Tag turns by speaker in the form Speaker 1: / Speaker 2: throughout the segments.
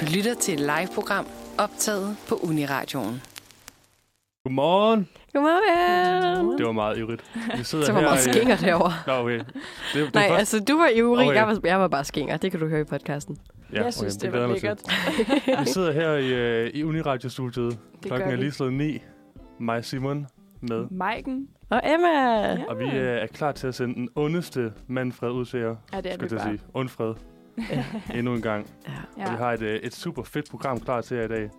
Speaker 1: Du lytter til et live-program optaget på Uniradioen.
Speaker 2: Godmorgen.
Speaker 3: Godmorgen.
Speaker 2: Det var meget ivrigt. Vi sidder
Speaker 3: Så var meget
Speaker 2: øh,
Speaker 3: skinger derovre.
Speaker 2: Nå, okay. Det, det er
Speaker 3: Nej,
Speaker 2: først-
Speaker 3: altså du var ivrig,
Speaker 2: Okay.
Speaker 3: jeg, var, jeg var bare skinger. Det kan du høre i podcasten.
Speaker 2: Ja,
Speaker 4: altså, jeg synes, det
Speaker 2: glæder
Speaker 4: var
Speaker 2: jeg mig til.
Speaker 4: lækkert.
Speaker 2: Vi sidder her i, øh, i Uniradiostudiet. Klokken
Speaker 4: gør
Speaker 2: er
Speaker 4: vi.
Speaker 2: lige slået 9. Mig Simon med.
Speaker 4: Maiken.
Speaker 3: Og Emma! Ja.
Speaker 2: Og vi øh, er klar til at sende den ondeste mandfred ud til jer.
Speaker 4: Ja, Mm. det er
Speaker 2: Skal
Speaker 4: det
Speaker 2: jeg
Speaker 4: bare.
Speaker 2: sige. Undfred. Endnu en gang. Ja. Og vi
Speaker 4: Ja.
Speaker 2: har et, øh, et super fedt program klar til jer i dag.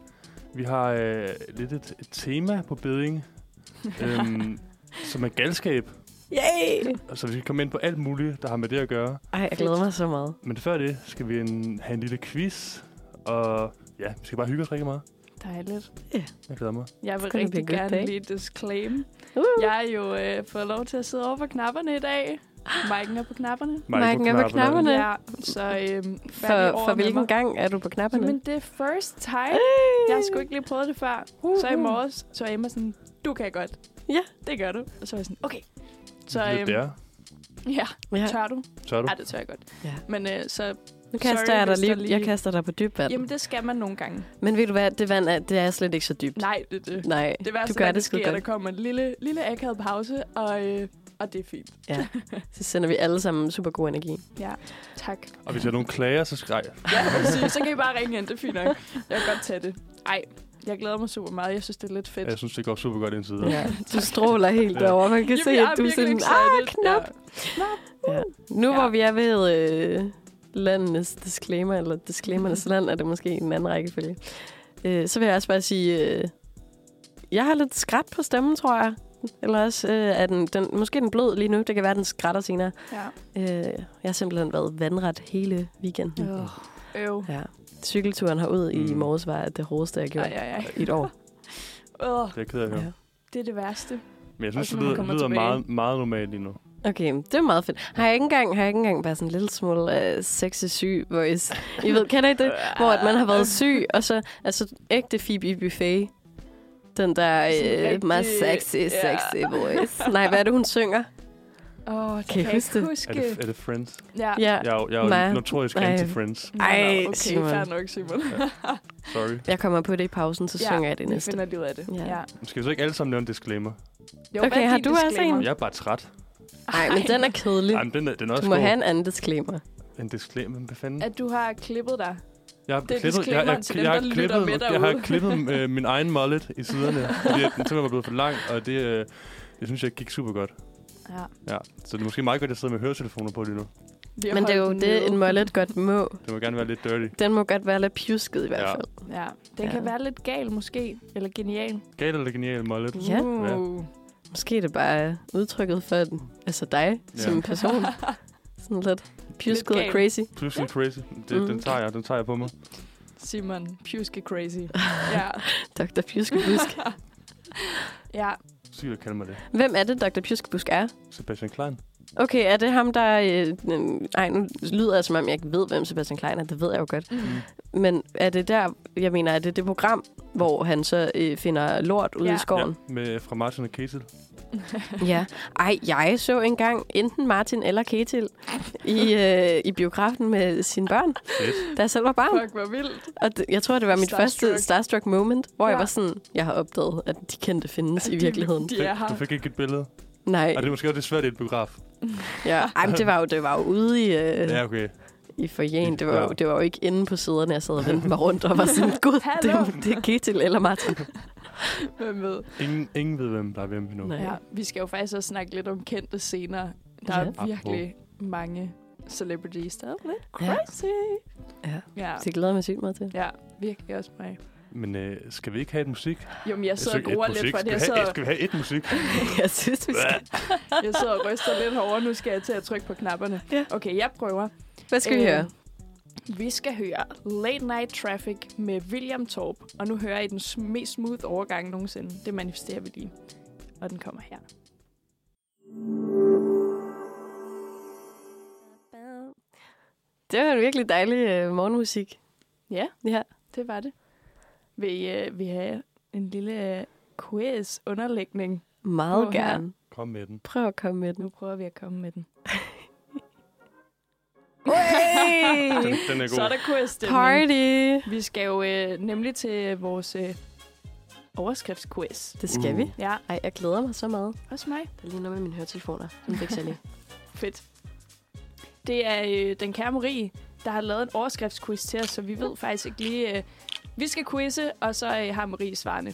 Speaker 2: Vi har øh, lidt et, et tema på beding, øhm, som er galskab.
Speaker 3: Yay!
Speaker 2: Så vi kan komme ind på alt muligt, der har med det at gøre.
Speaker 3: Ej, jeg glæder mig så meget.
Speaker 2: Men før det skal vi en, have en lille quiz, og ja, vi skal bare hygge os rigtig meget.
Speaker 4: Dejligt.
Speaker 2: Jeg glæder mig.
Speaker 4: Jeg vil
Speaker 3: It's gonna be a
Speaker 4: rigtig
Speaker 3: good
Speaker 4: gerne
Speaker 3: day.
Speaker 4: lige disclaim.
Speaker 3: Uh.
Speaker 4: Jeg har jo øh, fået lov til at sidde over på knapperne i dag. Maiken er på knapperne.
Speaker 3: Maiken er på knapperne. Hvordan?
Speaker 4: Ja, så øhm, færdig
Speaker 3: For,
Speaker 4: over
Speaker 3: for
Speaker 4: med
Speaker 3: hvilken
Speaker 4: mig.
Speaker 3: gang er du på knapperne?
Speaker 4: Jamen, det er first time. Jeg har sgu ikke lige prøvet det før. Så i morges, så var Emma sådan, du kan godt.
Speaker 3: Ja.
Speaker 4: Det gør du. Og så var jeg sådan, okay.
Speaker 2: Så,
Speaker 4: Så
Speaker 2: øhm, der.
Speaker 4: ja,
Speaker 3: Ja.
Speaker 4: tør du?
Speaker 2: Tør du?
Speaker 4: Ja, det tør jeg godt.
Speaker 3: Ja.
Speaker 4: Men øh, så,
Speaker 3: Nu kaster
Speaker 4: Sorry,
Speaker 3: jeg dig
Speaker 4: hvis
Speaker 3: lige,
Speaker 4: der lige-
Speaker 3: Jeg kaster dig på dybt vand.
Speaker 4: jamen det skal man nogle gange.
Speaker 3: Men ved du hvad, det vand er, det er slet ikke så dybt.
Speaker 4: Nej, det er det.
Speaker 3: Nej,
Speaker 4: Det værste,
Speaker 3: du gør
Speaker 4: der kan
Speaker 3: det sgu
Speaker 4: ske, er, at der
Speaker 3: godt.
Speaker 4: kommer en lille, lille akavet pause, og, øh, og det er fint.
Speaker 3: Så sender vi alle sammen super god energi.
Speaker 4: Tak.
Speaker 2: Og hvis jeg har nogle klager, så skreg jeg.
Speaker 4: Ja, præcis. Så kan I bare ringe ind. Det er fint nok. Jeg kan godt tage det. Ej, jeg glæder mig super meget. Jeg synes, det er lidt fedt.
Speaker 2: Jeg synes, det går super godt indtil videre.
Speaker 3: Ja, du stråler helt
Speaker 2: Ja.
Speaker 3: derovre. Man kan
Speaker 4: Jamen,
Speaker 3: se,
Speaker 4: jeg
Speaker 3: at du er
Speaker 4: virkelig
Speaker 3: sådan, ah,
Speaker 4: excited."
Speaker 3: knap. Ja. Nu
Speaker 4: Ja.
Speaker 3: hvor vi er ved øh, landenes disclaimer, eller
Speaker 4: Mhm.
Speaker 3: disclaimernes land, er det måske i en anden rækkefølge, øh, så vil jeg også bare sige, øh, jeg har lidt skræt på stemmen, tror jeg. Eller også øh, er den, den, måske er den blød lige nu, det kan være, den skrætter senere.
Speaker 4: Ja.
Speaker 3: Øh, jeg har simpelthen været vandret hele weekenden.
Speaker 4: ja. Øv.
Speaker 3: Ja. Cykelturen herud i
Speaker 2: Mm.
Speaker 3: morges var det hårdeste, jeg gjorde
Speaker 4: Ej, ej, ej.
Speaker 3: i et år.
Speaker 4: Åh,
Speaker 2: Det er jeg ked af at høre.
Speaker 3: Ja.
Speaker 4: det er det værste.
Speaker 2: Men jeg synes,
Speaker 4: Også
Speaker 2: det
Speaker 4: når man
Speaker 2: lyder,
Speaker 4: kommer
Speaker 2: lyder
Speaker 4: tilbage.
Speaker 2: meget, meget normalt lige nu.
Speaker 3: Okay, men det er meget fedt. Har jeg ikke engang, har jeg ikke engang været sådan en lille smule uh, sexy syg voice? I ved, kender I det? Hvor at man har
Speaker 4: Ah.
Speaker 3: været syg, og så altså, ægte Phoebe i buffet. Den der
Speaker 4: Sådan
Speaker 3: øh,
Speaker 4: rigtig-
Speaker 3: meget sexy,
Speaker 4: ja.
Speaker 3: sexy voice. Nej, hvad er det, hun synger?
Speaker 4: Åh, det
Speaker 3: Kan I
Speaker 4: kan jeg
Speaker 3: huske
Speaker 4: ikke
Speaker 3: det?
Speaker 2: Er
Speaker 4: huske.
Speaker 2: det, er det Friends?
Speaker 4: Ja.
Speaker 3: Ja.
Speaker 2: Jeg er jo, jeg er
Speaker 3: Nej.
Speaker 2: jo notorisk
Speaker 3: Nej.
Speaker 2: anti-Friends.
Speaker 4: Nå, nå,
Speaker 3: Ej,
Speaker 4: okay,
Speaker 3: Simon.
Speaker 4: fair nok, Simon.
Speaker 2: Sorry.
Speaker 3: Jeg kommer på det i pausen, så
Speaker 4: Ja,
Speaker 3: synger jeg det
Speaker 4: Vi
Speaker 3: næste.
Speaker 4: finder lige ud af det.
Speaker 3: Ja.
Speaker 4: Ja.
Speaker 2: Skal vi så ikke alle sammen lave en disclaimer?
Speaker 4: Jo,
Speaker 3: Okay,
Speaker 4: hvad er
Speaker 3: har
Speaker 4: din
Speaker 3: du altså
Speaker 4: disclaimer?
Speaker 3: en?
Speaker 2: Jeg er bare træt.
Speaker 3: Nej, men den er kedelig.
Speaker 2: Ej, men den er, den er også
Speaker 3: Du må
Speaker 2: god.
Speaker 3: have en anden disclaimer.
Speaker 2: En disclaimer, men hvad fanden?
Speaker 3: Mm.
Speaker 4: At du har klippet dig.
Speaker 2: Jeg har
Speaker 4: Det er
Speaker 2: klippet, jeg, jeg,
Speaker 4: disclaimeren til
Speaker 2: jeg,
Speaker 4: dem,
Speaker 2: har
Speaker 4: der lytter
Speaker 2: klippet,
Speaker 4: med
Speaker 2: jeg har
Speaker 4: derude.
Speaker 2: klippet øh, min egen mullet i siderne, fordi at den simpelthen var blevet for lang, og det, øh, det synes jeg gik super godt.
Speaker 4: Ja.
Speaker 2: Ja, så det er måske meget godt, at jeg sidder med høretelefoner på lige nu.
Speaker 4: Vi har
Speaker 3: Men det er jo
Speaker 4: holdt den nede.
Speaker 3: det, en mullet godt må.
Speaker 2: Det må gerne være lidt dirty.
Speaker 3: Den må godt være lidt pjusket i hvert
Speaker 2: Ja.
Speaker 3: fald.
Speaker 4: Ja, den
Speaker 3: Ja.
Speaker 4: ja. kan være lidt gal måske, eller genial.
Speaker 2: Galt eller genial mullet?
Speaker 3: Ja.
Speaker 2: Ja.
Speaker 4: Uh.
Speaker 3: Måske er det bare udtrykket for den, altså dig
Speaker 2: Ja.
Speaker 3: som person. Sådan lidt pjusket og
Speaker 4: gal.
Speaker 3: crazy.
Speaker 2: Pludselig crazy. Det,
Speaker 3: Mm.
Speaker 2: Den tager jeg, den tager jeg på mig.
Speaker 4: Simon, pjuske crazy. ja,
Speaker 3: Dr. Pjuskebusk.
Speaker 4: ja.
Speaker 2: Sygt at kalde mig det.
Speaker 3: Hvem er det, Dr. Pjuskebusk er?
Speaker 2: Sebastian Klein. nej,
Speaker 3: Okay, er det ham, der... Øh, øh, ej, nu lyder jeg, som om jeg ikke ved, hvem Sebastian Klein er. Det ved jeg jo godt.
Speaker 4: Mm.
Speaker 3: Men er det der... Jeg mener, er det det program, hvor han så øh, finder lort ude ja.
Speaker 4: Ja.
Speaker 3: i skoven?
Speaker 2: Ja, med, øh, fra Martin og Ketil.
Speaker 3: Ja. ja. Ej, jeg så engang enten Martin eller Ketil i, øh, i biografen med sine børn,
Speaker 2: Fedt.
Speaker 3: da jeg selv var barn.
Speaker 4: Fuck, hvor vildt.
Speaker 3: Og det, jeg tror, det var mit
Speaker 4: Starstruck.
Speaker 3: første starstruck moment, hvor ja. jeg
Speaker 4: Ja.
Speaker 3: var sådan... Jeg har opdaget, at de kendte findes i
Speaker 4: De-
Speaker 3: virkeligheden.
Speaker 4: De er her.
Speaker 2: Du fik ikke et billede.
Speaker 3: Nej,
Speaker 2: Og det er måske også lidt svært i et biograf.
Speaker 3: ja. Ej, men det var jo, det var jo ude i... Øh,
Speaker 2: Ja, okay.
Speaker 3: i forjen.
Speaker 2: I-
Speaker 3: Det var, jo,
Speaker 2: ja.
Speaker 3: det var jo ikke inde på siderne, jeg sad og vendte mig rundt og var sådan, gud, det,
Speaker 4: Hallo."
Speaker 3: er- det er Ketil eller Martin.
Speaker 4: Hvem ved?
Speaker 2: Ingen, ingen ved, hvem der er hvem endnu.
Speaker 3: Nej.
Speaker 4: Ja, vi skal jo faktisk også snakke lidt om kendte senere. Der er
Speaker 2: Ja.
Speaker 4: virkelig mange celebrities, der er lidt
Speaker 3: Ja.
Speaker 4: crazy.
Speaker 3: Ja.
Speaker 4: Ja,
Speaker 3: Det glæder jeg mig sygt meget til.
Speaker 4: ja virkelig også mig.
Speaker 2: Men øh, skal vi ikke have et musik? Jeg
Speaker 4: Jo, men jeg sidder og
Speaker 2: synes, et
Speaker 4: gruer lidt
Speaker 2: musik.
Speaker 4: for det.
Speaker 2: Skal,
Speaker 4: Jeg
Speaker 2: vi have,
Speaker 4: sidder,
Speaker 2: skal vi have et musik?
Speaker 3: Jeg synes, vi skal...
Speaker 4: jeg sidder og ryster lidt hårdere. Nu skal jeg til at trykke på knapperne.
Speaker 3: Ja.
Speaker 4: Okay, jeg prøver.
Speaker 3: Hvad skal vi
Speaker 4: Øh,
Speaker 3: høre?
Speaker 4: Vi skal høre Late Night Traffic med William Torp, og nu hører I den sm- mest smooth overgang nogensinde. Det manifesterer vi lige. Og den kommer her.
Speaker 3: Det var en virkelig dejlig øh, morgenmusik.
Speaker 4: Ja,
Speaker 3: Ja.
Speaker 4: det var det. Vi, øh, vi har en lille øh, quiz-underlægning.
Speaker 3: Meget
Speaker 4: Åh, ja.
Speaker 3: gerne.
Speaker 2: Kom med den.
Speaker 3: Prøv at komme med den.
Speaker 4: Nu prøver vi at komme med den.
Speaker 2: Den,
Speaker 3: Hey!
Speaker 2: den er
Speaker 4: Så er
Speaker 2: god.
Speaker 4: der quiz
Speaker 3: Party!
Speaker 4: Vi skal jo øh, nemlig til vores øh, overskriftsquiz.
Speaker 3: Det skal
Speaker 2: Uh.
Speaker 3: vi.
Speaker 4: Ja,
Speaker 3: Ej, jeg glæder mig så meget.
Speaker 4: også mig.
Speaker 3: Der er lige noget med mine høretelefoner, som fik særlig.
Speaker 4: Fedt. Det er øh, den kære Marie, der har lavet en overskriftsquiz til os, så vi ved faktisk ikke lige... Øh, vi skal quizze, og så øh, har Marie svarene.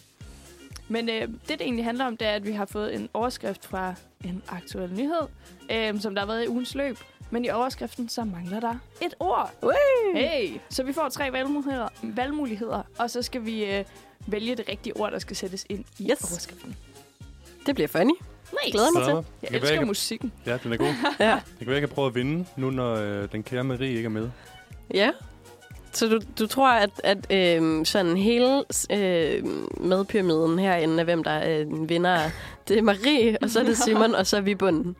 Speaker 4: Men øh, det, det egentlig handler om, det er, at vi har fået en overskrift fra en aktuel nyhed, øh, som der har været i ugens løb. Men i overskriften, så mangler der et ord. Hey! Så vi får tre valgmuligheder, valgmuligheder og så skal vi øh, vælge det rigtige ord, der skal sættes ind i
Speaker 3: Yes.
Speaker 4: overskriften.
Speaker 3: Det bliver funny.
Speaker 4: Nice.
Speaker 3: Glæder mig
Speaker 2: Glæder
Speaker 3: til.
Speaker 2: mig. Det
Speaker 4: Jeg
Speaker 2: kan være,
Speaker 4: elsker
Speaker 2: jeg kan-
Speaker 4: musikken.
Speaker 2: Ja, den er god.
Speaker 3: Ja.
Speaker 2: Det kan være, jeg kan prøve at vinde, nu når øh, den kære Marie ikke er med.
Speaker 3: Ja. Så du, du tror, at, at øh, sådan hele øh, madpyramiden herinde af hvem der er øh, vinder, det er Marie, og så er det Simon, og så er vi bunden.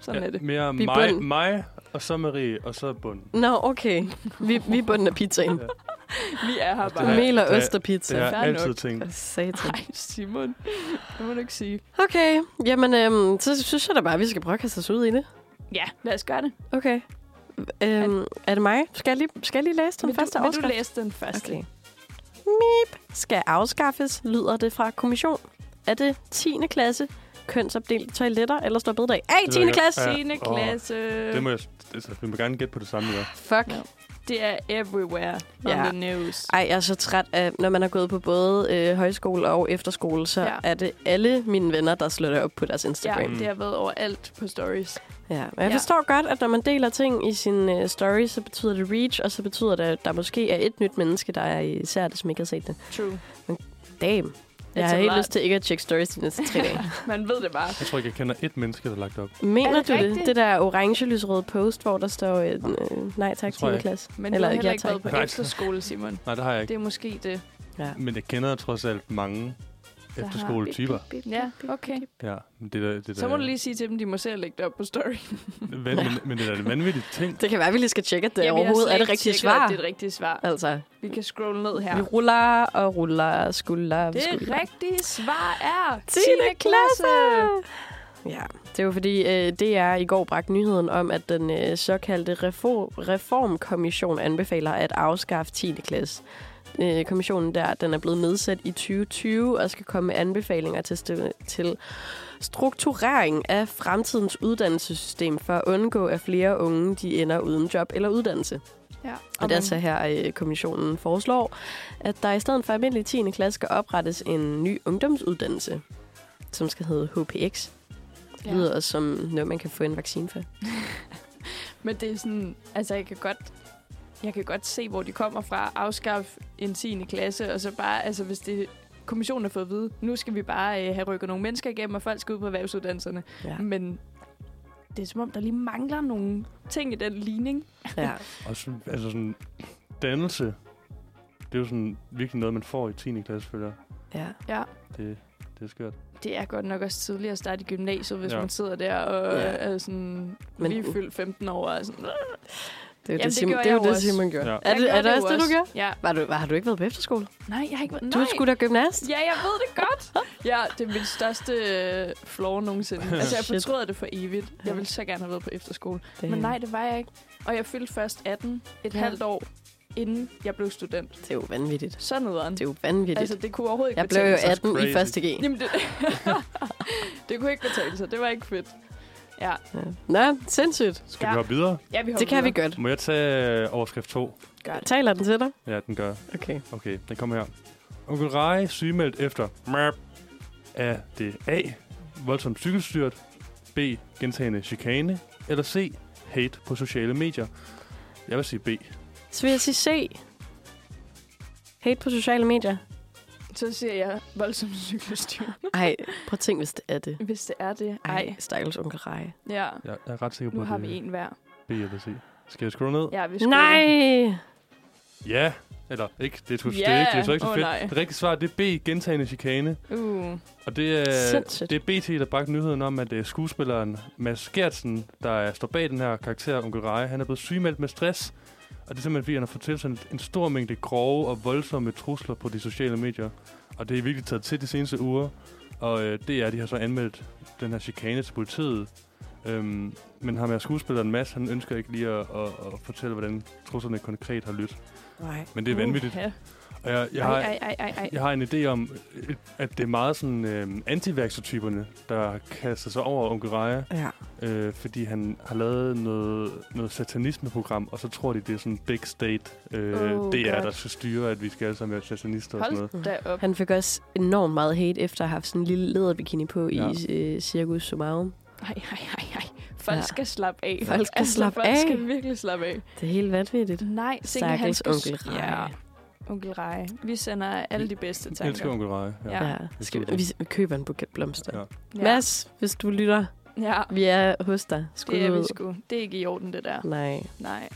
Speaker 4: Sådan er det.
Speaker 2: Mere
Speaker 3: Vi er
Speaker 2: mig,
Speaker 3: bunden.
Speaker 2: mig, og så Marie, og så bund.
Speaker 3: Nå, okay. Vi, vi er bunden af pizzaen.
Speaker 4: Vi er her
Speaker 2: Det
Speaker 4: bare.
Speaker 2: er-
Speaker 3: Mel og
Speaker 2: det er-
Speaker 3: osterpizza.
Speaker 2: Det har jeg
Speaker 4: fair nok.
Speaker 2: altid tænkt.
Speaker 3: For Satan.
Speaker 4: Nej, Simon. Det må du ikke sige.
Speaker 3: Okay, jamen, øhm, så synes jeg da bare, at vi skal prøve at kaste os ud i det.
Speaker 4: Ja, lad os gøre det.
Speaker 3: Okay. Øhm, er det mig? Skal jeg lige, skal jeg lige læse den
Speaker 4: vil
Speaker 3: første
Speaker 4: du, vil du
Speaker 3: overskrift?
Speaker 4: læse den første?
Speaker 3: Okay. Mip skal afskaffes, lyder det fra kommission. Er det 10. klasse, kønsopdelte toiletter eller står bededag? Ej,
Speaker 2: ved
Speaker 3: 10.
Speaker 2: jeg ikke.
Speaker 3: klasse!
Speaker 2: Ja.
Speaker 4: 10.
Speaker 2: Åh,
Speaker 4: klasse.
Speaker 2: Det må jeg, altså, vi må gerne gætte på det samme, ja.
Speaker 3: Fuck.
Speaker 4: Ja. Det er everywhere on
Speaker 3: Ja.
Speaker 4: the news.
Speaker 3: Ej, jeg er så træt af, når man har gået på både øh, højskole og efterskole, så
Speaker 4: Ja.
Speaker 3: ja. er det alle mine venner, der slår det op på deres
Speaker 4: Ja,
Speaker 3: Instagram.
Speaker 4: det har været overalt på stories.
Speaker 3: Ja, og jeg
Speaker 4: Ja.
Speaker 3: ja. forstår godt, at når man deler ting i sin uh, story, så betyder det reach, og så betyder det, at der måske er et nyt menneske, der er i ser det, som ikke har set det.
Speaker 4: True.
Speaker 3: Damn. Jeg
Speaker 4: It's
Speaker 3: har
Speaker 4: a
Speaker 3: helt
Speaker 4: lot.
Speaker 3: lyst til ikke at tjekke stories de næste tre dage.
Speaker 4: Man ved det bare.
Speaker 2: Jeg tror ikke, jeg kender ét menneske, der har lagt det op.
Speaker 3: Mener
Speaker 4: Er det
Speaker 3: du
Speaker 4: rigtigt?
Speaker 3: det? Det der orange lyserøde post, hvor der står øh, øh, nej tak
Speaker 2: Det tror jeg
Speaker 3: 10.
Speaker 2: ikke.
Speaker 3: klasse.
Speaker 4: Men
Speaker 3: Eller
Speaker 4: Eller, du har heller
Speaker 3: ja,
Speaker 4: ikke
Speaker 3: tak.
Speaker 4: været på
Speaker 2: Nej.
Speaker 4: efterskole, Simon.
Speaker 2: Nej, det har jeg
Speaker 4: Det
Speaker 2: ikke.
Speaker 4: er måske det.
Speaker 2: Men jeg kender trods alt mange
Speaker 3: har-
Speaker 2: efterskoletyper.
Speaker 4: Ja, okay.
Speaker 2: Ja, men det er da- det er
Speaker 4: Så
Speaker 2: da-
Speaker 4: må du lige sige til dem, de må selv lægge det op på story.
Speaker 2: Men, men, men det er da en vanvittig ting.
Speaker 3: Det kan være, at vi lige skal tjekke, at det
Speaker 4: Ja,
Speaker 3: ja,
Speaker 4: vi har
Speaker 3: overhovedet
Speaker 4: slet
Speaker 3: er det
Speaker 4: ikke
Speaker 3: rigtige
Speaker 4: tjekket,
Speaker 3: svar.
Speaker 4: at Det er det rigtige svar.
Speaker 3: Altså,
Speaker 4: Vi kan scrolle ned her.
Speaker 3: vi ruller og ruller og skulder og
Speaker 4: Det
Speaker 3: skulder.
Speaker 4: rigtige svar er
Speaker 3: 10. klasse! Ja, det var fordi øh, DR i går bragte nyheden om, at den øh, såkaldte reform, reformkommission anbefaler at afskaffe 10. klasse. Øh, kommissionen der, den er blevet nedsat i 2020 og skal komme med anbefalinger til, stu- til strukturering af fremtidens uddannelsessystem for at undgå, at flere unge de ender uden job eller uddannelse.
Speaker 4: Ja.
Speaker 3: Og det er altså her, øh, kommissionen foreslår, at der i stedet for almindelig 10. klasse skal oprettes en ny ungdomsuddannelse, som skal hedde HPX. Det
Speaker 4: Ja.
Speaker 3: lyder også som noget, man kan få en vaccine for.
Speaker 4: Men det er sådan, altså jeg kan godt, jeg kan godt se, hvor de kommer fra. Afskaffe en 10. klasse, og så bare, altså hvis det kommissionen har fået at vide, nu skal vi bare øh, have rykket nogle mennesker igennem, og folk skal ud på erhvervsuddannelserne.
Speaker 3: Ja.
Speaker 4: Ja. Men det er som om, der lige mangler nogle ting i den ligning.
Speaker 3: ja.
Speaker 2: Og så, altså sådan, dannelse, det er jo sådan virkelig noget, man får i 10. klasse, føler jeg.
Speaker 3: ja.
Speaker 2: Det, det er skørt.
Speaker 4: Det er godt nok også tidligere at starte i gymnasiet, hvis ja.
Speaker 2: Ja.
Speaker 4: man sidder der og
Speaker 3: Ja.
Speaker 4: ja. er sådan Men,
Speaker 3: Men-
Speaker 4: lige fyldt 15 år. Og er sådan, "Øh, "Åh."
Speaker 3: Det er jo
Speaker 4: Jamen, det
Speaker 3: det, Simon,
Speaker 4: gjorde
Speaker 3: det, er jo
Speaker 4: jeg jo
Speaker 3: det
Speaker 4: også.
Speaker 3: Simon gjorde.
Speaker 2: Ja.
Speaker 3: Er,
Speaker 4: Jeg
Speaker 3: det, er
Speaker 4: gjorde
Speaker 3: det også
Speaker 4: jo
Speaker 3: det, du gjorde?
Speaker 4: Ja.
Speaker 3: Var du, var, har du ikke været på efterskole?
Speaker 4: Nej, jeg har ikke været...
Speaker 3: Du er
Speaker 4: nej.
Speaker 3: sgu da gymnast.
Speaker 4: Ja, jeg ved det godt. Ja, det er min største øh, flaw nogensinde. Altså, jeg
Speaker 3: Shit.
Speaker 4: fortryder det for evigt. Jeg ville så gerne have været på efterskole.
Speaker 3: Det,
Speaker 4: Men nej, det var jeg ikke. Og jeg fyldte først 18 et
Speaker 3: Ja.
Speaker 4: halvt år, inden jeg blev student.
Speaker 3: det er jo vanvittigt.
Speaker 4: Så nederen.
Speaker 3: Det er jo vanvittigt.
Speaker 4: Altså, det kunne overhovedet ikke
Speaker 3: jeg blev jo
Speaker 4: betale sig.
Speaker 3: 18 i
Speaker 2: crazy.
Speaker 3: første G.
Speaker 4: Jamen, det, det kunne ikke betale sig. Det var ikke fedt. Ja,
Speaker 3: Ja. Nå, sindssygt.
Speaker 2: Skal
Speaker 4: Ja.
Speaker 2: vi hoppe videre?
Speaker 4: ja vi hopper
Speaker 3: Det kan vi
Speaker 4: videre.
Speaker 3: godt.
Speaker 2: Må jeg tage øh, overskrift 2?
Speaker 4: Gør det.
Speaker 3: Taler den til dig?
Speaker 2: Ja, den gør jeg.
Speaker 3: Okay.
Speaker 2: Okay, den kommer her. Onkel Rai sygemeldt efter mørp af det A. Voldsomt cykelstyrt. B. Gentagende chikane. Eller C. Hate på sociale medier. Jeg vil sige B.
Speaker 3: Så vil jeg sige C. Hate på sociale medier.
Speaker 4: Så siger jeg voldsomt cykelstyr.
Speaker 3: Ej, prøv at tænke, hvis det er det.
Speaker 4: Hvis det er det.
Speaker 3: Ej,
Speaker 4: Ej.
Speaker 3: stakkels onkel Reje.
Speaker 4: Ja,
Speaker 2: Jeg jeg er ret sikker på,
Speaker 4: nu
Speaker 2: at
Speaker 4: har
Speaker 2: det
Speaker 4: vi
Speaker 2: er
Speaker 4: en hver.
Speaker 2: B eller C. Skal jeg skrue ned?
Speaker 4: Ja, vi skulle-
Speaker 3: Nej!
Speaker 2: Ja. Eller ikke. Det er, sgu- det
Speaker 4: Ja.
Speaker 2: er ikke, det er så ikke så
Speaker 4: Åh,
Speaker 2: fedt.
Speaker 4: nej.
Speaker 2: Det rigtige svar det er B. Gentagende chikane.
Speaker 4: Uh.
Speaker 2: Og det er,
Speaker 3: Sindssygt.
Speaker 2: det er BT, der bragte nyheden om, at øh, skuespilleren Mads Gertsen, der er- står bag den her karakter, Onkel Reje, han er blevet sygemeldt med stress. Og det er simpelthen, fordi han har fået tilsendt en stor mængde grove og voldsomme trusler på de sociale medier. Og det er virkelig taget til de seneste uger. Og øh, det er, de har så anmeldt den her chikane til politiet. Øhm, men ham her skuespilleren Mads, han ønsker ikke lige at, at, at fortælle, hvordan truslerne konkret har lyttet.
Speaker 3: Nej.
Speaker 2: Men det er vanvittigt.
Speaker 4: Uh,
Speaker 2: Og
Speaker 4: Ja.
Speaker 2: jeg, jeg,
Speaker 4: Ej,
Speaker 2: har,
Speaker 4: ej, ej, ej, ej.
Speaker 2: jeg har en idé om, øh, at det er meget sådan øh, antiværkstertyperne, der kaster sig over onkel Raja,
Speaker 3: Ja.
Speaker 2: øh, fordi han har lavet noget, noget satanismeprogram, og så tror de, det er sådan big state. Øh,
Speaker 4: Oh,
Speaker 2: det er,
Speaker 4: God.
Speaker 2: der skal styre, at vi skal alle sammen være satanister og sådan noget.
Speaker 4: Hold da op.
Speaker 3: Han fik også enormt meget hate efter at have haft sådan en lille læderbikini på ja.
Speaker 2: Ja.
Speaker 3: i øh, Circus Sumarum.
Speaker 4: Ej, ej, ej, ej. Folk
Speaker 3: Ja.
Speaker 4: ja. skal slappe af. Altså,
Speaker 3: Folk skal slappe
Speaker 4: folk
Speaker 3: af.
Speaker 4: skal virkelig slappe af.
Speaker 3: Det er helt vanvittigt.
Speaker 4: Nej, sikke han
Speaker 3: Stakkels
Speaker 4: skal...
Speaker 3: onkel Raja.
Speaker 4: Ja, onkel Rej. Vi sender alle de bedste
Speaker 2: Jeg elsker
Speaker 4: tanker.
Speaker 2: onkel Raja. Ja.
Speaker 4: Ja.
Speaker 3: Ja. Skal vi, vi køber en buket blomster.
Speaker 2: Ja.
Speaker 3: Ja. Mads, hvis du lytter,
Speaker 4: Ja,
Speaker 3: vi er hos dig. Skud
Speaker 4: det er vi
Speaker 3: ud.
Speaker 4: sgu. Det er ikke i orden, det der.
Speaker 3: Nej.
Speaker 4: Nej.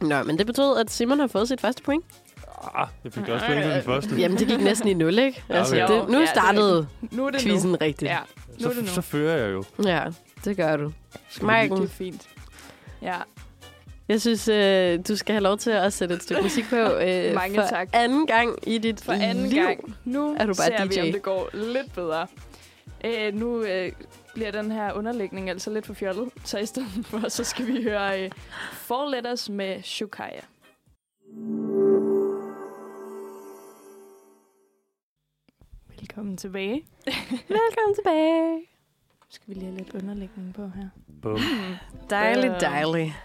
Speaker 3: Nå, men det betød, at Simon har fået sit første point.
Speaker 2: Ah, jeg fik det også point ved den første.
Speaker 3: Jamen, det gik næsten i nul, ikke?
Speaker 2: Ja,
Speaker 3: Altså,
Speaker 2: okay.
Speaker 3: det, nu
Speaker 4: Ja, det er
Speaker 3: startede
Speaker 4: Nu er det nu.
Speaker 3: quizzen rigtigt.
Speaker 4: Ja, nu er det
Speaker 2: Så,
Speaker 4: nu.
Speaker 2: så fører jeg jo.
Speaker 3: ja, det gør du.
Speaker 2: Skal vi lige-
Speaker 3: Maiken,
Speaker 4: det er fint. Ja,
Speaker 3: Jeg synes, øh, du skal have lov til at sætte et stykke musik på. Øh,
Speaker 4: Mange
Speaker 3: for
Speaker 4: tak.
Speaker 3: anden gang i dit
Speaker 4: for anden
Speaker 3: liv.
Speaker 4: gang. Nu
Speaker 3: er du bare
Speaker 4: ser
Speaker 3: DJ.
Speaker 4: vi, om det går lidt bedre. Æ, nu øh, bliver den her underlægning altså lidt for fjollet, så i stedet for, så skal vi høre øh, Four Letters med Shukaya. Velkommen tilbage.
Speaker 3: Velkommen tilbage.
Speaker 4: Skal vi lige have lidt underlægning på her?
Speaker 2: Bum.
Speaker 3: Dejlig,
Speaker 4: Øh.
Speaker 3: dejlig.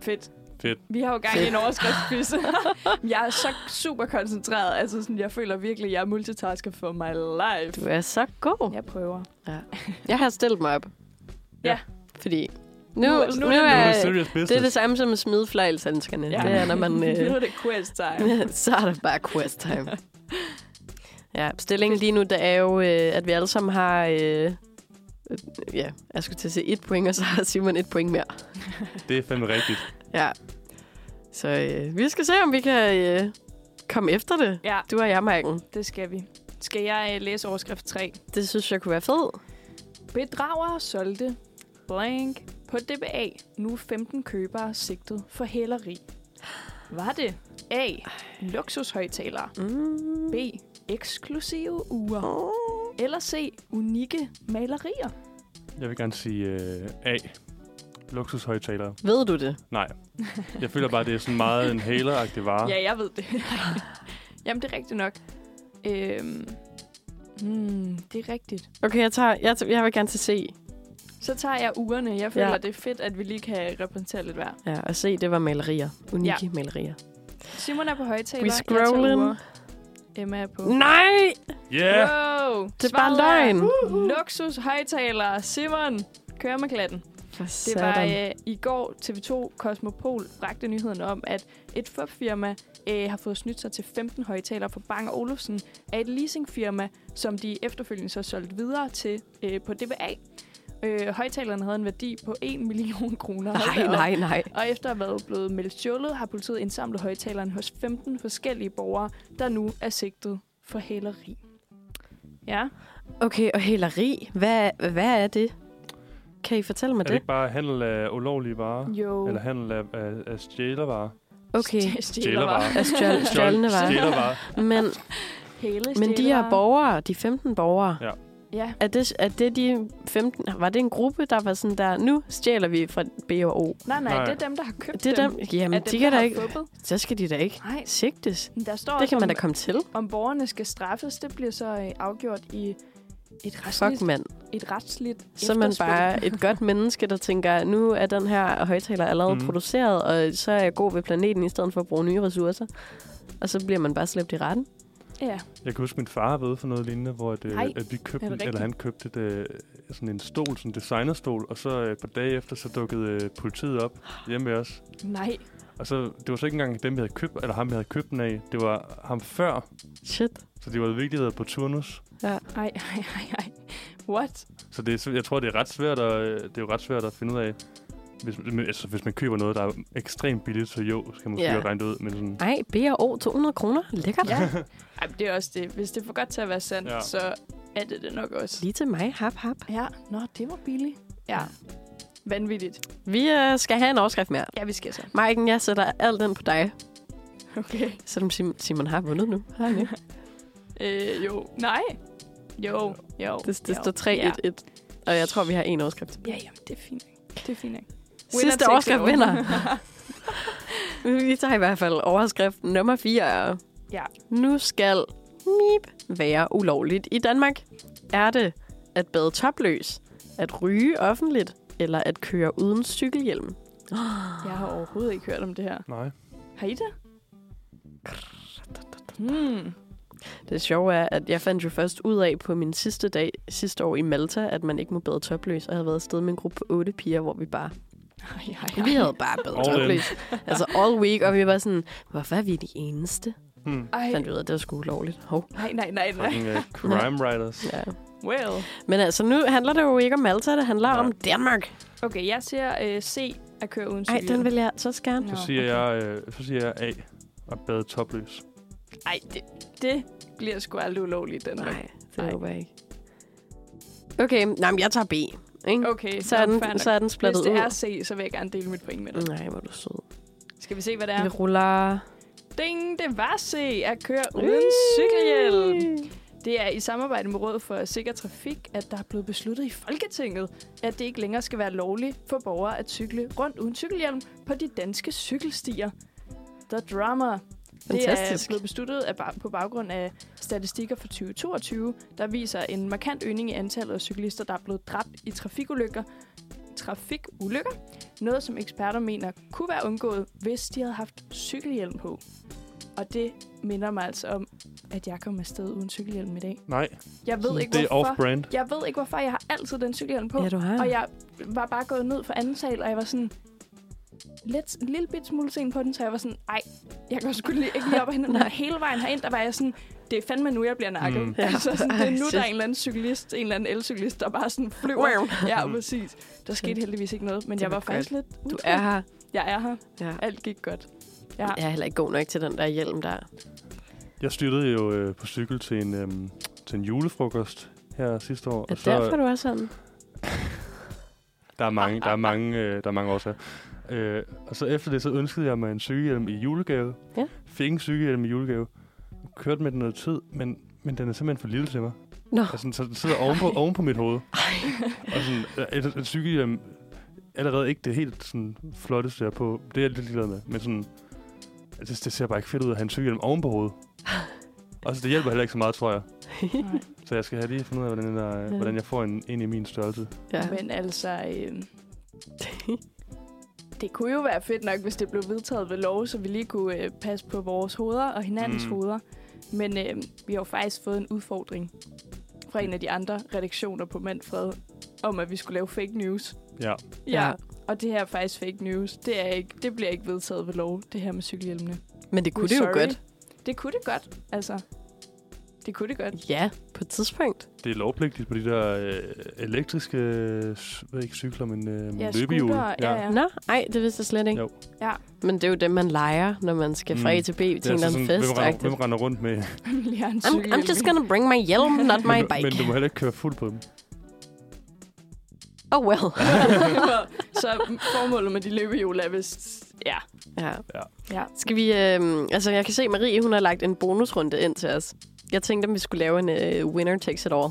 Speaker 4: Fedt.
Speaker 2: Fedt.
Speaker 4: Vi har jo gang i en overskriftsquiz. jeg er så super koncentreret. Altså, sådan, jeg føler virkelig, jeg er multitasker for my life.
Speaker 3: Du er så god.
Speaker 4: Jeg prøver.
Speaker 3: Jeg har stillet mig op.
Speaker 4: Ja.
Speaker 3: Fordi nu,
Speaker 4: Nu
Speaker 3: nu,
Speaker 4: er-
Speaker 3: nu,
Speaker 4: nu
Speaker 3: nu
Speaker 4: er
Speaker 2: Nu er
Speaker 3: er,
Speaker 2: det serious
Speaker 3: det er det
Speaker 2: business.
Speaker 3: samme som at smide flejlshandskerne. Ja. Det er, når man...
Speaker 4: nu
Speaker 3: Øh,
Speaker 4: er det quiz time.
Speaker 3: så er det bare quest time. Ja, stillingen lige nu, det er jo, øh, at vi alle sammen har... Øh, øh, ja, jeg skulle til at sige et point, og så har Simon et point mere.
Speaker 2: Det er fandme rigtigt.
Speaker 3: Ja. Så øh, vi skal se, om vi kan øh, komme efter det.
Speaker 4: ja,
Speaker 3: Du og jeg, Marken.
Speaker 4: det skal vi. Skal jeg øh, læse overskrift 3?
Speaker 3: Det synes jeg kunne være fed.
Speaker 4: Bedrager solgte blank på DBA. Nu 15 købere sigtet for hæleri. Var det A. Luksushøjtalere.
Speaker 3: Mm.
Speaker 4: B. Eksklusive uger. Eller C. Unikke malerier.
Speaker 2: Jeg vil gerne sige øh, A. Luksushøjtalere.
Speaker 3: Ved du det?
Speaker 2: Nej. Jeg føler bare, det er sådan meget en hæleragtig vare.
Speaker 4: Ja, jeg ved det. Jamen, det er rigtigt nok. Øhm, hmm, det er rigtigt.
Speaker 3: Okay, jeg, tager, jeg, jeg vil gerne til C.
Speaker 4: Så tager jeg ugerne. Jeg føler,
Speaker 3: Ja.
Speaker 4: ja. det er fedt, at vi lige kan repræsentere lidt hver.
Speaker 3: Ja, og C, det var malerier. Unikke ja. malerier.
Speaker 4: Simon er på højtaler.
Speaker 3: We
Speaker 4: jeg tager
Speaker 3: scrolling.
Speaker 4: ure. Emma er på.
Speaker 3: Nej!
Speaker 2: Yeah!
Speaker 4: Wow!
Speaker 3: Det er bare løgn.
Speaker 4: Luksus højtaler. Simon, kør med klatten.
Speaker 3: For
Speaker 4: Det var
Speaker 3: satan.
Speaker 4: øh, i går TV2 Cosmopol bragte nyheden om, at et fupfirma øh, har fået snydt sig til 15 højtalere fra Bang Olufsen af et leasingfirma, som de efterfølgende så solgte videre til øh, på DBA. Øh, højtalerne havde en værdi på 1 million kroner.
Speaker 3: Nej,
Speaker 4: Hold da op.
Speaker 3: nej, nej.
Speaker 4: Og efter at være blevet meldt stjålet, har politiet indsamlet højtaleren hos 15 forskellige borgere, der nu er sigtet for hæleri. Ja,
Speaker 3: Okay, og hæleri. Hvad, hvad er det? Kan I fortælle
Speaker 2: Er
Speaker 3: mig
Speaker 2: det
Speaker 3: det?
Speaker 2: ikke bare handel af ulovlige varer?
Speaker 4: jo.
Speaker 2: Eller handel af, af, af stjælervarer?
Speaker 3: Okay.
Speaker 4: Stjæ-
Speaker 2: Stjælervarer.
Speaker 3: Af stjål- stjålne varer.
Speaker 2: Stjælervarer.
Speaker 3: Men,
Speaker 4: Hæle
Speaker 3: men de her
Speaker 4: stjælervarer.
Speaker 3: borgere, de 15 borgere,
Speaker 2: Ja.
Speaker 4: Ja,
Speaker 3: er det, er det de 15... Var det en gruppe, der var sådan der, nu stjæler vi fra B og O?
Speaker 4: nej, nej,
Speaker 2: Nej.
Speaker 4: det er dem, der har købt
Speaker 3: Det er dem. Jamen,
Speaker 4: Er
Speaker 3: de
Speaker 4: dem,
Speaker 3: kan
Speaker 4: der
Speaker 3: da
Speaker 4: har
Speaker 3: ikke...
Speaker 4: Fubbet.
Speaker 3: Så skal de da ikke
Speaker 4: Nej,
Speaker 3: sigtes.
Speaker 4: men der står
Speaker 3: Det kan
Speaker 4: også,
Speaker 3: man da
Speaker 4: om,
Speaker 3: komme til.
Speaker 4: om borgerne skal straffes. Det bliver så øh, afgjort i et
Speaker 3: Fuck,
Speaker 4: retsligt,
Speaker 3: mand.
Speaker 4: et retsligt
Speaker 3: Så er man
Speaker 4: efterspil.
Speaker 3: bare et godt menneske, der tænker, nu er den her højtaler allerede mm.
Speaker 2: Mhm.
Speaker 3: produceret, og så er jeg god ved planeten, i stedet for at bruge nye ressourcer. Og så bliver man bare slæbt i retten.
Speaker 4: Ja,
Speaker 2: Jeg kan huske, min far var ude for noget lignende, hvor at, øh,
Speaker 4: Nej,
Speaker 2: at vi købte,
Speaker 4: er
Speaker 2: en-
Speaker 4: det
Speaker 2: eller
Speaker 4: rigtigt?
Speaker 2: han købte et, øh, sådan en stol, sådan en designerstol, og så øh, et par dage efter, så dukkede øh, politiet op hjemme ved os.
Speaker 4: nej.
Speaker 2: Og så, det var så ikke engang dem, vi havde købt, eller ham, vi havde købt den af. Det var ham før,
Speaker 3: Shit.
Speaker 2: så de var virkelig været på turnus.
Speaker 4: Ej, ej, ej, ej. What?
Speaker 2: Så det, er sim- jeg tror, det er ret svært at, øh, det er jo ret svært at finde ud af, hvis, men altså, hvis man køber noget, der er ekstremt billigt, så jo, skal man måske
Speaker 3: Ja.
Speaker 2: yeah. regne det ud. Men sådan,
Speaker 3: Ej, B og O, 200 kroner. Lækkert.
Speaker 4: Ja. Ej, men det er også det. Hvis det er for godt til at være sandt,
Speaker 2: Ja.
Speaker 4: ja. så er det det nok også.
Speaker 3: Lige til mig. Hap, hap.
Speaker 4: Ja, nå, det var billigt. Ja. Vanvittigt.
Speaker 3: Vi øh, skal have en overskrift mere.
Speaker 4: Ja, vi skal så.
Speaker 3: Maiken, jeg sætter alt den på dig.
Speaker 4: Okay.
Speaker 3: Selvom Sim- Simon har vundet nu. Har han ikke?
Speaker 4: Øh, jo. Nej. Jo. Jo.
Speaker 3: Det, det
Speaker 4: jo.
Speaker 3: står 3-1-1.
Speaker 4: Ja.
Speaker 3: Og jeg tror, vi har en overskrift tilbage.
Speaker 4: Ja, jamen, det er fint. ikke? Det er fint, ikke?
Speaker 3: Sidste
Speaker 4: Winner takes
Speaker 3: overskrift
Speaker 4: it all.
Speaker 3: vinder. vi tager i hvert fald overskrift nummer 4.
Speaker 4: Ja.
Speaker 3: Nu skal mip være ulovligt i Danmark. Er det at bade topløs, at ryge offentligt, eller at køre uden cykelhjelm?
Speaker 4: Jeg har overhovedet ikke hørt om det her.
Speaker 2: Nej.
Speaker 4: Har I det? Hmm.
Speaker 3: Det sjove er, at jeg fandt jo først ud af på min sidste dag sidste år i Malta, at man ikke må bade topløs. Og jeg havde været afsted med en gruppe på otte piger, hvor vi bare...
Speaker 4: Ej,
Speaker 3: Vi
Speaker 4: ej, ej.
Speaker 3: havde bare badet
Speaker 2: All in.
Speaker 3: topløs. Altså all week, og vi var sådan, hvorfor er vi de eneste?
Speaker 2: Hmm.
Speaker 4: Ej,
Speaker 3: Fandt vi ud af, at det var sgu ulovligt. Hov.
Speaker 4: nej, nej, nej, nej.
Speaker 2: Fucking uh, crime writers.
Speaker 3: Ja.
Speaker 4: Well.
Speaker 3: Men altså, nu handler det jo ikke om Malta, det handler
Speaker 2: Nej.
Speaker 3: om Danmark.
Speaker 4: Okay, jeg ser øh, C at køre uden
Speaker 3: Nej,
Speaker 4: cykel.
Speaker 3: den vil jeg så gerne.
Speaker 2: Så siger, jeg, øh, så siger jeg A og bade topløs.
Speaker 4: Ej, det, det bliver sgu aldrig ulovligt, den her.
Speaker 3: Nej, det
Speaker 4: Nej.
Speaker 3: håber jeg ikke. Okay, nej, men jeg tager B. Ikke?
Speaker 4: Okay,
Speaker 3: så, er
Speaker 4: nå, fair
Speaker 3: den,
Speaker 4: nok.
Speaker 3: så er den
Speaker 4: Hvis
Speaker 3: splattet
Speaker 4: det er
Speaker 3: ud. Mm.
Speaker 4: C, så vil jeg gerne dele mit point med dig.
Speaker 3: Nej, hvor er du sød.
Speaker 4: Skal vi se, hvad det
Speaker 3: Vi
Speaker 4: er?
Speaker 3: ruller...
Speaker 4: Ding, det var C at køre uden cykelhjelm. Det er i samarbejde med Rådet for Sikker Trafik, at der er blevet besluttet i Folketinget, at det ikke længere skal være lovligt for borgere at cykle rundt uden cykelhjelm på de danske cykelstier. The drama. Det er
Speaker 3: Fantastisk.
Speaker 4: blevet besluttet af, ba- på baggrund af statistikker fra 2022, der viser en markant øgning i antallet af cyklister, der er blevet dræbt i trafikulykker. trafikulykker. Noget, som eksperter mener kunne være undgået, hvis de havde haft cykelhjelm på. Og det minder mig altså om, at jeg kom afsted uden cykelhjelm i dag.
Speaker 2: Nej,
Speaker 4: Jeg ved ikke,
Speaker 2: det er
Speaker 4: hvorfor.
Speaker 2: off-brand.
Speaker 4: Jeg ved ikke, hvorfor. Jeg har altid den cykelhjelm på.
Speaker 3: Ja, du har.
Speaker 4: Og jeg var bare gået ned for anden sal, og jeg var sådan lidt, en lille bit smule sen på den, så jeg var sådan, ej, jeg kan sgu lige, ikke lige op og hente den. Og hele vejen herind, der var jeg sådan, det er fandme nu, jeg bliver nakket.
Speaker 2: Mm.
Speaker 4: Mm.
Speaker 3: Ja.
Speaker 4: Altså, sådan, det
Speaker 3: Ej,
Speaker 4: er nu,
Speaker 3: shit.
Speaker 4: der er en eller anden cyklist, en eller anden elcyklist, der bare sådan flyver. Ja, præcis. Der skete heldigvis ikke noget, men
Speaker 3: Det
Speaker 4: jeg
Speaker 3: var
Speaker 4: var faktisk lidt
Speaker 3: Du
Speaker 4: utryg.
Speaker 3: er her.
Speaker 4: Jeg er her.
Speaker 3: Ja.
Speaker 4: Alt gik godt. Ja.
Speaker 3: Jeg er heller ikke god nok til den der hjelm der.
Speaker 2: Jeg styrtede jo øh, på cykel til en, øh, til en julefrokost her sidste år.
Speaker 3: Er det derfor, du er sådan?
Speaker 2: Der er mange, der er mange, øh, der er mange årsager. Øh, og så efter det, så ønskede jeg mig en cykelhjelm i julegave.
Speaker 3: Ja.
Speaker 2: Fik en cykelhjelm i julegave. Kørte med den noget tid, men, men den er simpelthen for lille til mig.
Speaker 3: Nå,
Speaker 2: Altså, så den sidder oven på, oven på mit hoved. Og sådan, øh, et, et cykelhjelm, allerede ikke det helt sådan, flotteste jeg er på. Det er jeg lidt ligeglad med. Men sådan, altså, det, det ser bare ikke fedt ud at have en cykelhjelm oven på hovedet. Og så det hjælper heller ikke så meget, tror jeg.
Speaker 4: Nej.
Speaker 2: Så jeg skal have lige finde ud af, hvordan, den der,
Speaker 3: Ja.
Speaker 2: hvordan jeg får en ind i min størrelse.
Speaker 3: ja.
Speaker 4: Men altså, øh, det kunne jo være fedt nok, hvis det blev vedtaget ved lov, så vi lige kunne øh, passe på vores hoveder og hinandens
Speaker 2: Mm.
Speaker 4: mm. hoveder. Men øh, vi har jo faktisk fået en udfordring fra en af de andre redaktioner på Manfred, om at vi skulle lave fake news.
Speaker 2: Ja.
Speaker 3: Ja.
Speaker 4: Og det her er faktisk fake news. Det, er ikke, det bliver ikke vedtaget ved lov, det her med cykelhjelmene.
Speaker 3: Men det kunne
Speaker 4: We're
Speaker 3: det jo
Speaker 4: sorry.
Speaker 3: godt.
Speaker 4: Det kunne det godt, altså. Det kunne det godt.
Speaker 3: Ja, på et tidspunkt.
Speaker 2: Det er lovpligtigt på de der øh, elektriske, øh, s- hvad ikke cykler, men øh, ja, løbehjul.
Speaker 4: scootere, ja, ja.
Speaker 3: Ja. Nå, ej, det vidste jeg slet ikke.
Speaker 2: Jo.
Speaker 4: Ja.
Speaker 3: Men det er jo det, man leger, når man skal fra
Speaker 2: Mm.
Speaker 3: A til B til en
Speaker 2: Det er
Speaker 3: eller
Speaker 2: altså
Speaker 3: anden
Speaker 2: sådan,
Speaker 3: fest.
Speaker 2: hvem, render, hvem render rundt med,
Speaker 4: Lige have en
Speaker 3: I'm, I'm
Speaker 4: cykelhjelm
Speaker 3: just
Speaker 4: med.
Speaker 3: gonna bring my hjelm, not my
Speaker 2: men, du-
Speaker 3: bike.
Speaker 2: men du må heller ikke køre fuld på dem.
Speaker 3: Oh well.
Speaker 4: så formålet med de løbehjul er vist... Ja.
Speaker 3: ja.
Speaker 4: ja.
Speaker 3: Skal vi... Øh, altså, jeg kan se, Marie, hun har lagt en bonusrunde ind til os. Jeg tænkte, om vi skulle lave en øh, winner takes it all.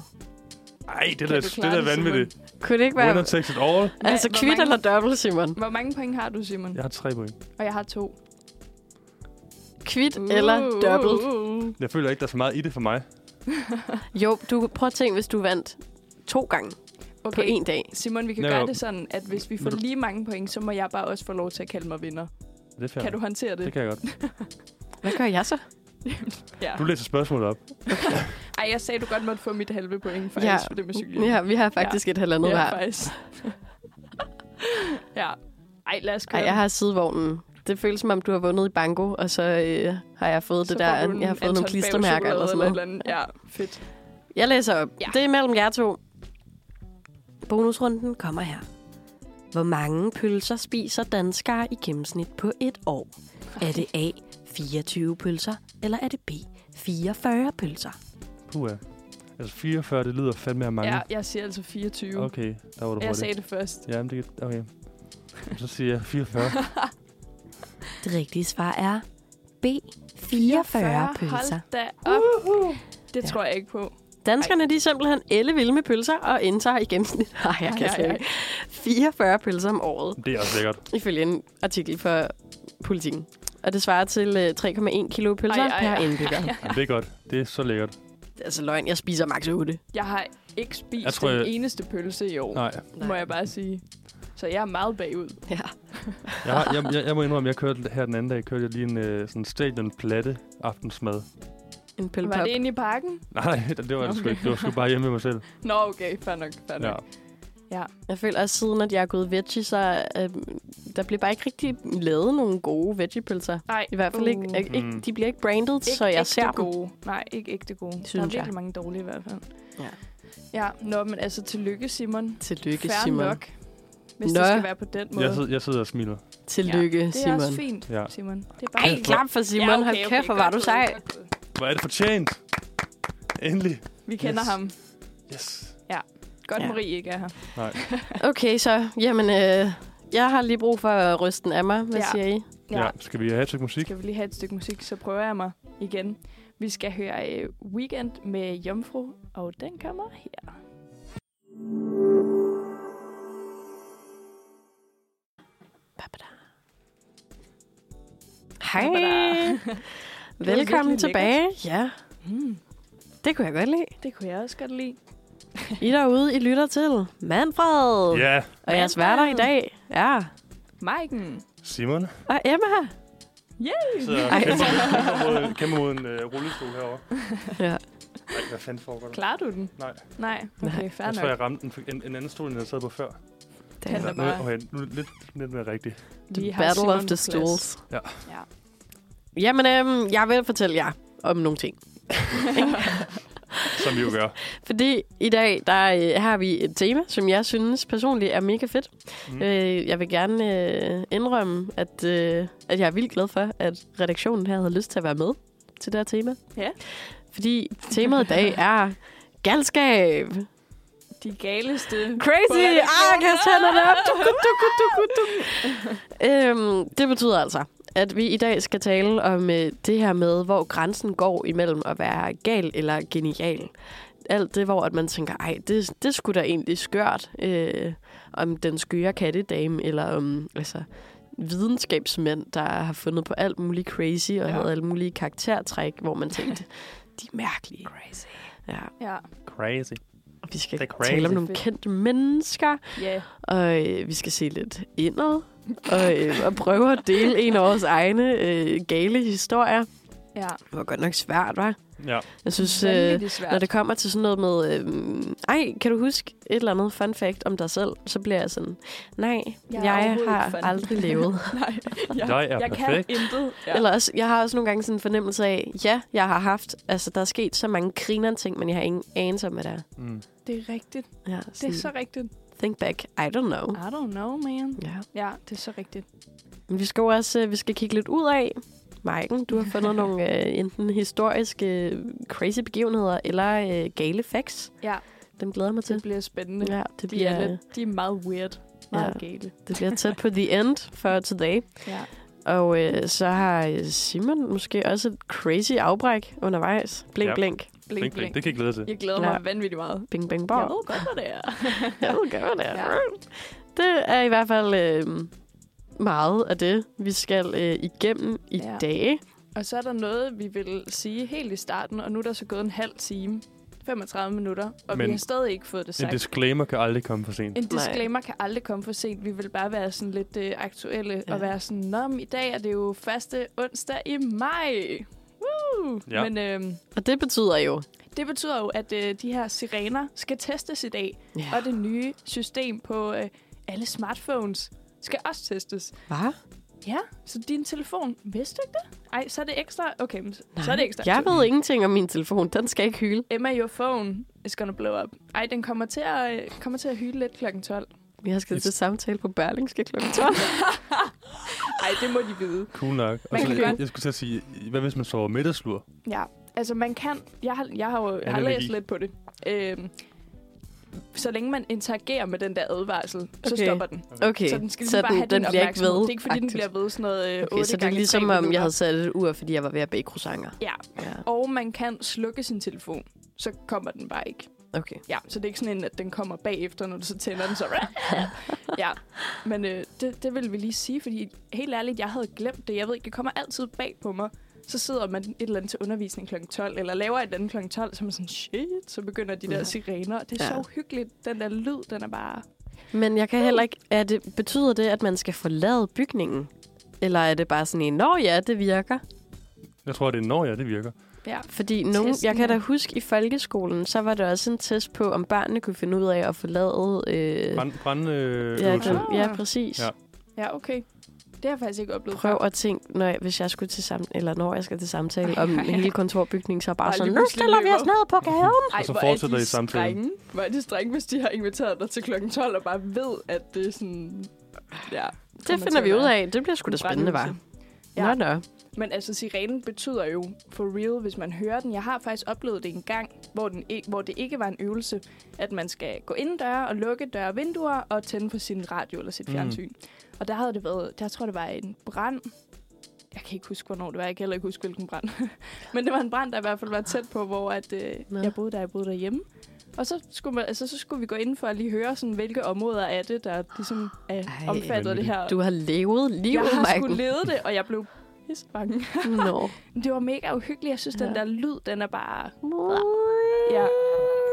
Speaker 2: Ej, det er
Speaker 4: Kan
Speaker 2: da
Speaker 4: du
Speaker 2: det
Speaker 4: klare
Speaker 2: er da
Speaker 4: det, Simon?
Speaker 2: vanvittigt.
Speaker 3: Kunne det ikke være...
Speaker 2: Winner takes it all.
Speaker 4: Hva-
Speaker 3: altså,
Speaker 4: hvor
Speaker 3: kvitt
Speaker 4: mange-
Speaker 3: eller dobbelt, Simon?
Speaker 4: Hvor mange point har du, Simon?
Speaker 2: Jeg har tre point.
Speaker 4: Og jeg har to.
Speaker 3: Kvitt eller dobbelt?
Speaker 4: Uh, uh.
Speaker 2: Jeg føler ikke, der er så meget i det for mig.
Speaker 3: Jo, du prøv at tænke, hvis du vandt to gange okay. på
Speaker 4: Okay,
Speaker 3: en dag.
Speaker 4: Simon, vi kan
Speaker 2: Nå, jo.
Speaker 4: gøre det sådan, at hvis vi får
Speaker 2: Vil du-
Speaker 4: lige mange point, så må jeg bare også få lov til at kalde mig vinder.
Speaker 2: Det er fair.
Speaker 4: Kan du håndtere
Speaker 2: Det
Speaker 4: det?
Speaker 2: kan jeg godt.
Speaker 3: Hvad gør jeg så?
Speaker 4: Ja.
Speaker 2: Du læser spørgsmålet op.
Speaker 4: Ej, jeg sagde, du godt måtte få mit halve point, faktisk,
Speaker 3: Ja.
Speaker 4: for det med cykel.
Speaker 3: Ja, vi har faktisk ja. et halvandet
Speaker 4: ja,
Speaker 3: hver.
Speaker 4: faktisk. ja. Ej, lad os køre.
Speaker 3: Ej, jeg har sidevognen. Det føles som om, du har vundet i banko, og så øh, har jeg fået
Speaker 4: Så
Speaker 3: det
Speaker 4: får
Speaker 3: der,
Speaker 4: du en
Speaker 3: jeg har fået nogle
Speaker 4: Anton
Speaker 3: klistermærker eller
Speaker 4: Bauer-chokolade
Speaker 3: sådan noget.
Speaker 4: et andet. Ja, fedt.
Speaker 3: Jeg læser op. Ja.
Speaker 4: Ja.
Speaker 3: Det er mellem jer to. Bonusrunden kommer her. Hvor mange pølser spiser danskere i gennemsnit på et år? Er det A, 24 pølser, eller er det B, 44 pølser?
Speaker 2: Puh, ja. Altså 44, det lyder fandme af mange.
Speaker 4: Ja, jeg siger altså 24. Okay.
Speaker 2: Okay, der var du
Speaker 4: Jeg
Speaker 2: hurtig.
Speaker 4: sagde det først.
Speaker 2: Ja, men det kan- okay. Så siger jeg 44.
Speaker 3: Det rigtige svar er B, 44 pølser.
Speaker 4: Hold da op. Uh-huh. Det
Speaker 3: Ja.
Speaker 4: tror jeg ikke på.
Speaker 3: Danskerne de er simpelthen 11 med pølser og indtager i gennemsnit ej, jeg
Speaker 4: Ej,
Speaker 3: kan
Speaker 4: ej,
Speaker 3: slet
Speaker 4: ej.
Speaker 3: ikke. 44 pølser om året.
Speaker 2: Det er også lækkert.
Speaker 3: Ifølge en artikel for Politiken. Og det svarer til øh, 3,1 kilo pølser
Speaker 4: Ej, ej,
Speaker 3: per
Speaker 4: ej,
Speaker 3: indbygger.
Speaker 2: Jamen, det er godt. Det er så lækkert.
Speaker 3: Det er altså løgn. Jeg spiser maks 8.
Speaker 4: Jeg har ikke spist
Speaker 2: Jeg
Speaker 4: jeg
Speaker 2: tror,
Speaker 4: tror, den
Speaker 2: jeg-
Speaker 4: eneste pølse i år,
Speaker 2: Nej,
Speaker 4: må jeg bare sige. Så jeg er meget bagud.
Speaker 3: Ja.
Speaker 2: jeg, har, jeg, jeg, jeg må indrømme, jeg kørte her den anden dag, kørte jeg lige en øh, sådan stadionplatte aftensmad.
Speaker 3: En
Speaker 4: Var
Speaker 3: pølpop.
Speaker 4: det inde i parken?
Speaker 2: Nej, det var det sgu
Speaker 4: Okay.
Speaker 2: ikke. Det var sgu bare hjemme med mig selv.
Speaker 4: Nå, okay, fair nok, fair
Speaker 2: Ja.
Speaker 4: nok.
Speaker 3: Jeg føler også, siden at jeg er gået veggie, så øh, der bliver bare ikke rigtig lavet nogle gode veggiepølser.
Speaker 4: Nej,
Speaker 3: I hvert fald ikke,
Speaker 4: uh,
Speaker 3: ikke, ikke,
Speaker 2: Mm.
Speaker 3: de bliver ikke branded, så jeg
Speaker 4: ægte
Speaker 3: ser dem.
Speaker 4: gode. Nej, ikke ægte gode. der er
Speaker 3: Synes
Speaker 4: virkelig
Speaker 3: jeg.
Speaker 4: mange dårlige i hvert fald.
Speaker 3: Ja.
Speaker 4: Ja, nå, men altså tillykke, Simon.
Speaker 3: Tillykke,
Speaker 4: Fair
Speaker 3: Simon.
Speaker 4: nok, hvis
Speaker 3: Nå.
Speaker 4: det skal være på den måde.
Speaker 2: Jeg, sidder, jeg sidder og smiler.
Speaker 3: Tillykke,
Speaker 4: det er
Speaker 3: Simon.
Speaker 4: også fint,
Speaker 2: Ja.
Speaker 4: ja. Simon. Det er
Speaker 3: Ej, klap for Simon. Ja, okay, Hold kæft, hvor var
Speaker 4: godt
Speaker 3: du
Speaker 4: gået,
Speaker 3: sej.
Speaker 4: godt gået.
Speaker 2: Hvor er det fortjent? Endelig.
Speaker 4: Vi kender
Speaker 2: Yes.
Speaker 4: ham.
Speaker 2: Yes.
Speaker 4: Godt,
Speaker 3: Ja.
Speaker 4: ja. Marie ikke er her.
Speaker 2: Nej.
Speaker 3: Okay, så jamen, øh, jeg har lige brug for rysten af mig. Hvad ja.
Speaker 4: Ja.
Speaker 3: siger I?
Speaker 2: Ja. ja. Skal vi have et stykke musik?
Speaker 4: Skal vi lige have et stykke musik, så prøver jeg mig igen. Vi skal høre øh, Weekend med Jomfru, og den kommer her.
Speaker 3: Babada. Hej.
Speaker 4: Babada.
Speaker 3: Velkommen
Speaker 4: virkelig
Speaker 3: tilbage. Ja,
Speaker 4: Mm,
Speaker 3: det kunne jeg godt lide.
Speaker 4: det kunne jeg også godt lide.
Speaker 3: I derude, I lytter til Manfred.
Speaker 2: Ja.
Speaker 3: Og jeg sværter i dag. Ja.
Speaker 4: Maiken.
Speaker 2: Simon.
Speaker 3: Og Emma.
Speaker 2: Så
Speaker 3: Ej.
Speaker 2: kæmper, kæmper, mod, kæmper mod en øh, rullestol herovre.
Speaker 3: Ja.
Speaker 2: Nej, hvad fanden foregår der?
Speaker 4: Klarer du den?
Speaker 2: Nej.
Speaker 4: Nej, okay, fair
Speaker 2: Jeg tror,
Speaker 4: nok.
Speaker 2: jeg ramte en, en, en anden stol, end jeg sad på før.
Speaker 3: Det
Speaker 4: Han
Speaker 3: er
Speaker 4: er
Speaker 2: Nu,
Speaker 4: bare-
Speaker 2: okay, nu er det lidt, lidt mere rigtigt.
Speaker 4: Vi
Speaker 3: The
Speaker 4: har
Speaker 3: Battle
Speaker 4: Simon
Speaker 3: of the
Speaker 4: på plads.
Speaker 3: Stools.
Speaker 2: Ja.
Speaker 4: Ja.
Speaker 3: Jamen, øhm, jeg vil fortælle jer om nogle ting.
Speaker 2: Som vi jo gør.
Speaker 3: Fordi i dag, der øh, har vi et tema, som jeg synes personligt er mega fedt.
Speaker 2: Mm.
Speaker 3: Mm. Øh, jeg vil gerne øh, indrømme, at, øh, at jeg er vildt glad for, at redaktionen her havde lyst til at være med til det her tema.
Speaker 4: Ja.
Speaker 3: Fordi temaet i dag er galskab.
Speaker 4: De galeste.
Speaker 3: Crazy!
Speaker 4: Hvor er det
Speaker 3: Ah,
Speaker 4: sjovt.
Speaker 3: kast hænderne op! Duk, duk, duk, duk, duk, duk. øhm, det betyder altså, at vi i dag skal tale om øh, det her med, hvor grænsen går imellem at være gal eller genial. Alt det, hvor at man tænker, ej, det, det skulle da egentlig skørt, øh, om den skøre kattedame, eller om altså, videnskabsmænd, der har fundet på alt muligt crazy, og
Speaker 4: Ja.
Speaker 3: ja. havde alle mulige karaktertræk, hvor man tænkte, de er mærkelige.
Speaker 4: Crazy.
Speaker 3: Ja,
Speaker 4: Ja,
Speaker 2: Crazy.
Speaker 3: og vi skal
Speaker 2: Det er crazy.
Speaker 3: tale om nogle kendte mennesker,
Speaker 4: ja.
Speaker 3: og øh, vi skal se lidt indad og, øh, og prøve at dele en af vores egne øh, gale historier.
Speaker 4: ja.
Speaker 3: Det var godt nok svært, var.
Speaker 2: Ja.
Speaker 3: Jeg synes, øh,
Speaker 4: Vanvittigt svært.
Speaker 3: når det kommer til sådan noget med, øh, ej, kan du huske et eller andet fun fact om dig selv? Så bliver jeg sådan, nej, jeg,
Speaker 4: Jeg er
Speaker 3: jeg
Speaker 4: overhovedet
Speaker 3: har
Speaker 4: ikke fun."
Speaker 3: aldrig levet.
Speaker 4: Nej, jeg,
Speaker 2: Jeg er
Speaker 4: jeg
Speaker 2: perfekt.
Speaker 4: kan intet. Ja.
Speaker 3: ja. Eller også, jeg har også nogle gange sådan en fornemmelse af, ja, jeg har haft, altså der er sket så mange griner ting, men jeg har ingen anelse om, hvad der er.
Speaker 2: Mm.
Speaker 4: Det er rigtigt.
Speaker 3: Ja,
Speaker 4: Det
Speaker 3: sådan,
Speaker 4: er så Ah. rigtigt.
Speaker 3: Think back, I don't know.
Speaker 4: I don't know, man.
Speaker 3: Ja.
Speaker 4: Ja, det er så rigtigt.
Speaker 3: Men vi skal jo også øh, vi skal kigge lidt ud af. Maiken, du har fundet nogle øh, enten historiske øh, crazy begivenheder eller øh, gale facts.
Speaker 4: Ja.
Speaker 3: Dem glæder jeg mig
Speaker 4: Det
Speaker 3: til.
Speaker 4: bliver spændende.
Speaker 3: Ja, det
Speaker 4: De er,
Speaker 3: bliver,
Speaker 4: lidt, de er meget weird. Meget ja. gale.
Speaker 3: det bliver tæt på the end for today.
Speaker 4: Ja.
Speaker 3: Og øh, så har øh, Simon måske også et crazy afbræk undervejs. Blink,
Speaker 2: Ja.
Speaker 3: ja. blink.
Speaker 4: Blink,
Speaker 2: Blink, blink. Det kan jeg glæde til.
Speaker 4: Jeg glæder
Speaker 3: Ja.
Speaker 4: mig vanvittigt meget.
Speaker 3: Bing, bing,
Speaker 4: Jeg
Speaker 3: bong.
Speaker 4: ved godt, hvad det er.
Speaker 3: Jeg ved godt, det
Speaker 4: Ja.
Speaker 3: er. Det er i hvert fald øh, meget af det, vi skal øh, igennem i
Speaker 4: Ja.
Speaker 3: ja. dag.
Speaker 4: Og så er der noget, vi vil sige helt i starten, og nu er der så gået en halv time, 35 minutter, og Men
Speaker 2: Men
Speaker 4: vi har stadig ikke fået det
Speaker 2: En
Speaker 4: sagt.
Speaker 2: disclaimer kan aldrig komme for sent.
Speaker 4: En disclaimer kan aldrig komme for sent. Vi vil bare være sådan lidt øh, aktuelle ja.
Speaker 3: Ja.
Speaker 4: og være sådan, Nå, men i dag er det jo første onsdag i maj. Woo!
Speaker 2: Ja.
Speaker 4: Ja. Men øh,
Speaker 3: Og det betyder jo...
Speaker 4: det betyder jo, at øh, de her sirener skal testes i dag,
Speaker 3: Ja.
Speaker 4: og det nye system på øh, alle smartphones skal også testes.
Speaker 3: Hvad?
Speaker 4: Ja, så din telefon, vidste du ikke det? Ej, så er det ekstra. Okay, men
Speaker 3: Nej,
Speaker 4: så er det ekstra.
Speaker 3: Jeg ved ingenting om min telefon. Den skal ikke hyle.
Speaker 4: Emma, your phone is gonna blow up. Ej, den kommer til at, øh, kommer til at hylde lidt klokken 12.
Speaker 3: Jeg skal
Speaker 2: Yes.
Speaker 3: til samtale på Berlingske kl. 12.
Speaker 4: Ej, det må de vide.
Speaker 2: Cool nok. Og
Speaker 4: Man
Speaker 2: så,
Speaker 4: kan
Speaker 2: jeg,
Speaker 4: godt-
Speaker 2: jeg skulle til at sige, hvad hvis man sover middagslur?
Speaker 4: Ja, altså man kan... Jeg har, jeg har jo jeg har
Speaker 2: Analogi.
Speaker 4: læst lidt på det. Øhm, så længe man interagerer med den der advarsel, okay. så
Speaker 3: Okay.
Speaker 4: stopper den.
Speaker 3: Okay,
Speaker 4: Så den skal ligesom bare have din
Speaker 3: bliver ikke
Speaker 4: opmærksomhed.
Speaker 3: ved.
Speaker 4: Det er ikke, fordi den
Speaker 3: agtigt.
Speaker 4: bliver ved sådan noget øh,
Speaker 3: Okay,
Speaker 4: 8
Speaker 3: så det er
Speaker 4: gange
Speaker 3: ligesom,
Speaker 4: tre
Speaker 3: om jeg
Speaker 4: minutter.
Speaker 3: havde sat et ur, fordi jeg var ved at bage croissanter.
Speaker 4: Ja,
Speaker 3: Ja.
Speaker 4: og man kan slukke sin telefon. så kommer den bare ikke.
Speaker 3: Okay.
Speaker 4: Ja, så det er ikke sådan en, at den kommer bagefter, når du så tænder den, så... ja, men øh, det, det vil vi lige sige, fordi helt ærligt, jeg havde glemt det. Jeg ved ikke, det kommer altid bag på mig. Så sidder man et eller andet til undervisning kl. 12, eller laver et eller andet kl. 12, så er man sådan, shit, så begynder de der
Speaker 3: Ja.
Speaker 4: sirener. Det er
Speaker 3: Ja.
Speaker 4: ja. så hyggeligt. Den der lyd, den er bare...
Speaker 3: Men jeg kan heller ikke... Er det, betyder det, at man skal forlade bygningen? Eller er det bare sådan en, nå ja, det virker?
Speaker 2: Jeg tror, det er når ja, det virker.
Speaker 4: Ja.
Speaker 3: Fordi nogen,
Speaker 4: Testen,
Speaker 3: jeg kan da
Speaker 4: ja.
Speaker 3: huske, i folkeskolen, så var der også en test på, om børnene kunne finde ud af at forlade... Øh,
Speaker 2: Brand, brand, øh,
Speaker 3: ja,
Speaker 2: øvelse.
Speaker 4: kan-
Speaker 3: grim- ja, præcis.
Speaker 2: Ja.
Speaker 3: Ja.
Speaker 4: Ja, okay. Det har jeg faktisk ikke oplevet.
Speaker 3: Prøv at tænke, når jeg, hvis jeg skulle til sam eller når jeg skal til samtale om hele kontorbygningen, så bare
Speaker 4: Bare
Speaker 3: sådan,
Speaker 4: lige
Speaker 3: nu
Speaker 4: pludselig
Speaker 3: stiller vi os
Speaker 4: løber.
Speaker 3: ned på gaden.
Speaker 4: Ej,
Speaker 2: Og så
Speaker 4: hvor er
Speaker 2: fortsætter
Speaker 4: de
Speaker 2: I samtalen.
Speaker 4: Strenge. Hvor er de strenge, hvis de har inviteret dig til kl. 12 og bare ved, at det er sådan... Ja,
Speaker 3: Det finder vi ud af. Det bliver sgu da spændende, var.
Speaker 4: Ja.
Speaker 3: Ja. Nå, nå.
Speaker 4: Men altså, sirenen betyder jo for real, hvis man hører den. Jeg har faktisk oplevet det en gang, hvor, den ikke, hvor det ikke var en øvelse, at man skal gå indendøre og lukke døre og vinduer og tænde for sin radio eller sit
Speaker 2: Mm.
Speaker 4: fjernsyn. Og der havde det været, der tror jeg, det var en brand. Jeg kan ikke huske, hvornår det var. Jeg kan heller ikke huske, hvilken brand. Men det var en brand, der i hvert fald var tæt på, hvor at, øh,
Speaker 3: Nå.
Speaker 4: jeg boede der, jeg boede derhjemme. Og så skulle, man, altså, så skulle vi gå ind for at lige høre, sådan, hvilke områder er det, der ligesom er
Speaker 3: Ej,
Speaker 4: omfattet af det her.
Speaker 3: Du har levet
Speaker 4: jeg
Speaker 3: livet,
Speaker 4: har skulle
Speaker 3: Maiken.
Speaker 4: lede det, og jeg blev pissebange.
Speaker 3: Nå.
Speaker 4: Det var mega uhyggeligt. Jeg synes, ja.
Speaker 3: Ja.
Speaker 4: den der lyd, den er bare...
Speaker 3: Ja.
Speaker 4: Ja.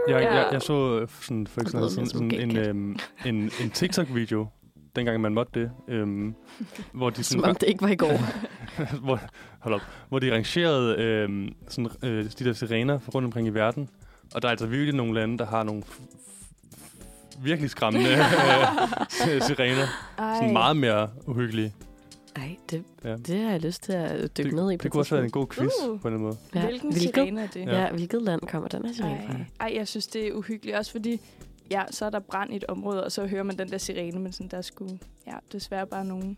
Speaker 2: Jeg,
Speaker 4: Ja.
Speaker 2: jeg, jeg så øh, sådan, for eksempel
Speaker 3: lyder
Speaker 2: sådan,
Speaker 3: lidt som
Speaker 2: sådan en,
Speaker 3: gengæld.
Speaker 2: øhm, en, en TikTok-video, dengang man måtte det, øhm, hvor de
Speaker 3: Som
Speaker 2: sådan,
Speaker 3: om det ikke var i går.
Speaker 2: hvor, hold op, hvor de rangerede øhm, sådan, øh, de der sirener fra rundt omkring i verden. Og der er altså virkelig nogle lande, der har nogle f- f- virkelig skræmmende øh, sirener.
Speaker 4: Ej.
Speaker 2: Sådan meget mere uhyggelige.
Speaker 3: Nej, det,
Speaker 2: Ja.
Speaker 3: det har jeg lyst til at dykke
Speaker 2: Det,
Speaker 3: ned i. på
Speaker 2: det kunne også
Speaker 3: et
Speaker 2: være en god quiz
Speaker 4: Uh.
Speaker 2: på en eller anden måde.
Speaker 3: tidspunkt.
Speaker 4: Ja. Hvilken
Speaker 3: hvilket,
Speaker 4: sirene er det?
Speaker 3: Ja. ja, hvilket land kommer den her sirene fra?
Speaker 4: Ej. Ej, jeg synes, det er uhyggeligt. Også fordi, ja, så er der brand i et område, og så hører man den der sirene, men sådan, der skulle, ja, desværre bare nogle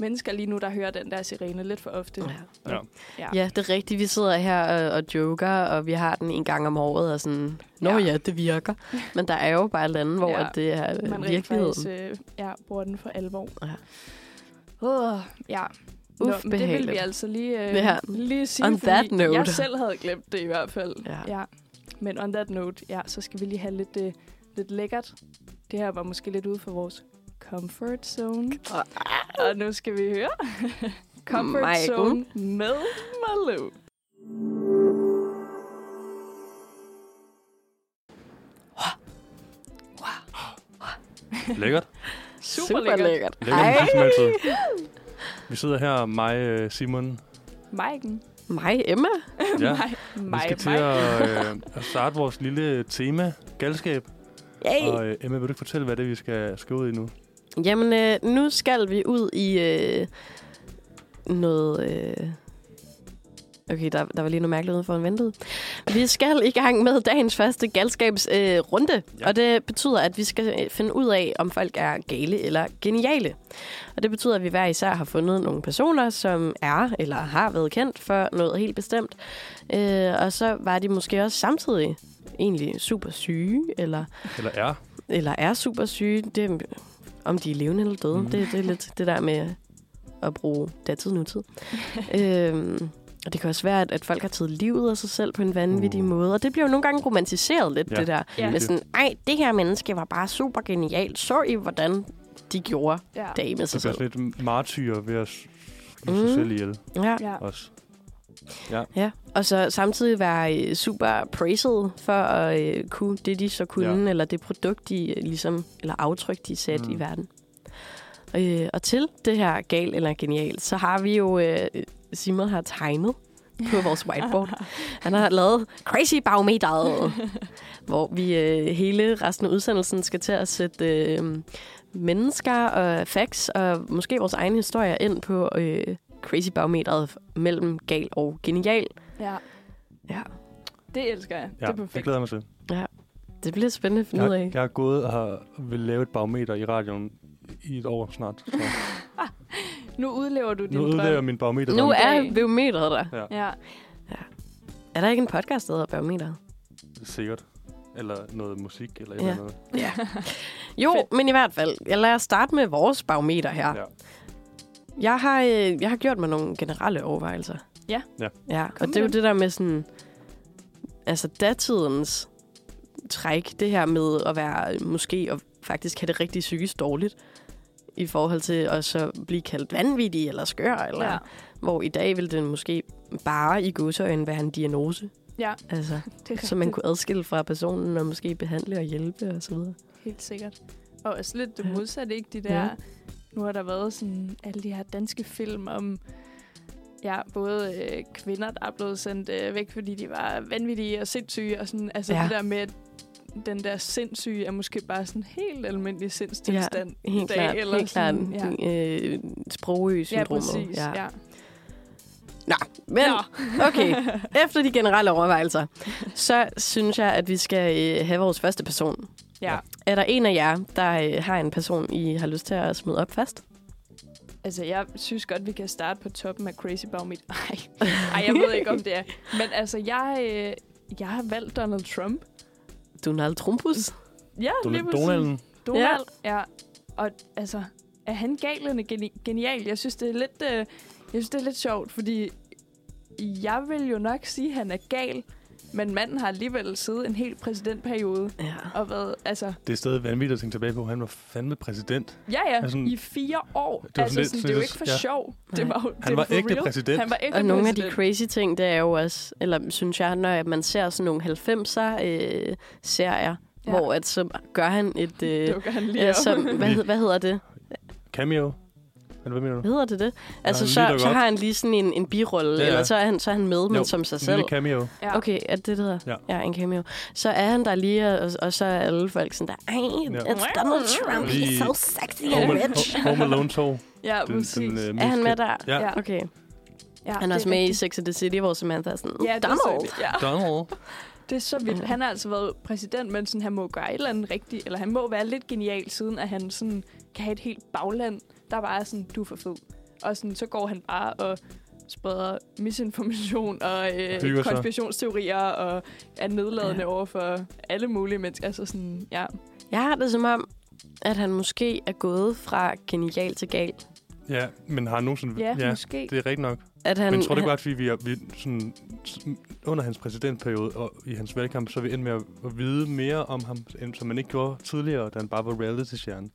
Speaker 4: mennesker lige nu, der hører den der sirene lidt for ofte.
Speaker 3: Ja.
Speaker 2: Ja.
Speaker 4: Ja.
Speaker 3: ja, det er rigtigt. Vi sidder her og, og joker, og vi har den en gang om året, og sådan, nå
Speaker 4: Ja.
Speaker 3: ja, ja det virker. Men der er jo bare lande, hvor
Speaker 4: Ja.
Speaker 3: ja. det er øh,
Speaker 4: Man rent
Speaker 3: virkeligheden.
Speaker 4: faktisk øh, ja, bruger den for alvor.
Speaker 3: Ja.
Speaker 4: Uh, ja. Nå,
Speaker 3: Uf,
Speaker 4: men det vil vi
Speaker 3: behageligt.
Speaker 4: altså lige, øh,
Speaker 3: Ja.
Speaker 4: lige sige,
Speaker 3: On
Speaker 4: fordi
Speaker 3: that note.
Speaker 4: jeg selv havde glemt det i hvert fald.
Speaker 3: Ja.
Speaker 4: ja. Men on that note, ja, så skal vi lige have lidt, øh, lidt lækkert. Det her var måske lidt ude for vores comfort zone. Og, og nu skal vi høre comfort
Speaker 3: Michael.
Speaker 4: zone med Malou.
Speaker 2: Lækkert.
Speaker 4: Super, Super lækkert. lækkert.
Speaker 2: Lækkert musik, som altid. Vi sidder her, mig, øh, Simon.
Speaker 4: Maiken.
Speaker 3: Mig, Emma?
Speaker 2: Ja.
Speaker 4: Maj,
Speaker 2: Vi
Speaker 4: Maj,
Speaker 2: skal til
Speaker 4: Maj.
Speaker 2: at, øh, at starte vores lille tema, galskab. Og øh, Emma, vil du ikke fortælle, hvad det er, vi skal, skal ud i nu?
Speaker 3: Jamen, øh, nu skal vi ud i øh, noget... Øh, okay, der, der var lige noget mærkeligt ude foran ventet. Vi skal i gang med dagens første galskabsrunde, øh, runde.
Speaker 2: Ja.
Speaker 3: og det betyder, at vi skal øh, finde ud af, om folk er gale eller geniale. Og det betyder, at vi hver især har fundet nogle personer, som er eller har været kendt for noget helt bestemt. Øh, og så var de måske også samtidig egentlig super syge, eller
Speaker 2: Eller er?
Speaker 3: eller er super syge, det, er- om de er levende eller døde,
Speaker 2: Mm.
Speaker 3: mm. det, det er lidt det der med at bruge datid og nutid. øhm, og det kan også være, at, at folk har taget livet af sig selv på en vanvittig
Speaker 2: Uh.
Speaker 3: uh. måde, og det bliver jo nogle gange romantiseret lidt,
Speaker 2: Ja.
Speaker 3: ja. det der.
Speaker 4: Ja.
Speaker 3: Med sådan, ej, det her menneske var bare super genialt. Så I, hvordan de gjorde
Speaker 4: Ja.
Speaker 3: dag med
Speaker 2: Så
Speaker 3: sig
Speaker 2: bliver
Speaker 3: selv.
Speaker 2: sådan lidt martyrer ved at slå sig
Speaker 3: Mm.
Speaker 2: selv ihjel
Speaker 3: Ja.
Speaker 4: Ja.
Speaker 2: også.
Speaker 3: Ja, og så samtidig være øh, super praised for at øh, kunne det, de så kunne, ja. eller det produkt, de øh, ligesom, eller aftryk, de satte
Speaker 2: Mm.
Speaker 3: mm. i verden. Øh, og til det her gal eller genial, så har vi jo, øh, Simon har tegnet på vores whiteboard. Han har lavet Crazy Barometeret, hvor vi øh, hele resten af udsendelsen skal til at sætte øh, mennesker og facts og måske vores egne historier ind på øh, Crazy Barometeret mellem gal og genial.
Speaker 4: ja.
Speaker 3: Ja,
Speaker 4: Det elsker jeg.
Speaker 2: Ja,
Speaker 4: det er
Speaker 2: det
Speaker 4: perfekt.
Speaker 2: glæder jeg mig til.
Speaker 3: det bliver spændende at finde ud af.
Speaker 2: Jeg, jeg er gået og har, vil lave et barometer i radioen i et år snart. Så
Speaker 4: Nu udlever du din
Speaker 2: nu udlever jeg
Speaker 4: drøm.
Speaker 2: min barometer.
Speaker 3: Nu
Speaker 4: dag.
Speaker 3: er barometeret der.
Speaker 4: Ja.
Speaker 3: Er der ikke en podcast, der hedder Barometeret?
Speaker 2: Sikkert. Eller noget musik, eller et
Speaker 3: Ja.
Speaker 2: eller andet.
Speaker 3: Ja. Jo,
Speaker 4: Fedt.
Speaker 3: men i hvert fald, jeg lader os starte med vores barometer her.
Speaker 2: Ja.
Speaker 3: Jeg har, øh, jeg har gjort mig nogle generelle overvejelser.
Speaker 4: Ja.
Speaker 2: Ja.
Speaker 3: ja. Og
Speaker 4: Kom
Speaker 3: det er jo
Speaker 4: med dem.
Speaker 3: det der med sådan... altså datidens træk, det her med at være øh, måske og faktisk have det rigtig psykisk dårligt i forhold til at så blive kaldt vanvittig eller skør, eller ja.
Speaker 4: Ja.
Speaker 3: hvor i dag vil den måske bare i godsøjen være en diagnose,
Speaker 4: ja,
Speaker 3: altså,
Speaker 4: det er
Speaker 3: som man
Speaker 4: rigtigt.
Speaker 3: kunne adskille fra personen og måske behandle og hjælpe osv.
Speaker 4: Helt sikkert. Og også lidt det
Speaker 3: Ja.
Speaker 4: modsatte, ikke? De der,
Speaker 3: Ja.
Speaker 4: ja. Nu har der været sådan alle de her danske film om ja, både øh, kvinder, der er blevet sendt øh, væk, fordi de var vanvittige og sindssyge. Og sådan, altså
Speaker 3: Ja.
Speaker 4: ja. det der med, at den der sindssyge er måske bare sådan en helt almindelig sindstilstand.
Speaker 3: Ja, helt
Speaker 4: i dag,
Speaker 3: klart.
Speaker 4: eller
Speaker 3: helt klart.
Speaker 4: sådan,
Speaker 3: Øh, sprogø-syndromet.
Speaker 4: præcis. Ja. Ja.
Speaker 3: Nå, men
Speaker 4: Nå.
Speaker 3: okay. Efter de generelle overvejelser, så synes jeg, at vi skal øh, have vores første person.
Speaker 4: ja.
Speaker 3: Er der en af jer, der øh, har en person, I har lyst til at smide op fast?
Speaker 4: Altså, jeg synes godt, vi kan starte på toppen af Crazy Barometer. Ej, Ej jeg ved ikke, om det er. Men altså, jeg, øh, jeg har valgt Donald Trump.
Speaker 3: Donald Trumpus?
Speaker 4: Ja, lige præcis.
Speaker 2: Donalden.
Speaker 4: Donald, ja. ja. Og altså, er han gal eller geni- genial? Jeg synes, det er lidt, øh, jeg synes, det er lidt sjovt, fordi jeg vil jo nok sige, at han er gal, men manden har alligevel siddet en hel præsidentperiode
Speaker 3: Ja.
Speaker 4: og været, altså,
Speaker 2: Det er stadig vanvittigt at tænke tilbage på, han var fandme præsident.
Speaker 4: ja ja,
Speaker 2: Altså,
Speaker 4: altså, i fire år.
Speaker 2: det
Speaker 4: Det
Speaker 2: var
Speaker 4: altså,
Speaker 2: sådan lidt-
Speaker 4: sådan, det er jo ikke for
Speaker 2: ja.
Speaker 4: ja. sjov.
Speaker 3: Nej.
Speaker 4: Det var, jo-
Speaker 2: Han
Speaker 4: det
Speaker 2: var
Speaker 4: for
Speaker 2: ægte
Speaker 4: real.
Speaker 2: præsident.
Speaker 4: Han var ægte
Speaker 3: Og nogle af
Speaker 4: præsident.
Speaker 3: de crazy ting, det er jo også, eller synes jeg, når man ser sådan nogle 90'er-serier, øh, serier,
Speaker 4: Ja.
Speaker 3: hvor at, så gør han et... Øh,
Speaker 4: dukker han lige
Speaker 3: ja,
Speaker 4: op.
Speaker 3: så, hvad, hed- hvad hedder det?
Speaker 2: Cameo. Eller hvad mener du?
Speaker 3: Hvad hedder det det? Altså,
Speaker 2: han lige
Speaker 3: så,
Speaker 2: dukker
Speaker 3: så
Speaker 2: op.
Speaker 3: har han lige sådan en, en birolle,
Speaker 2: Ja, ja.
Speaker 3: eller så er han, så er han med, men
Speaker 2: Jo,
Speaker 3: som sig
Speaker 2: en
Speaker 3: selv.
Speaker 2: Lille cameo.
Speaker 4: Ja.
Speaker 3: Okay, er det det, det hedder?
Speaker 2: Ja.
Speaker 3: ja. en cameo. Så er han der lige, og, og så er alle folk sådan der, ej,
Speaker 2: Ja.
Speaker 3: it's Donald Trump, he's
Speaker 2: Lige-
Speaker 3: so sexy and
Speaker 2: Home,
Speaker 3: rich.
Speaker 2: Al- Home Alone 2.
Speaker 4: Ja, præcis.
Speaker 2: øh,
Speaker 3: Er
Speaker 2: mest
Speaker 3: han med
Speaker 2: kendte-
Speaker 3: der?
Speaker 2: Ja.
Speaker 4: Ja.
Speaker 3: Okay.
Speaker 4: ja,
Speaker 3: Han er
Speaker 4: det
Speaker 3: også med i
Speaker 4: rigtigt.
Speaker 3: Sex and the City, hvor Samantha er sådan,
Speaker 4: Ja, det er så
Speaker 3: Donald.
Speaker 4: vildt, ja.
Speaker 2: Donald.
Speaker 4: Det er så vildt. Han har altså været præsident, men sådan, han må gøre et eller andet rigtigt, eller han må være lidt genial, siden at han sådan, kan have et helt bagland, der bare er sådan, du er for fed. Og sådan, så går han bare og spreder misinformation og
Speaker 2: Hygger sig.
Speaker 4: øh, konspirationsteorier og er nedladende
Speaker 3: Ja.
Speaker 4: ja. over for alle mulige mennesker. Altså sådan, ja.
Speaker 3: Jeg har det som om, at han måske er gået fra genial til gal.
Speaker 2: Ja, men har han nogensinde...
Speaker 4: Ja,
Speaker 2: ja
Speaker 4: måske.
Speaker 2: det er rigtigt nok.
Speaker 3: At han,
Speaker 2: Men jeg tror det ikke bare, at vi, vi, er, vi er sådan, under hans præsidentperiode og i hans valgkamp, så er vi endt med at, at vide mere om ham, end som man ikke gjorde tidligere, da han bare var reality-stjerne.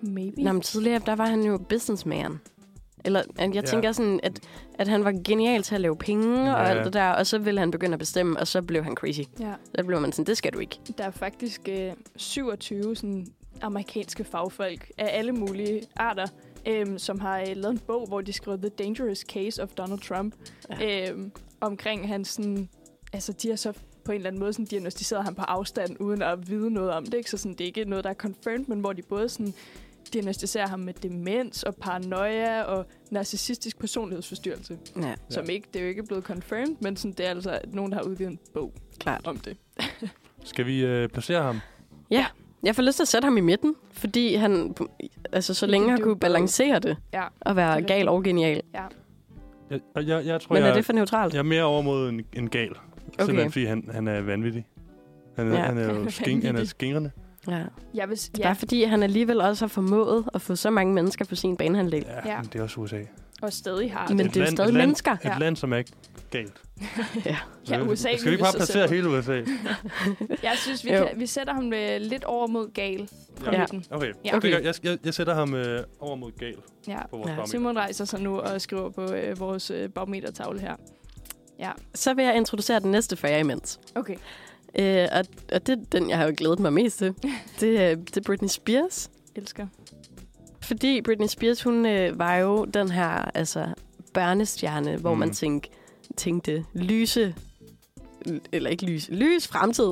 Speaker 4: Maybe.
Speaker 3: Nå, men tidligere, der var han jo businessman. Eller at jeg
Speaker 2: Ja.
Speaker 3: tænker sådan, at, at han var genial til at lave penge ja. og
Speaker 2: Ja.
Speaker 3: alt det der, og så ville han begynde at bestemme, og så blev han crazy.
Speaker 4: Ja.
Speaker 3: Så blev man sådan, det skal du ikke.
Speaker 4: Der er faktisk øh, 27 sådan, amerikanske fagfolk af alle mulige arter, øh, som har øh, lavet en bog, hvor de skriver The Dangerous Case of Donald Trump. Ja. Øh, omkring hans sådan... Altså, de har så på en eller anden måde sådan, diagnostiseret ham på afstand, uden at vide noget om det. Ikke? Så sådan, det er ikke noget, der er confirmed, men hvor de både sådan, diagnostiserer ham med demens og paranoia og narcissistisk personlighedsforstyrrelse. Ja.
Speaker 3: Ja,
Speaker 4: Som ikke, det er jo ikke blevet confirmed, men sådan, det er altså nogen, der har udgivet en bog
Speaker 3: klart.
Speaker 4: om det.
Speaker 2: Skal vi øh, placere ham?
Speaker 3: Jeg får lyst til at sætte ham i midten, fordi han, altså så
Speaker 4: Det
Speaker 3: længe
Speaker 4: kan
Speaker 3: han
Speaker 4: du
Speaker 3: kunne
Speaker 4: bedre.
Speaker 3: balancere det,
Speaker 4: Ja.
Speaker 3: og være
Speaker 4: rigtigt.
Speaker 3: gal og genial.
Speaker 2: Jeg, jeg, jeg, jeg tror,
Speaker 3: Men er
Speaker 2: jeg,
Speaker 3: det for neutralt?
Speaker 2: jeg er mere over mod en, en gal. Okay. Simpelthen fordi han, han er vanvittig. Han,
Speaker 3: Ja.
Speaker 2: ja. han er jo skin, han er
Speaker 4: Vanvittig.
Speaker 2: skingrende.
Speaker 3: Ja.
Speaker 4: Jeg vil, s-
Speaker 3: Bare fordi han alligevel også har formået at få så mange mennesker på sin banehandel.
Speaker 2: Ja,
Speaker 4: Ja.
Speaker 2: ja. Men det er også USA.
Speaker 4: Og stadig har
Speaker 3: Men
Speaker 4: det.
Speaker 2: Et
Speaker 3: det er jo
Speaker 2: land-
Speaker 3: stadig
Speaker 2: et land-
Speaker 3: mennesker.
Speaker 2: Et
Speaker 4: Ja.
Speaker 2: land, som er galt.
Speaker 4: Ja, USA
Speaker 2: Skal vi ikke
Speaker 4: vil
Speaker 2: bare
Speaker 4: sig
Speaker 2: placere
Speaker 4: selv.
Speaker 2: hele USA?
Speaker 4: Jeg synes, vi,
Speaker 3: Jo.
Speaker 4: kan, vi sætter ham øh, lidt over mod gal. på
Speaker 3: Ja.
Speaker 4: midten.
Speaker 2: Okay,
Speaker 4: Ja.
Speaker 2: okay. Jeg, jeg, jeg sætter ham øh, over mod gal
Speaker 4: ja.
Speaker 2: på vores
Speaker 3: Ja.
Speaker 2: ja.
Speaker 4: Simon rejser sig nu og skriver på øh, vores øh, barometertavle her.
Speaker 3: Så vil jeg introducere den næste for jer imens.
Speaker 4: Okay.
Speaker 3: Øh, og, og det er den, jeg har jo glædet mig mest til. Det, er- det er Britney Spears.
Speaker 4: Elsker.
Speaker 3: Fordi Britney Spears, hun øh, var jo den her altså, børnestjerne, hvor mm.
Speaker 2: Mm.
Speaker 3: man tænk, tænkte lyse, eller ikke lyse, lys fremtid.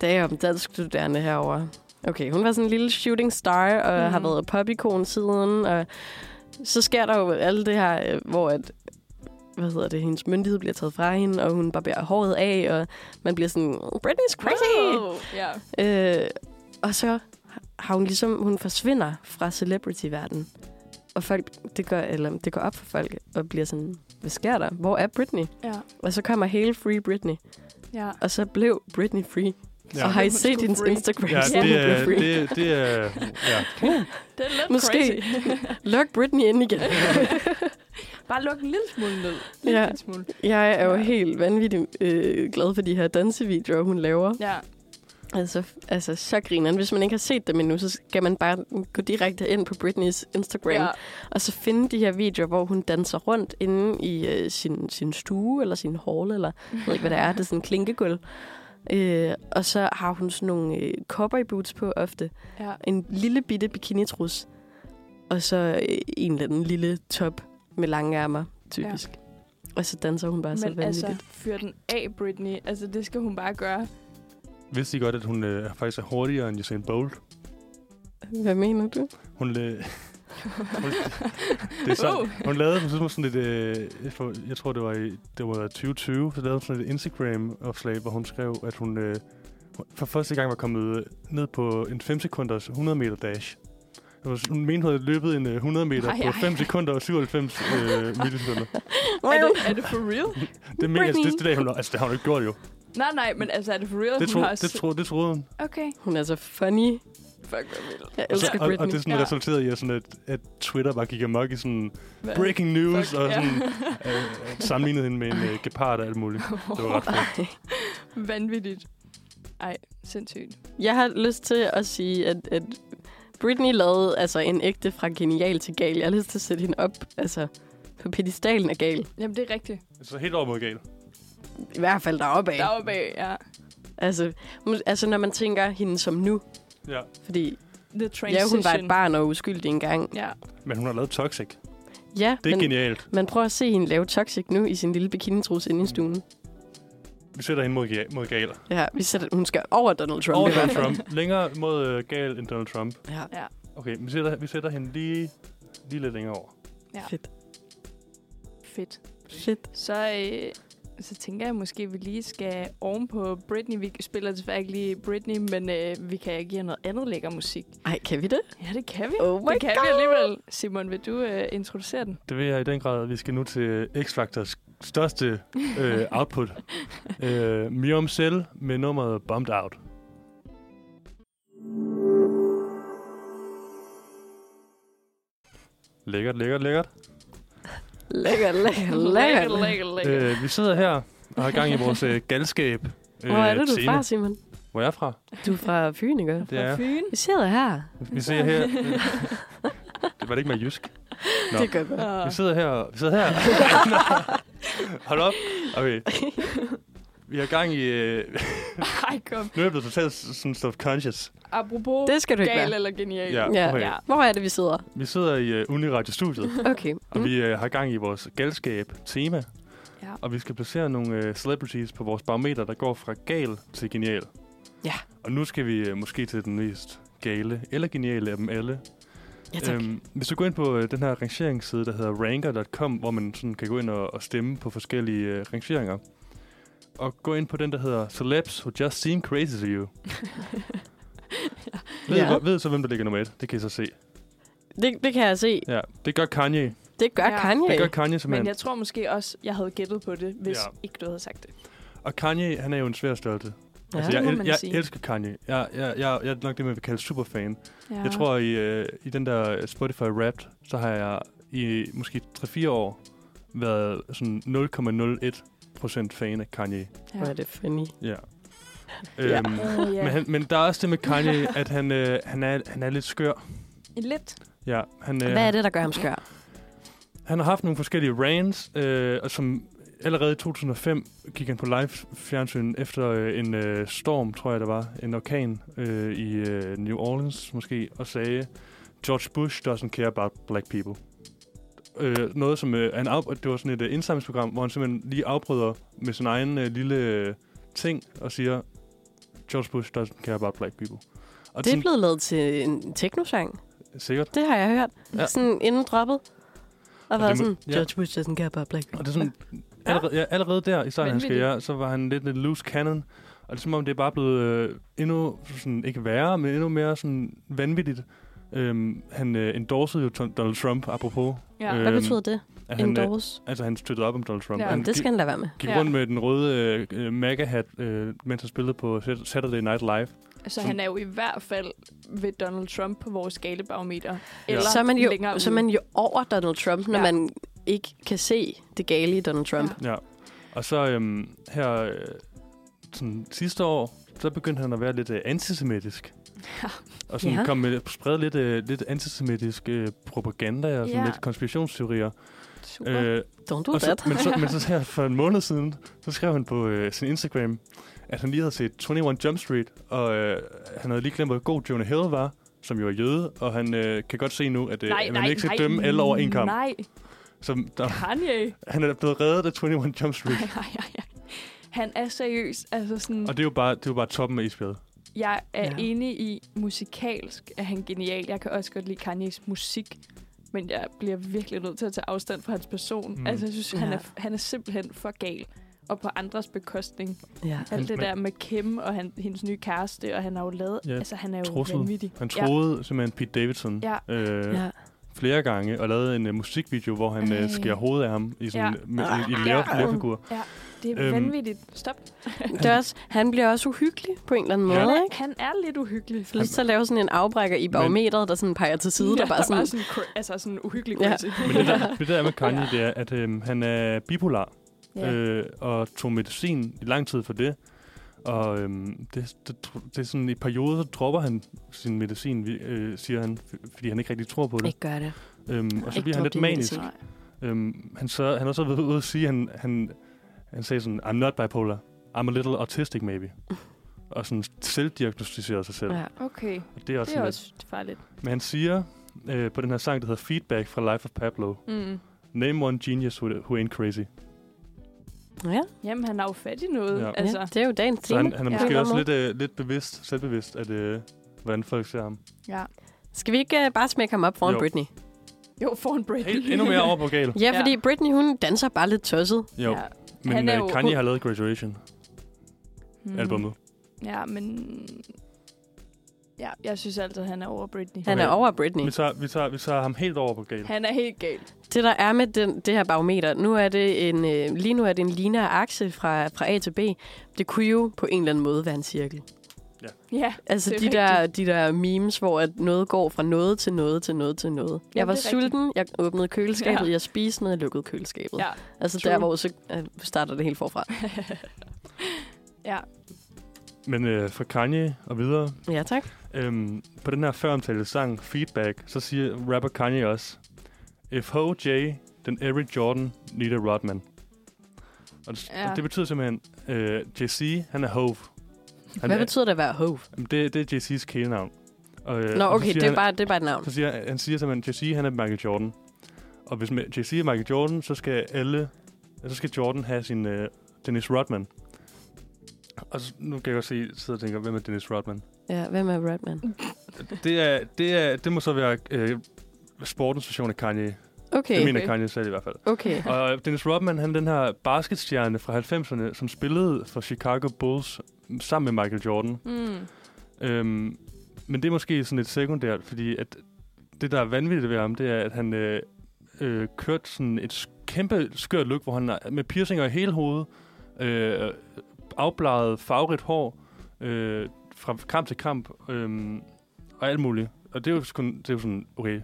Speaker 3: det er jo om dansk studerende herover. Okay, hun var sådan en lille shooting star, og mm.
Speaker 4: Mhm.
Speaker 3: har været popikon siden, og så sker der jo alt det her, øh, hvor at, hvad hedder det, hendes myndighed bliver taget fra hende, og hun barberer håret af, og man bliver sådan, Britney's crazy!
Speaker 4: Wow. Ja.
Speaker 3: Øh, og så har hun ligesom, hun forsvinder fra celebrity-verdenen. Og folk, det går, eller det går op for folk og bliver sådan, hvad sker der? Hvor er Britney?
Speaker 4: Ja.
Speaker 3: Og så kommer hele Free Britney.
Speaker 4: Ja.
Speaker 3: Og så blev Britney free. Ja.
Speaker 2: Ja.
Speaker 3: Og har I
Speaker 4: Hun
Speaker 3: set
Speaker 4: skulle
Speaker 3: hendes
Speaker 4: free.
Speaker 3: Instagram,
Speaker 2: Ja,
Speaker 3: siden
Speaker 2: det
Speaker 3: hun blev
Speaker 2: er,
Speaker 3: free?
Speaker 2: det, det er, ja.
Speaker 4: Det er lidt
Speaker 3: Måske.
Speaker 4: crazy.
Speaker 3: Luk Britney ind igen.
Speaker 4: Bare luk en lille smule ned. Lille
Speaker 3: Ja.
Speaker 4: ja. smule.
Speaker 3: Jeg er jo
Speaker 4: Ja.
Speaker 3: helt vanvittigt øh, glad for de her dansevideoer, hun laver.
Speaker 4: Ja.
Speaker 3: Altså, altså, så grineren. Hvis man ikke har set dem endnu, så skal man bare gå direkte ind på Britneys Instagram,
Speaker 4: ja.
Speaker 3: ja. og så finde de her videoer, hvor hun danser rundt inde i øh, sin, sin stue, eller sin hall, eller jeg ved ikke, hvad det er. Det er sådan en klinkegulv. Øh, og så har hun sådan nogle øh, cowboy boots på ofte.
Speaker 4: ja.
Speaker 3: En lille bitte bikinitrus. Og så øh, en eller anden lille top med lange ærmer, typisk. Ja. Og så danser hun bare så
Speaker 4: Men
Speaker 3: vanvittigt.
Speaker 4: altså, fyr den af, Britney. Altså, det skal hun bare gøre.
Speaker 2: Vidste I godt, at hun øh, faktisk er hurtigere end Usain Bolt?
Speaker 3: altså, Hvad mener du?
Speaker 2: Hun, øh, hun, det er sådan,
Speaker 4: Uh.
Speaker 2: hun lavede på et tidspunkt sådan et, øh, for, jeg tror det var i det var 2020, så lavede hun sådan et Instagram-opslag, hvor hun skrev, at hun øh, for første gang var kommet øh, ned på en 5 sekunders 100 meter dash. Det var- Hun mente, hun havde løbet en øh, 100 meter
Speaker 4: Ej,
Speaker 2: på
Speaker 4: ej.
Speaker 2: 5 sekunder og 97 øh, millisekunder.
Speaker 4: Er det, er det for real?
Speaker 2: Det mener jeg,
Speaker 4: Britney.
Speaker 2: det, det, det, hun, altså, det har hun ikke gjort jo.
Speaker 4: Nej, nej, men altså, er det for real?
Speaker 2: Det,
Speaker 4: hun
Speaker 2: tro,
Speaker 4: har
Speaker 2: det, tro, det troede hun.
Speaker 4: Okay.
Speaker 3: Hun er så funny.
Speaker 4: Fuck, hvor vildt.
Speaker 3: Jeg
Speaker 2: Og, så,
Speaker 3: elsker
Speaker 2: og,
Speaker 3: Britney.
Speaker 2: og det sådan,
Speaker 4: Ja.
Speaker 2: resulterede i, at, sådan, at, at Twitter bare gik amok i sådan
Speaker 4: Hvad?
Speaker 2: breaking news,
Speaker 4: Fuck,
Speaker 2: og
Speaker 4: ja.
Speaker 2: sådan, øh, sammenlignede hende med en øh, gepard og alt muligt. Det var ret fedt.
Speaker 4: Vanvittigt. Ej, sindssygt.
Speaker 3: Jeg har lyst til at sige, at, at Britney lavede altså, en ægte fra genial til gal. Jeg har lyst til at sætte hende op altså, på pedestalen af gal.
Speaker 4: Jamen, det er rigtigt.
Speaker 2: Så helt over mod galt.
Speaker 3: I hvert fald deroppe af.
Speaker 4: Der var bag, ja.
Speaker 3: Altså, mu- altså, når man tænker hende som nu.
Speaker 2: Ja.
Speaker 3: Fordi
Speaker 4: The
Speaker 3: ja,
Speaker 4: transition.
Speaker 3: hun var et barn og uskyldig engang.
Speaker 4: Ja,
Speaker 2: Men hun har lavet Toxic.
Speaker 3: Ja,
Speaker 2: Det er
Speaker 3: men
Speaker 2: genialt.
Speaker 3: man prøver at se hende lave toxic nu i sin lille bikinitrus inde i stuen.
Speaker 2: Vi sætter hende mod, ga- mod gal.
Speaker 3: Ja, vi sætter, hun skal over Donald Trump.
Speaker 2: Over
Speaker 3: i hvert
Speaker 2: Donald
Speaker 3: fald.
Speaker 2: Trump. Længere mod øh, gal end Donald Trump.
Speaker 3: Ja,
Speaker 2: Okay, vi sætter, vi sætter hende lige, lige lidt længere over.
Speaker 4: Ja.
Speaker 3: fedt.
Speaker 4: fedt.
Speaker 3: Fedt.
Speaker 4: Så, øh, så tænker jeg måske, at vi lige skal ovenpå Britney. Vi spiller desværre ikke lige Britney, men øh, vi kan give jer noget andet lækker musik.
Speaker 3: Ej, kan vi det?
Speaker 4: Ja, det kan vi.
Speaker 3: Oh my
Speaker 4: det kan
Speaker 3: God.
Speaker 4: vi alligevel. Simon, vil du øh, introducere den?
Speaker 2: Det vil jeg i den grad, at vi skal nu til X-Factors største øh, output. øh, Miriam Cell med nummeret Bumped Out. Lækkert, lækkert, lækkert.
Speaker 3: Lækker, lækker, lækker.
Speaker 4: lækker, lækker.
Speaker 2: Øh, vi sidder her og har gang i vores øh, galskab. Øh,
Speaker 3: Hvor er det, du er
Speaker 2: scene.
Speaker 3: fra, Simon?
Speaker 2: Hvor er jeg fra?
Speaker 3: Du er fra Fyn, ikke?
Speaker 2: Det er.
Speaker 4: Fyn.
Speaker 3: Vi sidder her.
Speaker 2: Vi sidder her. det var det ikke med jysk. Nå.
Speaker 3: Det gør godt.
Speaker 2: Vi sidder her. Vi sidder her. Hold op. Okay. Vi har gang i... Øh,
Speaker 4: Ej, kom.
Speaker 2: nu er jeg blevet totalt s- sådan self-conscious.
Speaker 4: Apropos
Speaker 3: Det skal du ikke
Speaker 4: gal
Speaker 3: være.
Speaker 4: eller genial.
Speaker 2: Ja,
Speaker 3: Ja.
Speaker 2: okay.
Speaker 4: ja.
Speaker 3: Hvor er det, vi sidder?
Speaker 2: Vi sidder i øh, Uniradio-studiet,
Speaker 3: Okay.
Speaker 2: og vi øh, har gang i vores galskab-tema.
Speaker 4: Ja.
Speaker 2: Og vi skal placere nogle øh, celebrities på vores barometer, der går fra gal til genial.
Speaker 3: Ja.
Speaker 2: Og nu skal vi øh, måske til den mest gale eller geniale af dem alle.
Speaker 3: Ja, tak.
Speaker 2: Øhm, hvis du går ind på øh, den her rangeringsside, der hedder ranker.com, hvor man sådan kan gå ind og, og stemme på forskellige øh, rangeringer, og gå ind på den, der hedder Celebs Who Just Seem Crazy To You. ved,
Speaker 3: Ja.
Speaker 2: ja. ved så, hvem der ligger nummer et? Det kan I så se.
Speaker 3: Det, det kan jeg se.
Speaker 2: Ja, det gør Kanye.
Speaker 3: Det gør
Speaker 4: Ja.
Speaker 3: ja. Kanye.
Speaker 2: Det gør Kanye
Speaker 4: Men
Speaker 2: simpelthen.
Speaker 4: jeg tror måske også, jeg havde gættet på det, hvis
Speaker 2: Ja.
Speaker 4: ja. ikke du havde sagt det.
Speaker 2: Og Kanye, han er jo en svær størrelse.
Speaker 3: ja.
Speaker 2: Altså,
Speaker 4: Det må
Speaker 2: jeg,
Speaker 4: man
Speaker 2: jeg, jeg
Speaker 4: sige.
Speaker 2: elsker Kanye. Jeg, jeg, jeg, jeg er nok det, man vil kalde superfan.
Speaker 4: Ja.
Speaker 2: Jeg tror, i, øh, i den der Spotify Wrapped, så har jeg i måske 3-4 år været sådan 0,01 procent fan af Kanye.
Speaker 3: Hvor er det funny.
Speaker 2: Ja.
Speaker 3: Ja.
Speaker 2: Øhm,
Speaker 4: Uh,
Speaker 2: Men, han, men der er også det med Kanye, at han, øh, han, er, han er lidt skør.
Speaker 4: Lidt.
Speaker 2: Ja, han, øh,
Speaker 3: Hvad er det, der gør ham skør?
Speaker 2: han har haft nogle forskellige rants, øh, og som allerede i 2005 gik han på live-fjernsyn efter øh, en øh, storm, tror jeg det var, en orkan øh, i øh, New Orleans måske, og sagde, George Bush doesn't care about black people. Øh, noget som øh, han af, det var sådan et øh, indsamlingsprogram, hvor han simpelthen lige afbryder med sin egen øh, lille øh, ting og siger, George Bush doesn't care about black people. Og
Speaker 3: Det er
Speaker 2: sådan-
Speaker 3: blevet lavet til en teknosang.
Speaker 2: Sikkert.
Speaker 3: Det har jeg hørt.
Speaker 2: Ja.
Speaker 3: Ja. Sådan inden droppet. Og
Speaker 2: det
Speaker 3: været
Speaker 2: må-
Speaker 3: sådan,
Speaker 2: ja.
Speaker 3: George Bush doesn't care about black.
Speaker 2: Og det er sådan, allerede, ja, allerede der i starten af hans
Speaker 4: Vanvittigt.
Speaker 2: karriere, så var han lidt en loose cannon. Og det er som om, det er bare blevet øh, endnu, sådan, ikke værre, men endnu mere sådan vanvittigt. Øhm, han øh, endorsede jo Ton- Donald Trump, apropos.
Speaker 4: Ja.
Speaker 2: Øh,
Speaker 3: Hvad betyder det?
Speaker 2: At han, øh,
Speaker 3: Endorse?
Speaker 2: altså, han støttede op om Donald Trump.
Speaker 4: Ja,
Speaker 2: han
Speaker 3: Jamen, det skal
Speaker 2: gik,
Speaker 3: han lade være med.
Speaker 2: gik
Speaker 4: Ja.
Speaker 2: rundt med den røde øh, øh, MAGA-hat, øh, mens han spillede på Sat- Saturday Night Live.
Speaker 4: Så
Speaker 2: Som-
Speaker 4: han er jo i hvert fald ved Donald Trump på vores skalebarometer.
Speaker 2: Ja.
Speaker 4: Eller
Speaker 3: Så er, man
Speaker 4: længere
Speaker 3: jo, så er
Speaker 4: ude.
Speaker 3: man jo over Donald Trump, når
Speaker 4: Ja.
Speaker 3: ja. man ikke kan se det gale i Donald Trump.
Speaker 4: Ja.
Speaker 2: Ja. Og så øhm, her øh, sådan, sidste år, så begyndte han at være lidt øh, antisemitisk.
Speaker 4: Ja.
Speaker 2: Og sådan
Speaker 3: Ja.
Speaker 2: ja. kom med, sprede lidt, øh, lidt antisemitisk øh, propaganda og sådan
Speaker 4: Ja.
Speaker 2: lidt konspirationsteorier.
Speaker 4: Super. Øh,
Speaker 2: Øh,
Speaker 3: Don't do
Speaker 2: og så,
Speaker 3: that.
Speaker 2: men, så, men så her for en måned siden, så skrev han på øh, sin Instagram, at han lige havde set 21 Jump Street, og øh, han havde lige glemt, hvor god Jonah Hill var, som jo er jøde, og han øh, kan godt se nu, at øh,
Speaker 4: nej,
Speaker 2: man
Speaker 4: nej,
Speaker 2: ikke skal
Speaker 4: nej,
Speaker 2: dømme alle over en kamp.
Speaker 4: Nej,
Speaker 2: Så der,
Speaker 4: Kanye.
Speaker 2: han er blevet reddet af 21 Jump Street.
Speaker 4: Nej, nej, nej, nej. Han er seriøs. Altså sådan,
Speaker 2: Og det er jo bare, det er jo bare toppen af isbjerget.
Speaker 4: jeg er
Speaker 3: Ja.
Speaker 4: ja. enig i, musikalsk er han genial. Jeg kan også godt lide Kanye's musik, men jeg bliver virkelig nødt til at tage afstand fra hans person.
Speaker 2: Mm.
Speaker 4: Mm. Altså, jeg synes, ja. han,
Speaker 3: Ja.
Speaker 4: er, han er simpelthen for gal. Og på andres bekostning.
Speaker 3: Ja.
Speaker 2: Hans
Speaker 4: Alt det
Speaker 2: mand.
Speaker 4: der med Kim og han, hendes nye kæreste, og han har jo lavet...
Speaker 2: Ja,
Speaker 4: Ja. Altså, han er jo
Speaker 2: trussel.
Speaker 4: vanvittig.
Speaker 2: Han troede ja. simpelthen Pete Davidson
Speaker 4: Ja.
Speaker 2: Øh, ja.
Speaker 3: Ja.
Speaker 2: flere gange, og lavede en uh, musikvideo, hvor han
Speaker 4: Ej.
Speaker 2: uh, skærer hovedet af ham i, sådan,
Speaker 4: Ja.
Speaker 2: ja. med, i, i
Speaker 4: Ah.
Speaker 2: lærer, lærerfigur.
Speaker 4: Det er
Speaker 2: Øhm.
Speaker 4: øhm, vanvittigt. Stop.
Speaker 3: Det er også, han bliver også uhyggelig på en eller anden
Speaker 2: Ja.
Speaker 3: måde,
Speaker 4: Han,
Speaker 3: ikke?
Speaker 4: han er lidt uhyggelig.
Speaker 3: Jeg har lyst til at lave sådan en afbrækker i barometeret, der sådan peger til side, ja, der bare sådan...
Speaker 4: sådan, cra- altså sådan uhyggelig
Speaker 3: Ja.
Speaker 4: ja.
Speaker 2: Men det der, det der er med Kanye, ja. det er, at øh, han er bipolar, ja. øh, og tog medicin i lang tid for det. Og øhm, det, det, tr- det er sådan i perioder, så dropper han sin medicin, vi- øh, siger han, f- fordi han ikke rigtig tror på det.
Speaker 3: Ikke gør det.
Speaker 2: Øhm, og så
Speaker 3: Ikke
Speaker 2: bliver han
Speaker 3: drop
Speaker 2: lidt
Speaker 3: din
Speaker 2: manisk.
Speaker 3: medicin.
Speaker 2: Øhm, han, så, han er så ved ude at sige, han, han, han sagde sådan, I'm not bipolar, I'm a little autistic maybe. og sådan selvdiagnostiserede sig selv. Ja.
Speaker 3: Ja.
Speaker 4: Okay,
Speaker 2: Og det er også,
Speaker 4: det er
Speaker 2: sådan
Speaker 4: også farligt.
Speaker 2: lidt. Men han siger øh, på den her sang, der hedder Feedback fra Life of Pablo,
Speaker 4: Mm.
Speaker 2: Name one genius who, who ain't crazy.
Speaker 3: Ja.
Speaker 4: Jamen, han har jo fat i noget.
Speaker 2: Ja.
Speaker 4: Ja.
Speaker 3: Altså.
Speaker 4: Altså,
Speaker 3: ja, det er jo dagens
Speaker 2: Så
Speaker 3: tema.
Speaker 2: han, han er
Speaker 4: Ja.
Speaker 2: måske
Speaker 3: Ja.
Speaker 2: også lidt, øh, lidt bevidst, selvbevidst, at øh, hvordan folk ser ham.
Speaker 4: ja.
Speaker 3: Skal vi ikke uh, bare smække ham op foran
Speaker 2: Jo.
Speaker 3: Britney?
Speaker 4: Jo, for en break.
Speaker 2: Helt, endnu mere over på galt.
Speaker 3: Ja,
Speaker 4: Ja.
Speaker 3: fordi Britney, hun danser bare lidt tosset.
Speaker 2: Jo, ja.
Speaker 4: Ja.
Speaker 2: men
Speaker 4: Han er
Speaker 2: øh,
Speaker 4: jo-
Speaker 2: Kanye har lavet Graduation-albummet.
Speaker 4: Mm. Ja, men... Ja, jeg synes altid, han er over Britney.
Speaker 3: Han er
Speaker 2: Okay.
Speaker 3: over Britney.
Speaker 2: Vi tager, vi, tager, vi tager ham helt over på galt.
Speaker 4: Mm. Han er helt galt.
Speaker 3: Det, der er med den, det her barometer, nu er det en, øh, lige nu er det en lineær akse fra, fra A til B. Det kunne jo på en eller anden måde være en cirkel.
Speaker 4: Ja,
Speaker 3: Altså de
Speaker 4: Det er
Speaker 3: der, de der memes, hvor at noget går fra noget til noget til noget til noget. Jeg
Speaker 4: Jamen,
Speaker 3: var
Speaker 4: det er
Speaker 3: sulten, jeg åbnede køleskabet,
Speaker 4: Ja.
Speaker 3: jeg spiste noget, jeg lukkede køleskabet.
Speaker 4: ja.
Speaker 3: altså
Speaker 4: true.
Speaker 3: der, hvor så øh, starter det helt forfra.
Speaker 4: ja.
Speaker 2: Men øh, fra Kanye og videre,
Speaker 3: Ja, tak.
Speaker 2: Øhm, på den her føromtalte sang, Feedback, så siger rapper Kanye også, If Ho J, then every Jordan need a Rodman. Og det,
Speaker 4: Ja.
Speaker 2: ja. det betyder simpelthen, øh, JC, han er Hove. Han
Speaker 3: Hvad
Speaker 2: er,
Speaker 3: betyder det at være hove?
Speaker 2: Jamen, det, det er JC's kælenavn. Og, øh,
Speaker 3: Nå,
Speaker 2: og så
Speaker 3: okay,
Speaker 2: siger
Speaker 3: det er,
Speaker 2: han,
Speaker 3: bare, det er bare et navn.
Speaker 2: Så siger, han siger simpelthen, JC, han er Michael Jordan. Og hvis med- JC er Michael Jordan, så skal alle, så skal Jordan have sin øh, Dennis Rodman. Og så, nu kan jeg godt se, sidder og tænker, hvem er Dennis Rodman?
Speaker 3: Ja, hvem er Rodman?
Speaker 2: Det, er, det, er, det må så være øh, sportens version af Kanye. Okay. Det
Speaker 3: Okay,
Speaker 2: mener Kanye selv i hvert fald.
Speaker 3: okay.
Speaker 2: Og øh, Dennis Rodman, han er den her basketstjerne fra 90'erne, som spillede for Chicago Bulls mm, sammen med Michael Jordan.
Speaker 4: Mm.
Speaker 2: Øhm, men det er måske sådan lidt sekundært, fordi at det, der er vanvittigt ved ham, det er, at han øh, øh, kørte sådan et sk- kæmpe skørt look, hvor han er med piercinger i hele hovedet, øh, afbladet, farverigt hår, øh, fra kamp til kamp, øh, og alt muligt. Og det er jo, kun, det er jo sådan, okay,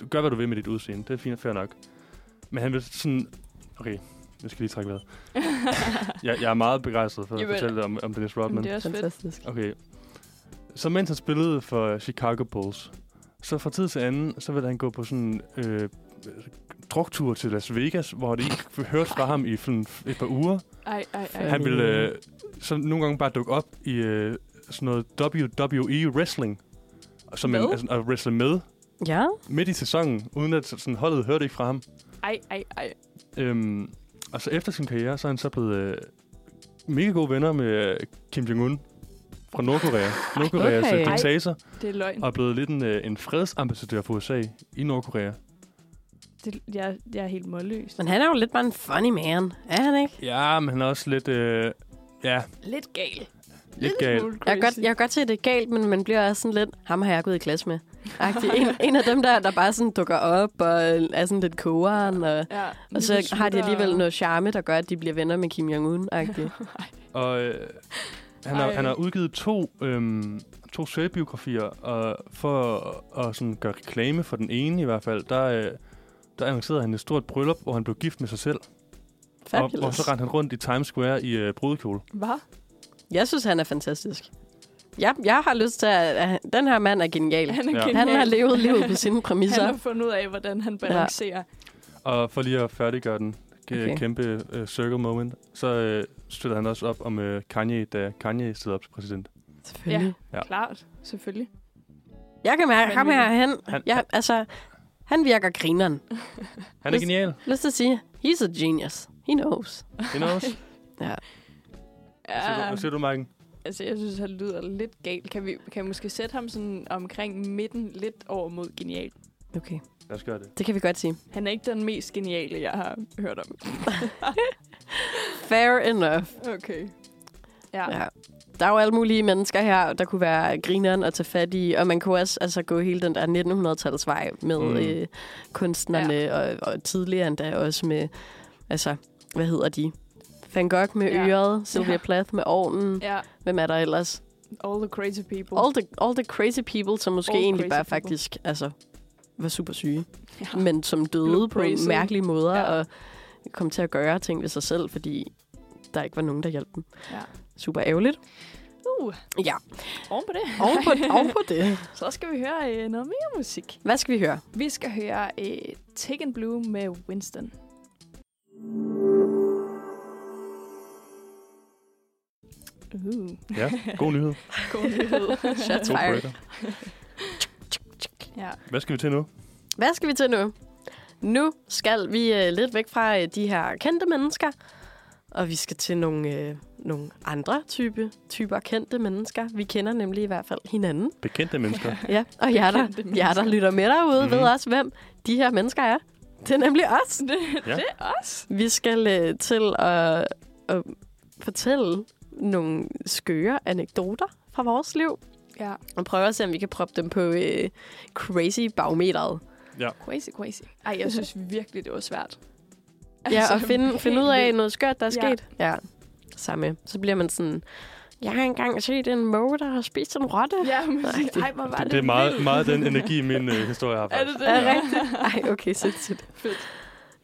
Speaker 2: du gør, hvad du vil med dit udseende. Det er fint og fair nok. Men han vil sådan... Okay, jeg skal lige trække vejret. Jeg, jeg er meget begejstret for at
Speaker 4: Jamen,
Speaker 2: fortælle dig om, om Dennis
Speaker 4: Men
Speaker 2: Rodman.
Speaker 4: det er også fedt.
Speaker 3: Fantastisk.
Speaker 2: Okay. Så mens han spillede for Chicago Bulls, så fra tid til anden, så ville han gå på sådan øh, øh, druktur til Las Vegas, hvor det ikke hørte fra ham i sådan et par uger.
Speaker 4: Ej, ej, ej.
Speaker 2: Han ville øh, så nogle gange bare dukke op i øh, sådan noget WWE Wrestling, som en,
Speaker 4: Hvad?
Speaker 2: altså, at wrestle med
Speaker 3: Ja,
Speaker 2: midt i sæsonen, uden at sådan, holdet hørte ikke fra ham.
Speaker 4: Ej, ej, ej.
Speaker 2: Øhm, og så efter sin karriere, så er han så blevet øh, mega gode venner med øh, Kim Jong-un fra Nordkorea. Nordkoreas
Speaker 3: Okay.
Speaker 2: Ah, okay. diktator.
Speaker 4: Det er løgn.
Speaker 2: og er blevet lidt en, øh, en fredsambassadør for USA i Nordkorea.
Speaker 4: Det, jeg, jeg er helt målløs.
Speaker 3: men han er jo lidt bare en funny man, er han ikke?
Speaker 2: Ja, men han er også lidt, øh, ja,
Speaker 4: Lidt gal.
Speaker 2: lidt gal.
Speaker 3: Jeg kan, godt, jeg kan godt se, at det er galt, men man bliver også sådan lidt, ham har jeg gået i klasse med. Agtig. En, en af dem der, der bare sådan dukker op og øh, er sådan lidt kogeren, og,
Speaker 4: Ja,
Speaker 3: og så har de alligevel noget charme, der gør, at de bliver venner med Kim Jong-un. -agtig.
Speaker 2: Og øh, han, har,
Speaker 4: Ej.
Speaker 2: han har udgivet to, øhm, to selvbiografier, og for at, at sådan gøre reklame for den ene i hvert fald, der, øh, der annoncerede han et stort bryllup, hvor han blev gift med sig selv. Og,
Speaker 3: Fabulous.
Speaker 2: og så rendte han rundt i Times Square i øh, brudekjole.
Speaker 4: Hvad?
Speaker 3: Jeg synes, han er fantastisk. Jeg, jeg har lyst til, at, at den her mand er genial.
Speaker 4: Han er
Speaker 2: Ja.
Speaker 4: ja.
Speaker 3: Han har levet livet på sine
Speaker 4: Han
Speaker 3: præmisser.
Speaker 4: har fundet ud af, hvordan han balancerer.
Speaker 2: Og for lige at færdiggøre den k-
Speaker 3: Okay.
Speaker 2: okay. kæmpe øh, circle moment, så øh, støttede han også op om øh, Kanye, da Kanye stod op til præsident.
Speaker 3: Selvfølgelig.
Speaker 4: Ja.
Speaker 2: Ja.
Speaker 4: Klart, selvfølgelig.
Speaker 3: Jeg kan mærke,
Speaker 4: Men-
Speaker 3: ham her, han,
Speaker 2: Han-
Speaker 3: jeg, altså, han virker grineren.
Speaker 2: Han er
Speaker 3: Hvis-
Speaker 2: genial,
Speaker 3: Lyst til at sige, he's a genius. He knows.
Speaker 2: you know us.
Speaker 4: Ja,
Speaker 2: Hvad siger du, Marken?
Speaker 4: altså, jeg synes, han lyder lidt galt. Kan vi kan vi måske sætte ham sådan omkring midten, lidt over mod genial?
Speaker 3: Okay,
Speaker 2: Lad os gøre det.
Speaker 3: det kan vi godt sige.
Speaker 4: Han er ikke den mest geniale, jeg har hørt om.
Speaker 3: Fair enough.
Speaker 4: Okay. Ja. ja.
Speaker 3: Ja. Der er jo alle mulige mennesker her, der kunne være grineren og tage fat i, og man kunne også altså, gå hele den der 1900-tals vej med mm.
Speaker 2: Mm.
Speaker 3: øh, kunstnerne, ja. og, og tidligere endda også med, altså, hvad hedder de? Van Gogh med
Speaker 4: Ja.
Speaker 3: ja. øret, Sylvia
Speaker 4: Ja.
Speaker 3: ja. Plath med ovnen, ja.
Speaker 4: ja.
Speaker 3: hvem er der ellers?
Speaker 4: All the crazy people.
Speaker 3: All the, all the crazy people, som måske
Speaker 4: All
Speaker 3: all egentlig
Speaker 4: crazy
Speaker 3: bare
Speaker 4: people.
Speaker 3: faktisk altså, var super syge,
Speaker 4: ja.
Speaker 3: ja. men som døde
Speaker 4: Blev
Speaker 3: på
Speaker 4: crazy.
Speaker 3: mærkelige måder,
Speaker 4: Ja.
Speaker 3: ja. og kom til at gøre ting ved sig selv, fordi der ikke var nogen, der hjalp dem.
Speaker 4: Ja.
Speaker 3: Super ærgerligt.
Speaker 4: Uh,
Speaker 3: Ja,
Speaker 4: oven på det.
Speaker 3: oven på, oven på det.
Speaker 4: Så skal vi høre øh, noget mere musik.
Speaker 3: Hvad skal vi høre?
Speaker 4: Vi skal høre øh, Tick and Blue med Winston. Uh,
Speaker 2: Ja, god nyhed.
Speaker 4: god nyhed.
Speaker 3: Shots
Speaker 2: God
Speaker 3: fired.
Speaker 2: breaker.
Speaker 4: ja.
Speaker 2: Hvad skal vi til nu?
Speaker 3: Hvad skal vi til nu? Nu skal vi øh, lidt væk fra øh, de her kendte mennesker, og vi skal til nogle, øh, nogle andre type, typer kendte mennesker. Vi kender nemlig i hvert fald hinanden.
Speaker 2: Bekendte mennesker.
Speaker 3: Ja, og jer der,
Speaker 4: Kendte mennesker.
Speaker 3: jer, der lytter med derude, mm.
Speaker 2: Mhm.
Speaker 3: ved også, hvem de her mennesker er. Det er nemlig os.
Speaker 4: Det,
Speaker 2: Ja.
Speaker 4: det er os.
Speaker 3: Vi skal øh, til at, at fortælle nogle skøre anekdoter fra vores liv,
Speaker 4: Ja,
Speaker 3: og prøve at se, om vi kan proppe dem på øh, crazy barometeret.
Speaker 4: crazy, crazy. Ej, jeg synes virkelig, det var svært.
Speaker 3: Ja, og finde,
Speaker 4: Altså, helt
Speaker 3: finde ud af
Speaker 4: vildt.
Speaker 3: noget skørt, der er
Speaker 4: Ja.
Speaker 3: ja. sket. Ja, samme. Så bliver man sådan, jeg har engang set en måge, der har spist en rotte. Ja.
Speaker 4: Ja, men
Speaker 3: Nej, det-
Speaker 4: ej, hvor var
Speaker 2: Det,
Speaker 4: det,
Speaker 2: det er meget,
Speaker 4: vildt.
Speaker 2: meget den energi, min øh, historie har
Speaker 4: Er det
Speaker 2: faktisk.
Speaker 4: det?
Speaker 3: Er det rigtigt? Ej, okay, sindssygt.
Speaker 4: Fedt.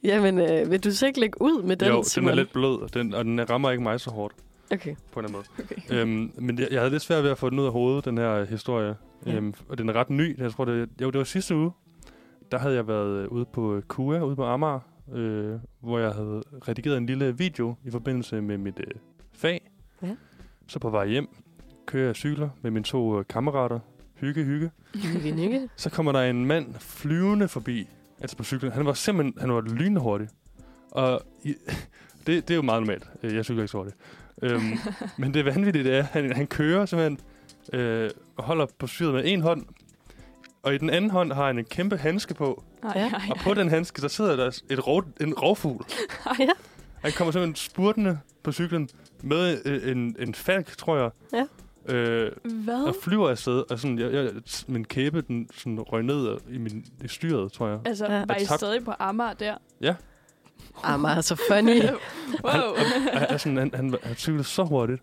Speaker 3: Jamen, øh, vil du så ikke lægge ud med den,
Speaker 2: jo, den
Speaker 3: Simon?
Speaker 2: er lidt blød, og den, og den rammer ikke mig så hårdt
Speaker 3: Okay.
Speaker 2: på en eller anden
Speaker 4: Okay.
Speaker 2: måde. Øhm, men jeg, jeg havde lidt svært ved at få den ud af hovedet, den her øh, historie.
Speaker 3: Ja.
Speaker 2: Ja. Øhm, og den er ret ny. Jeg tror, det, jo, det var sidste uge. Der havde jeg været øh, ude på øh, KUA, ude på Amager, øh, hvor jeg havde redigeret en lille video i forbindelse med mit øh, fag.
Speaker 3: Ja.
Speaker 2: Så på vej hjem kører jeg cykler med mine to øh, kammerater. Hygge, hygge.
Speaker 3: Ikke, ikke?
Speaker 2: Så kommer der en mand flyvende forbi, altså på cyklen. Han var simpelthen han var lynhurtig. Og i, det, det er jo meget normalt. Øh, Jeg cykler ikke så hurtigt. Øhm, men det vanvittige det er, at han, han kører simpelthen øh, og holder på syret med en hånd. Og i den anden hånd har han en kæmpe handske på.
Speaker 4: Ej,
Speaker 3: Ja.
Speaker 4: ej,
Speaker 2: Og på den handske, der sidder der et rov, en rovfugl.
Speaker 3: Ja.
Speaker 2: Han kommer simpelthen spurtende på cyklen med øh, en, en falk, tror jeg. Øh,
Speaker 4: Hvad?
Speaker 2: og flyver afsted, og sådan, jeg, jeg, s- min kæbe, den sådan røg ned og- i, min, i styret, tror jeg.
Speaker 4: Altså,
Speaker 3: Ja.
Speaker 4: var I
Speaker 2: Jeg tabte-
Speaker 4: stadig på Amager der?
Speaker 3: Amager er Ah, så funny.
Speaker 4: Wow.
Speaker 2: Og Han, sådan, han, han, han cyklede så hurtigt.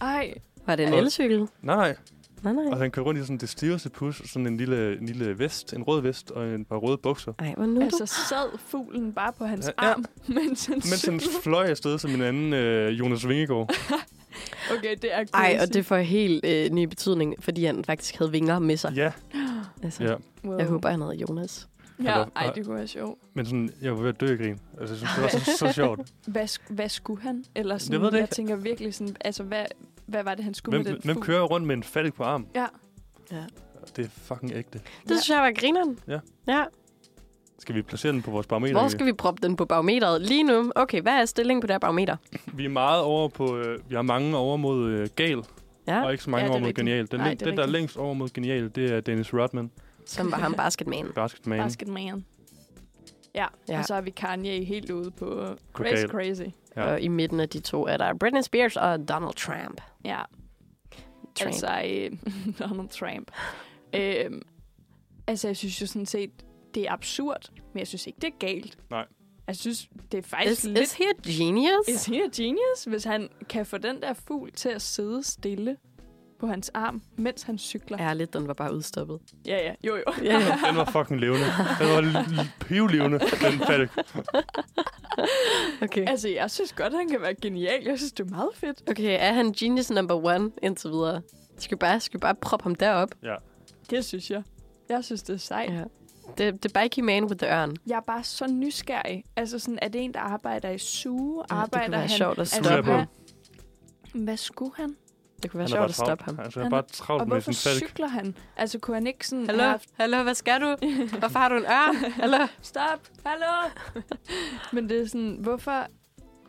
Speaker 4: Ej,
Speaker 3: Var det en
Speaker 2: Og-
Speaker 3: elcykel?
Speaker 2: Nej, nej.
Speaker 3: Nej,
Speaker 2: Og
Speaker 3: nej.
Speaker 2: han kører rundt i sådan det stiveste pus, sådan en lille, en lille vest, en rød vest og en par røde bukser.
Speaker 3: Ej, hvor nu
Speaker 4: altså sad fuglen bare på hans
Speaker 2: Ja, ja.
Speaker 4: arm, mens han
Speaker 2: Mens han
Speaker 4: cyklede?
Speaker 2: fløj afsted som en anden øh, Jonas Vingegaard.
Speaker 4: Okay, det er crazy.
Speaker 3: Ej, og det får helt øh, ny betydning, fordi han faktisk havde vinger med sig.
Speaker 2: Ja,
Speaker 3: Altså,
Speaker 2: ja.
Speaker 4: Wow.
Speaker 3: Jeg håber, han hedder Jonas.
Speaker 4: Ja,
Speaker 2: Hallo.
Speaker 4: ej, det kunne være sjovt.
Speaker 2: Men sådan, jeg var ved at dø af grin. Altså, jeg synes, det var så, så sjovt.
Speaker 4: Hvad, sk- hvad skulle han? Eller sådan,
Speaker 2: Jeg ved det
Speaker 4: jeg
Speaker 2: ikke.
Speaker 4: tænker virkelig sådan, altså, hvad, hvad var det, han skulle med
Speaker 2: Hvem,
Speaker 4: den
Speaker 2: hvem
Speaker 4: fugl?
Speaker 2: kører rundt med en falk på armen?
Speaker 4: Ja.
Speaker 3: Ja.
Speaker 2: Det er fucking ægte.
Speaker 3: Det synes jeg var grineren.
Speaker 2: Ja.
Speaker 3: ja.
Speaker 2: Skal vi placere den på vores barometer?
Speaker 3: Hvor
Speaker 2: egentlig?
Speaker 3: skal vi proppe den på barometeret lige nu? Okay, hvad er stillingen på det her barometer?
Speaker 2: Vi er meget over på, øh, vi har mange over mod øh, gal,
Speaker 3: Ja,
Speaker 2: og ikke så mange
Speaker 4: Ja, det er
Speaker 2: over mod
Speaker 4: rigtigt.
Speaker 2: genial. Den,
Speaker 4: Nej,
Speaker 2: Nej,
Speaker 4: det er
Speaker 2: den der er
Speaker 4: rigtigt.
Speaker 2: længst over mod genial, det er Dennis Rodman,
Speaker 3: som var ham basketman.
Speaker 2: basketman.
Speaker 4: Basketman. Ja, ja,
Speaker 3: Ja.
Speaker 4: og så har vi Kanye helt ude på øh, crazy,
Speaker 2: Global.
Speaker 4: crazy.
Speaker 2: Ja.
Speaker 3: Og i midten af de to er der Britney Spears og Donald Trump.
Speaker 4: Ja,
Speaker 3: Trump.
Speaker 4: altså øh, Donald Trump. øhm, altså, jeg synes jo sådan set, det er absurd, men jeg synes ikke, det er galt.
Speaker 2: Nej.
Speaker 4: Jeg synes, det er faktisk
Speaker 3: is,
Speaker 4: lidt...
Speaker 3: is he a genius?
Speaker 4: Is he a genius, hvis han kan få den der fugl til at sidde stille? på hans arm, mens han cykler. Ja,
Speaker 3: Ærligt, den var bare udstoppet.
Speaker 4: ja, ja jo, jo.
Speaker 3: Ja, ja.
Speaker 2: Den var fucking levende. Den var l- pivlevende, den falk.
Speaker 3: Okay.
Speaker 4: Altså, jeg synes godt, han kan være genial. Jeg synes, det er meget fedt.
Speaker 3: okay, er han genius number one indtil videre? Skal vi bare, skal vi bare proppe ham derop?
Speaker 4: Det synes jeg. Jeg synes, det er sejt.
Speaker 3: Ja. The, the Bikie Man with the Ørn.
Speaker 4: Jeg er bare så nysgerrig. Altså, sådan, er det en, der arbejder i suge?
Speaker 3: Ja, det
Speaker 4: arbejder
Speaker 3: kunne være
Speaker 4: han?
Speaker 3: sjovt at
Speaker 4: Altså,
Speaker 2: stoppe
Speaker 4: hvad,
Speaker 2: ham.
Speaker 4: hvad skulle han?
Speaker 3: Det kunne være
Speaker 2: Han er
Speaker 3: sjovt
Speaker 2: bare
Speaker 3: at stoppe ham.
Speaker 2: travlt. Altså, han
Speaker 4: Han
Speaker 2: er
Speaker 4: er-
Speaker 2: bare travlt
Speaker 4: Og
Speaker 2: med
Speaker 4: hvorfor
Speaker 2: sin falk.
Speaker 4: cykler han? Altså, kunne han ikke sådan...
Speaker 3: Hallo,
Speaker 4: have haft-
Speaker 3: hallo, hvad skal du? Hvorfor har du en ørn? Hallo?
Speaker 4: Stop! Hallo! Men det er sådan, hvorfor...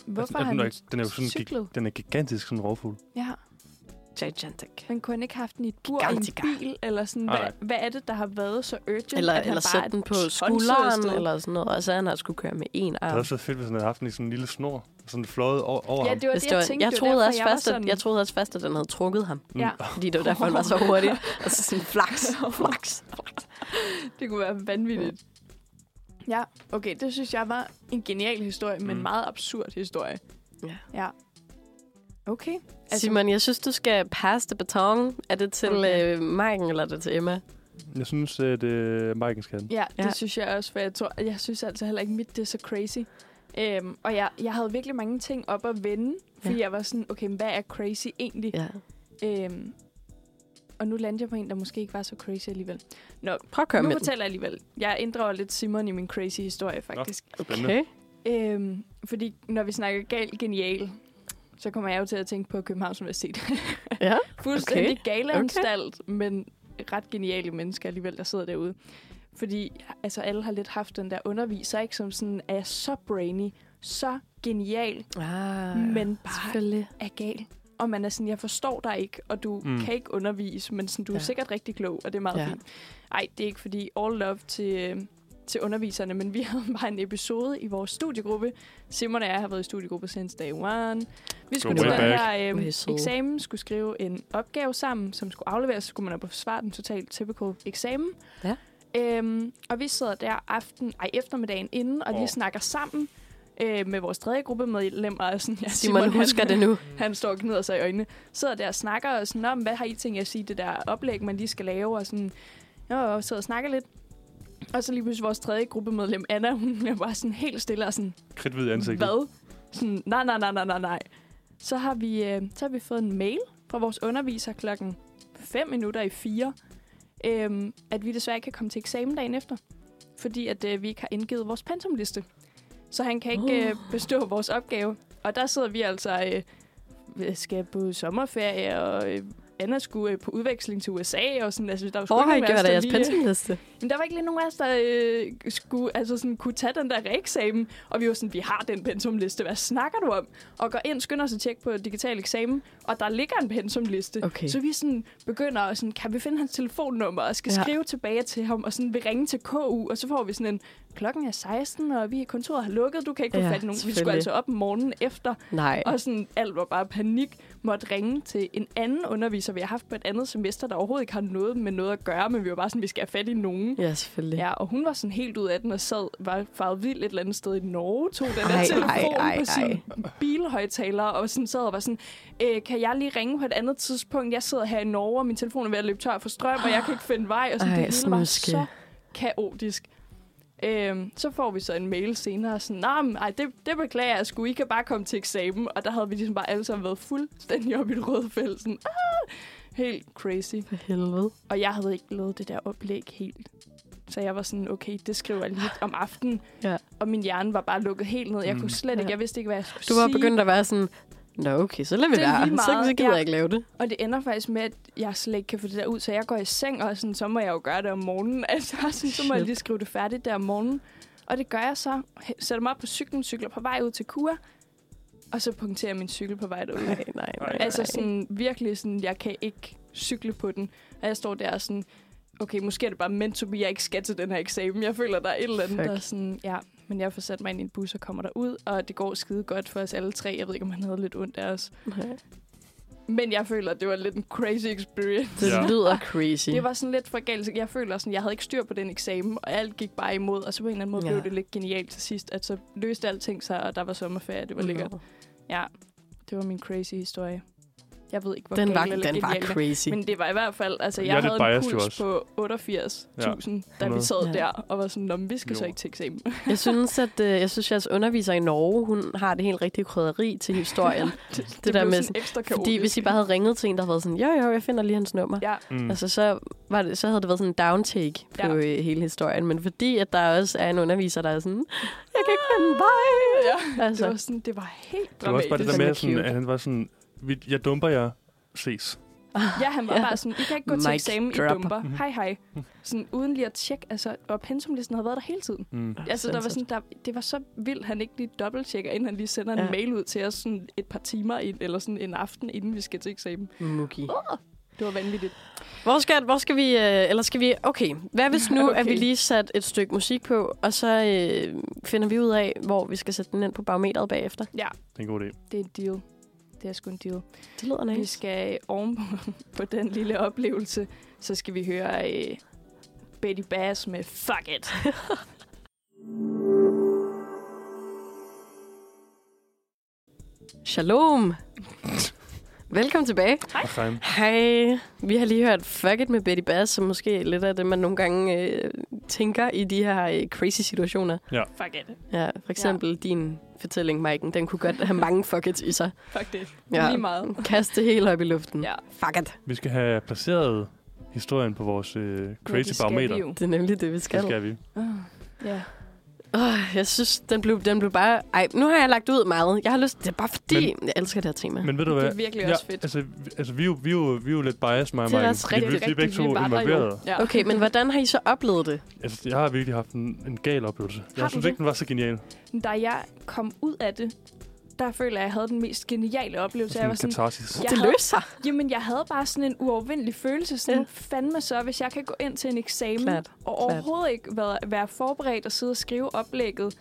Speaker 4: Hvorfor
Speaker 2: Altså,
Speaker 4: har
Speaker 2: den,
Speaker 4: han...
Speaker 2: er, den er jo sådan
Speaker 4: cyklet?
Speaker 2: gig, den er gigantisk sådan en rovfugl.
Speaker 4: Ja,
Speaker 3: Gigantic.
Speaker 4: men kunne han ikke have haft den i et bur
Speaker 3: Gigantica.
Speaker 4: i en bil? Eller sådan,
Speaker 2: Nej.
Speaker 4: hvad, hvad er det, der har været så urgent,
Speaker 3: Eller,
Speaker 4: at han
Speaker 3: eller
Speaker 4: bare
Speaker 3: sætte den på
Speaker 4: tonsede afsted?
Speaker 3: skulderen, eller sådan noget. Og så han har skulle køre med en
Speaker 2: Det
Speaker 3: arm.
Speaker 2: er også så fedt, hvis han havde haft den i sådan en lille snor. Sådan fløjet over, over
Speaker 4: Ja,
Speaker 2: ham.
Speaker 4: det var
Speaker 3: Hvis
Speaker 4: det,
Speaker 3: det
Speaker 4: jeg
Speaker 3: var,
Speaker 4: tænkte.
Speaker 3: jeg,
Speaker 4: Det var
Speaker 3: troede
Speaker 4: derfor,
Speaker 3: også
Speaker 4: jeg var
Speaker 3: først, at,
Speaker 4: sådan-
Speaker 3: jeg troede også først, at den havde trukket ham.
Speaker 2: Mm.
Speaker 4: Ja,
Speaker 3: Fordi det var derfor, han var så hurtig. Og så sådan flaks, flaks.
Speaker 4: det kunne være vanvittigt. Ja, okay, det synes jeg var en genial historie, men en
Speaker 2: Mm.
Speaker 4: meget absurd historie.
Speaker 3: Ja.
Speaker 4: ja. Okay.
Speaker 3: Altså, Simon, jeg synes, du skal passe det beton. Er det til
Speaker 4: Okay.
Speaker 3: okay. øh, Marken, eller er det til Emma?
Speaker 2: Jeg synes, at øh, Mike'en skal have den.
Speaker 4: Ja, det
Speaker 3: Ja.
Speaker 4: synes jeg også, for jeg, tror, jeg synes altså heller ikke, mit det er så crazy. Øhm, og jeg, jeg havde virkelig mange ting op at vende, fordi
Speaker 3: Ja.
Speaker 4: jeg var sådan, okay, men hvad er crazy egentlig?
Speaker 3: Ja.
Speaker 4: Ja. Øhm, og nu landede jeg på en, der måske ikke var så crazy alligevel. Nå,
Speaker 3: Prøv at køre
Speaker 4: nu
Speaker 3: med
Speaker 4: fortæller jeg alligevel. Jeg inddrager lidt Simon i min crazy historie, faktisk.
Speaker 3: den.
Speaker 2: Spændende.
Speaker 3: Okay.
Speaker 4: Øhm, fordi når vi snakker gal genial, så kommer jeg jo til at tænke på Københavns Universitet.
Speaker 3: Ja,
Speaker 4: Fuldstændig okay. galeanstalt, okay. men ret geniale mennesker alligevel, der sidder derude. Fordi altså, alle har lidt haft den der underviser, ikke? Som sådan er så brainy, så genial,
Speaker 3: Ah,
Speaker 4: men bare
Speaker 3: Selvfølgelig.
Speaker 4: er gal. Og man er sådan, jeg forstår dig ikke, og du
Speaker 2: Mm.
Speaker 4: mm. kan ikke undervise, men sådan, du er
Speaker 3: Ja.
Speaker 4: sikkert rigtig klog, og det er meget
Speaker 3: Ja.
Speaker 4: ja. fint. Ej, det er ikke fordi all love til, øh, til underviserne, men vi havde bare en episode i vores studiegruppe. Simon og jeg har været i studiegruppe since day one. Vi skulle
Speaker 3: way
Speaker 4: til den her øh,
Speaker 3: Way so.
Speaker 4: eksamen, skulle skrive en opgave sammen, som skulle afleveres, så skulle man op og forsvare den totalt typical eksamen.
Speaker 3: Ja.
Speaker 4: Øhm, og vi sidder der aften, ej, eftermiddagen inden, og oh.
Speaker 2: Åh.
Speaker 4: vi snakker sammen øh, med vores tredje gruppemedlemmer. og Sådan, ja,
Speaker 3: Simon, Simon
Speaker 4: han-
Speaker 3: husker det nu.
Speaker 4: han står og gnider sig i øjnene. Sidder der og snakker og sådan, om, hvad har I tænkt jer at sige, det der oplæg, man lige skal lave? Og sådan, jo, og sidder og snakker lidt. Og så lige pludselig vores tredje gruppemedlem, Anna, hun er bare sådan helt stille og sådan,
Speaker 2: Kridtvid i ansigtet.
Speaker 4: hvad? Sådan, nej, nej, nej, nej, nej, nej. Så har, vi, øh, så har vi fået en mail fra vores underviser klokken 5 minutter i 4, øh, at vi desværre ikke kan komme til eksamen dagen efter, fordi at øh, vi ikke har indgivet vores pensumliste. Så han kan ikke
Speaker 3: Oh.
Speaker 4: øh, bestå vores opgave. Og der sidder vi altså, øh, skal på sommerferie, og øh, Anna skulle øh, på udveksling til USA, og sådan, altså, der var sgu
Speaker 3: Hvor
Speaker 4: ikke
Speaker 3: har I
Speaker 4: nogen af
Speaker 3: gjort af
Speaker 4: os, der
Speaker 3: jeres
Speaker 4: lige- øh,
Speaker 3: pensumliste?
Speaker 4: men der var ikke lige nogen af os, der øh, skulle, altså sådan, kunne tage den der reeksamen. Og vi var sådan, vi har den pensumliste, hvad snakker du om? Og går ind, skynder os at tjekke på digital eksamen, og der ligger en pensumliste.
Speaker 3: Okay.
Speaker 4: Så vi sådan begynder at sådan, kan vi finde hans telefonnummer, og skal
Speaker 3: Ja.
Speaker 4: ja. skrive tilbage til ham, og sådan vil ringe til KU, og så får vi sådan en, klokken er 16, og vi i kontoret har lukket, du kan ikke få
Speaker 3: Ja,
Speaker 4: fat i nogen. Vi skulle
Speaker 3: selvfølgelig.
Speaker 4: altså op morgenen efter,
Speaker 3: Nej.
Speaker 4: og sådan, alt var bare panik. Måtte ringe til en anden underviser, vi har haft på et andet semester, der overhovedet ikke har noget med noget at gøre, men vi var bare sådan, vi skal have fat i nogen.
Speaker 3: Ja, selvfølgelig.
Speaker 4: Ja, og hun var sådan helt ud af den og sad, var faret vildt et eller andet sted i Norge, tog den der
Speaker 3: Ej,
Speaker 4: telefon
Speaker 3: ej, ej,
Speaker 4: på sin
Speaker 3: ej.
Speaker 4: bilhøjtaler, og sådan sad og var sådan, øh, kan jeg lige ringe på et andet tidspunkt? Jeg sidder her i Norge, og min telefon er ved at løbe tør for strøm, og jeg kan ikke finde vej, og sådan,
Speaker 3: Ej,
Speaker 4: det hele var
Speaker 3: snuske.
Speaker 4: så kaotisk. Øhm, så får vi så en mail senere, sådan, nej, men, ej, det, det beklager jeg sgu, I kan bare komme til eksamen. Og der havde vi ligesom bare alle sammen været fuldstændig op i det røde felt, sådan, ah, helt crazy.
Speaker 3: For helvede.
Speaker 4: Og jeg havde ikke lavet det der oplæg helt. Så jeg var sådan, okay, det skriver jeg lige om aftenen.
Speaker 3: Ja.
Speaker 4: Og min hjerne var bare lukket helt ned. Jeg
Speaker 2: Mm.
Speaker 4: kunne slet ikke,
Speaker 3: Ja.
Speaker 4: jeg vidste ikke, hvad jeg skulle
Speaker 3: Du var
Speaker 4: sige.
Speaker 3: begyndt at være sådan, Nå, okay, så lader vi
Speaker 4: Det er
Speaker 3: være.
Speaker 4: lige
Speaker 3: Så,
Speaker 4: meget,
Speaker 3: så gider
Speaker 4: ja.
Speaker 3: jeg ikke lave det.
Speaker 4: Og det ender faktisk med, at jeg slet ikke kan få det der ud. Så jeg går i seng, og sådan, så må jeg jo gøre det om morgenen. Altså, sådan, så må jeg
Speaker 3: Shit.
Speaker 4: lige skrive det færdigt der om morgenen. Og det gør jeg så. H- Sætter mig op på cyklen, cykler på vej ud til Kura. Og så punkterer jeg min cykel på vej derud.
Speaker 3: Nej, nej, nej.
Speaker 4: Altså
Speaker 3: nej.
Speaker 4: sådan virkelig sådan, jeg kan ikke cykle på den. Og jeg står der og sådan, okay, måske er det bare meant to be, jeg ikke skal til den her eksamen. Jeg føler, der er et eller andet,
Speaker 3: Fuck.
Speaker 4: der er sådan, ja, men jeg får sat mig ind i en bus og kommer derud, og det går skide godt for os alle tre. Jeg ved ikke, om han havde lidt ondt af os.
Speaker 3: Nej.
Speaker 4: Men jeg føler, det var lidt en crazy experience.
Speaker 3: Det
Speaker 2: Ja.
Speaker 3: lyder crazy.
Speaker 4: Det var sådan lidt for galt. Jeg føler sådan, jeg havde ikke styr på den eksamen, og alt gik bare imod. Og så på en eller anden måde
Speaker 3: Ja.
Speaker 4: ja. blev det lidt genialt til sidst, at så
Speaker 3: Mm.
Speaker 4: løste alting sig, og der var sommerferie, og det var lækkert. Ja, det var min crazy historie. Jeg ved ikke, hvor
Speaker 3: Den
Speaker 4: galt
Speaker 3: var,
Speaker 4: eller
Speaker 3: den var
Speaker 4: genial den-
Speaker 3: crazy.
Speaker 4: Men det var i hvert fald, altså
Speaker 2: Jeg
Speaker 4: jeg,
Speaker 2: er lidt
Speaker 4: havde
Speaker 2: biased
Speaker 4: en
Speaker 2: jo
Speaker 4: puls
Speaker 2: også.
Speaker 4: på 88.000, da vi
Speaker 2: Hundrede.
Speaker 4: sad
Speaker 3: Ja.
Speaker 4: der og var sådan, "Nå, men vi skal så
Speaker 2: Jo.
Speaker 4: ikke til eksamen.
Speaker 3: Jeg synes, at øh, jeg synes, jeres underviser i Norge, hun har det helt rigtige krydderi til historien.
Speaker 4: det,
Speaker 3: der
Speaker 4: blev
Speaker 3: med
Speaker 4: sådan
Speaker 3: sådan-
Speaker 4: ekstra kaotisk.
Speaker 3: fordi hvis I bare havde ringet til en, der havde været sådan, jo jo, jeg finder lige hans nummer.
Speaker 4: Ja,
Speaker 2: Mm.
Speaker 3: Altså, så, var det, så havde det været sådan en downtake ja. på øh, hele historien. Men fordi, at der også er en underviser, der er sådan, jeg kan ikke finde vej.
Speaker 4: ja.
Speaker 3: Altså,
Speaker 4: det var sådan, det var helt
Speaker 2: Det var også
Speaker 4: dramatisk.
Speaker 2: bare det der
Speaker 3: Dramatisk.
Speaker 2: med, sådan,
Speaker 3: Cute.
Speaker 2: at han var sådan, "Vi- jeg dumper jer, ses.
Speaker 4: Ja, han var
Speaker 3: Ja.
Speaker 4: ja. bare sådan, I kan ikke gå til
Speaker 3: Mic
Speaker 4: eksamen,
Speaker 3: drop.
Speaker 4: I dumper.
Speaker 2: Mhm.
Speaker 4: Hej, hej. Sådan uden lige at tjekke, altså, og pensumlisten havde været der hele tiden.
Speaker 2: Mm.
Speaker 4: Altså, der var
Speaker 3: Sindssygt.
Speaker 4: sådan, der, det var så vildt, han ikke lige dobbelttjekker, inden han lige sender ja.
Speaker 3: Ja.
Speaker 4: en mail ud til os sådan et par timer, ind, eller sådan en aften, inden vi skal til eksamen.
Speaker 3: Mugi.
Speaker 4: Det var vanvittigt.
Speaker 3: Hvor skal, hvor skal vi, øh, eller skal vi, okay, hvad hvis nu, okay. at vi
Speaker 4: Okay.
Speaker 3: lige satte et stykke musik på, og så øh, finder vi ud af, hvor vi skal sætte den ind på barometeret bagefter.
Speaker 2: Det er en god idé.
Speaker 4: Det er en deal. Det er sgu en deal.
Speaker 3: Det lyder
Speaker 4: Vi
Speaker 3: nice.
Speaker 4: skal øh, oven på, på den lille oplevelse, så skal vi høre øh, Betty Bass med Fuck It.
Speaker 3: Shalom. Velkommen tilbage.
Speaker 2: Okay.
Speaker 3: Hej. Vi har lige hørt Fuck It med Betty Bass, som måske er lidt af det, man nogle gange øh, tænker i de her øh, crazy situationer.
Speaker 4: Fuck it.
Speaker 3: Ja, for eksempel ja. din fortælling, Maiken, den kunne godt have mange fuck it i sig.
Speaker 4: Fuck det.
Speaker 3: Ja.
Speaker 4: Ja. Lige meget.
Speaker 3: Kast det hele op i luften.
Speaker 4: Ja.
Speaker 3: Fuck it.
Speaker 2: Vi skal have placeret historien på vores øh,
Speaker 4: Ja,
Speaker 2: crazy
Speaker 4: det skal
Speaker 2: barometer.
Speaker 4: vi jo.
Speaker 3: Det er nemlig det, vi skal.
Speaker 2: Det skal vi.
Speaker 4: Ah, Ja.
Speaker 3: Oh, jeg synes, den blev, den blev bare... Ej, nu har jeg lagt ud meget. Jeg har lyst... Det er bare fordi, men, jeg elsker det her tema. Men,
Speaker 2: Men ved du
Speaker 4: Det
Speaker 2: hvad?
Speaker 4: er virkelig også fedt.
Speaker 2: Altså, vi- altså vi, er jo, vi, er jo, vi er jo lidt biased, mig og
Speaker 3: Det er
Speaker 2: Mike.
Speaker 3: også
Speaker 2: Vi,
Speaker 3: rigtigt,
Speaker 2: vi er begge to
Speaker 4: Vi var der jo.
Speaker 2: involveret.
Speaker 4: Ja.
Speaker 3: okay, men hvordan har I så oplevet det?
Speaker 2: Altså, jeg har virkelig haft en, en gal oplevelse.
Speaker 4: Har
Speaker 2: Jeg
Speaker 4: du
Speaker 2: synes
Speaker 4: det?
Speaker 2: ikke, den var så genial.
Speaker 4: Men da jeg kom ud af det, der føler jeg, at jeg havde den mest geniale oplevelse. Jeg
Speaker 2: Sådan
Speaker 4: var
Speaker 2: en
Speaker 4: sådan,
Speaker 2: katarsis.
Speaker 4: Jeg
Speaker 3: det
Speaker 4: havde-
Speaker 3: løser sig.
Speaker 4: jamen jeg havde bare sådan en uovervindelig følelse. Sådan,
Speaker 3: Ja.
Speaker 4: ja. fandme så, hvis jeg kan gå ind til en eksamen
Speaker 3: Klart,
Speaker 4: og overhovedet ikke være, være forberedt og sidde og skrive oplægget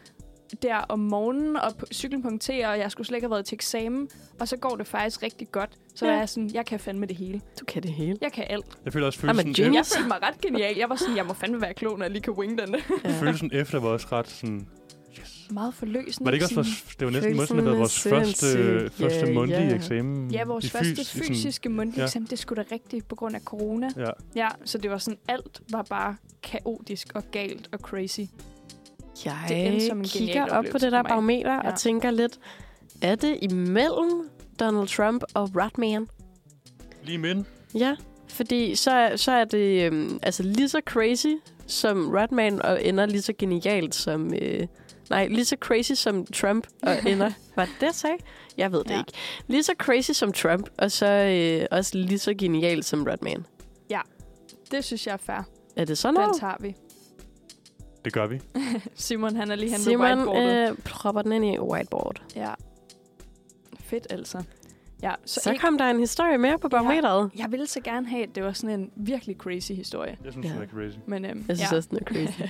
Speaker 4: der om morgenen og p- cyklen punkterer, og jeg skulle slet ikke have været til eksamen, og så går det faktisk rigtig godt. Så
Speaker 3: Ja.
Speaker 4: ja. er jeg sådan, jeg kan fandme det hele.
Speaker 3: Du kan det hele.
Speaker 4: Jeg kan alt.
Speaker 2: Jeg føler også
Speaker 3: I'm a
Speaker 2: følelsen,
Speaker 3: genius.
Speaker 2: efter,
Speaker 4: Jeg følte mig ret genial. Jeg var sådan, jeg må fandme være klog, når jeg lige kan wing den.
Speaker 2: følelsen efter var også ret sådan...
Speaker 4: Meget forløsende.
Speaker 2: Var det ikke også
Speaker 4: sådan-
Speaker 2: vores, det var næsten
Speaker 3: Følelsen
Speaker 2: måske været
Speaker 3: er
Speaker 2: vores første, øh,
Speaker 3: sindssyg.
Speaker 2: første
Speaker 3: Ja,
Speaker 2: mundtlige
Speaker 3: ja.
Speaker 2: eksamen?
Speaker 4: Ja, vores
Speaker 2: i
Speaker 4: første
Speaker 2: fys- i sådan-
Speaker 4: fysiske mundtlige
Speaker 2: ja.
Speaker 4: eksamen, det skulle da rigtigt på grund af corona.
Speaker 2: Ja,
Speaker 4: Ja, så det var sådan, alt var bare kaotisk og galt og crazy.
Speaker 3: Jeg
Speaker 4: Det endte som en genial
Speaker 3: kigger op på
Speaker 4: oplevelse
Speaker 3: det der
Speaker 4: for mig.
Speaker 3: barometer ja.
Speaker 4: Ja.
Speaker 3: og tænker lidt, er det imellem Donald Trump og Rodman?
Speaker 2: lige midt.
Speaker 3: Ja, fordi så, så er det øhm, altså lige så crazy som Rodman og ender lige så genialt som... Øh, nej, lige så crazy som Trump og ender... Var det det, jeg sagde? Jeg ved det ja.
Speaker 4: Ja.
Speaker 3: ikke. Lige så crazy som Trump, og så øh, også lige så genialt som Rodman.
Speaker 4: Det synes jeg er fair.
Speaker 3: Er det sådan
Speaker 4: Den
Speaker 3: noget?
Speaker 4: tager vi.
Speaker 2: Det gør vi.
Speaker 4: Simon, han er lige hen ved
Speaker 3: Simon
Speaker 4: whiteboardet. Øh...
Speaker 3: øh, propper den ind i whiteboard.
Speaker 4: Ja. Fedt altså. Ja, så,
Speaker 3: Så, så
Speaker 4: ikke...
Speaker 3: kom der en historie mere på barometeret.
Speaker 4: Jeg ville så gerne have, at det var sådan en virkelig crazy historie.
Speaker 2: Jeg synes,
Speaker 3: Ja.
Speaker 2: ja. det er crazy.
Speaker 4: Men øhm,
Speaker 3: Jeg synes
Speaker 4: ja.
Speaker 3: også, den er crazy.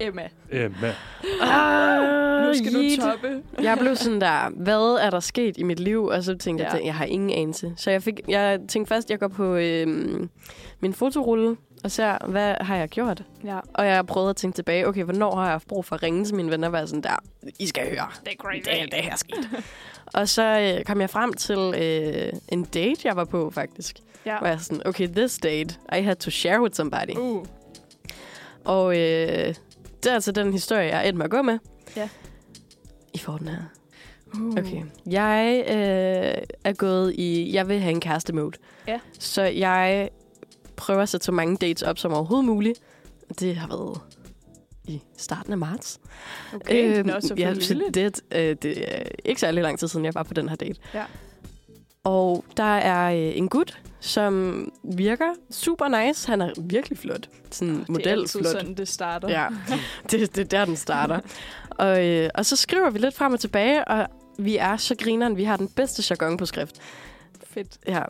Speaker 4: Emma,
Speaker 2: Emma.
Speaker 3: ah,
Speaker 4: nu skal
Speaker 3: yeet.
Speaker 4: du toppe.
Speaker 3: Jeg blev sådan der, hvad er der sket i mit liv? Og så tænkte ja.
Speaker 4: Ja.
Speaker 3: jeg, til- jeg har ingen anelse. Så jeg, fik, jeg tænkte først, jeg går på øhm, min fotorulle og ser, hvad har jeg gjort?
Speaker 4: Ja,
Speaker 3: Og jeg prøvede at tænke tilbage, okay, hvornår har jeg haft brug for at ringe til mine venner og være sådan der, I skal høre,
Speaker 4: det er crazy.
Speaker 3: det, det her er sket. og så øh, kom jeg frem til øh, en date, jeg var på faktisk.
Speaker 4: Ja.
Speaker 3: Hvor jeg sådan, okay, this date, I had to share with somebody.
Speaker 4: Uh,
Speaker 3: Og øh, det er altså den historie, jeg endte med at gå med.
Speaker 4: Ja.
Speaker 3: I får den her.
Speaker 4: uh.
Speaker 3: Okay. Jeg øh, er gået i... Jeg vil have en kæreste mode.
Speaker 4: Ja.
Speaker 3: Så jeg prøver at sætte så mange dates op som overhovedet muligt. Det har været i starten af marts.
Speaker 4: Okay, øhm, Nå, så for
Speaker 3: ja,
Speaker 4: ja,
Speaker 3: så
Speaker 4: lille.
Speaker 3: det, øh, det er ikke særlig lang tid siden, jeg var på den her date.
Speaker 4: Ja.
Speaker 3: Og der er øh, en gut, som virker super nice. Han er virkelig flot. Sådan oh,
Speaker 4: det er altid
Speaker 3: modelflot.
Speaker 4: sådan, det starter.
Speaker 3: Ja, det, det er der, den starter. Og, øh, og så skriver vi lidt frem og tilbage, og vi er så grineren. Vi har den bedste jargon på skrift.
Speaker 4: Fedt.
Speaker 3: Ja.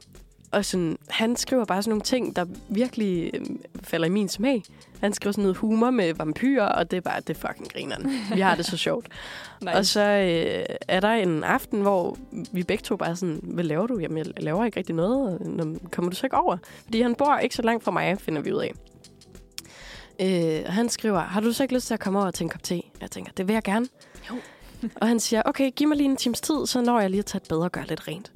Speaker 3: Og sådan, han skriver bare sådan nogle ting, der virkelig øh, falder i min smag. Han skriver sådan noget humor med vampyrer, og det er bare, det er fucking grineren. Vi har det så sjovt.
Speaker 4: Nice.
Speaker 3: og så øh, er der en aften, hvor vi begge to bare sådan, hvad laver du? Jamen, jeg laver ikke rigtig noget. Nå, Kommer du så ikke over? Fordi han bor ikke så langt fra mig, finder vi ud af. Øh, og han skriver, har du så ikke lyst til at komme over til en kop te? Jeg tænker, det vil jeg gerne. Jo. og han siger, okay, giv mig lige en times tid, så når jeg lige at tage et bad og gøre lidt rent.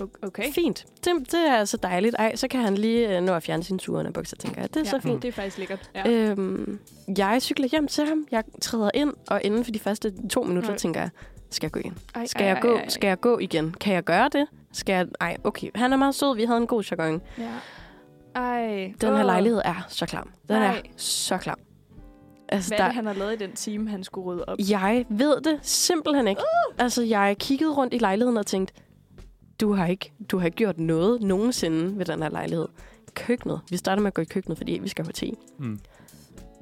Speaker 4: O- Okay.
Speaker 3: Fint. Det, det er så dejligt. Ej, så kan han lige øh, nå at fjerne sine sure bukser, tænker jeg. Det er ja. så fint.
Speaker 4: Det er faktisk lækkert. Ja.
Speaker 3: Øhm, jeg cykler hjem til ham. Jeg træder ind, og inden for de første to minutter
Speaker 4: Nej.
Speaker 3: Nej. tænker jeg, skal jeg gå ind?
Speaker 4: Ej,
Speaker 3: Skal jeg gå? Skal jeg gå igen? Kan jeg gøre det? Skal jeg... Ej, okay. Han er meget sød. Vi havde en god jargon.
Speaker 4: Ja. Ej.
Speaker 3: Den
Speaker 4: åh.
Speaker 3: her lejlighed er så klam. Den
Speaker 4: Nej.
Speaker 3: er så klam. Altså,
Speaker 4: Hvad er det, han har lavet i den time, han skulle rydde op?
Speaker 3: Jeg ved det simpelthen ikke.
Speaker 4: Uh!
Speaker 3: Altså, jeg kiggede rundt i lejligheden og tænkte, du har ikke, du har ikke gjort noget nogensinde ved den her lejlighed. Køkkenet. Vi starter med at gå i køkkenet, fordi vi skal have te.
Speaker 2: Mm.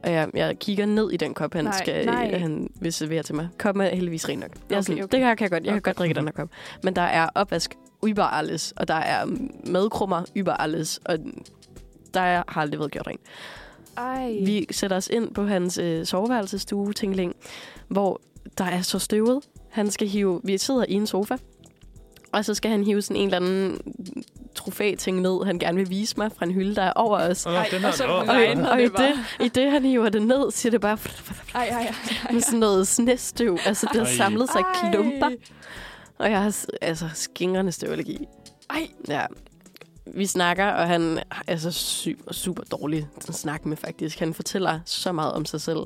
Speaker 3: Og jeg, jeg kigger ned i den kop, han,
Speaker 4: Nej,
Speaker 3: skal,
Speaker 4: nej.
Speaker 3: han vil servere til mig. Koppen er heldigvis ren nok. Jeg okay,
Speaker 4: Okay,
Speaker 3: er sådan,
Speaker 4: okay.
Speaker 3: Det her kan jeg godt. Jeg okay. kan
Speaker 4: Okay.
Speaker 3: godt drikke den her kop. Men der er opvask über alles, og der er madkrummer über alles, og der er- har aldrig været gjort rent.
Speaker 4: Ej.
Speaker 3: Vi sætter os ind på hans øh, soveværelsestue, tingling, hvor der er så støvet. Han skal hive, vi sidder i en sofa, og så skal han hive sådan en eller anden trofæting ned, han gerne vil vise mig fra en hylde, der er over os.
Speaker 2: Åh, den
Speaker 4: og så
Speaker 2: har
Speaker 3: Og,
Speaker 4: den regn.
Speaker 2: den.
Speaker 4: Ej,
Speaker 3: og i,
Speaker 4: det var-
Speaker 3: det, i det, han hiver det ned, siger det bare
Speaker 4: Ej, ej, ej.
Speaker 3: med sådan noget snestøv. Altså, det har
Speaker 2: Ej.
Speaker 3: samlet sig i
Speaker 4: Ej.
Speaker 3: klumper. Og jeg har s- altså skingrende støvallergi.
Speaker 4: Ej.
Speaker 3: Ja. Vi snakker, og han er så super, super dårlig at snakke med, faktisk. Han fortæller så meget om sig selv,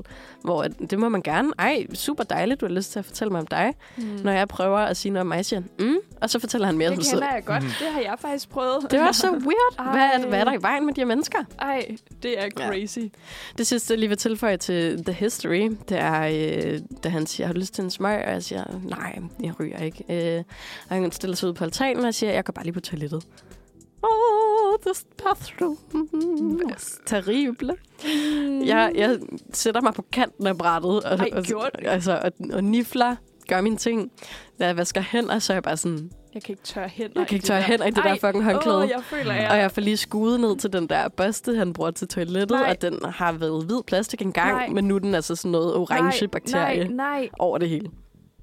Speaker 3: hvor at, det må man gerne. Ej, super dejligt, du har lyst til at fortælle mig om dig.
Speaker 4: Mm.
Speaker 3: Når jeg prøver at sige noget om mig, siger han, mm, og så fortæller han mere om
Speaker 4: det
Speaker 3: sig selv.
Speaker 4: kender jeg godt. Det har jeg faktisk prøvet.
Speaker 3: Det var så weird. Hvad er,
Speaker 4: Ej.
Speaker 3: hvad er der i vejen med de her mennesker?
Speaker 4: Ej, det er crazy.
Speaker 3: Det sidste, jeg lige vil tilføje til The History, det er, øh, da han siger, har du lyst til en smøg? Og jeg siger, nej, jeg ryger ikke. Øh, og han stiller sig ud på altanen og siger, jeg går bare lige på toilettet. Oh, this bathroom was terrible. Jeg, jeg sætter mig på kanten af brættet og,
Speaker 4: Ej, gjorde
Speaker 3: og, altså, og, og nifler, gør mine ting. Da jeg vasker hænder, så er jeg bare sådan,
Speaker 4: Jeg kan ikke tørre hænder
Speaker 3: jeg kan
Speaker 4: i
Speaker 3: ikke
Speaker 4: det
Speaker 3: tørre
Speaker 4: der.
Speaker 3: hænder i det der
Speaker 4: Ej,
Speaker 3: fucking håndklæde.
Speaker 4: Åh, jeg føler, jeg...
Speaker 3: Og jeg får lige skudet ned til den der børste, han bruger til toilettet,
Speaker 4: Nej.
Speaker 3: Nej. og den har været hvid plastik engang,
Speaker 4: Nej.
Speaker 3: Nej. men nu er den altså sådan noget orange
Speaker 4: nej,
Speaker 3: bakterie
Speaker 4: Nej, nej,
Speaker 3: over det hele.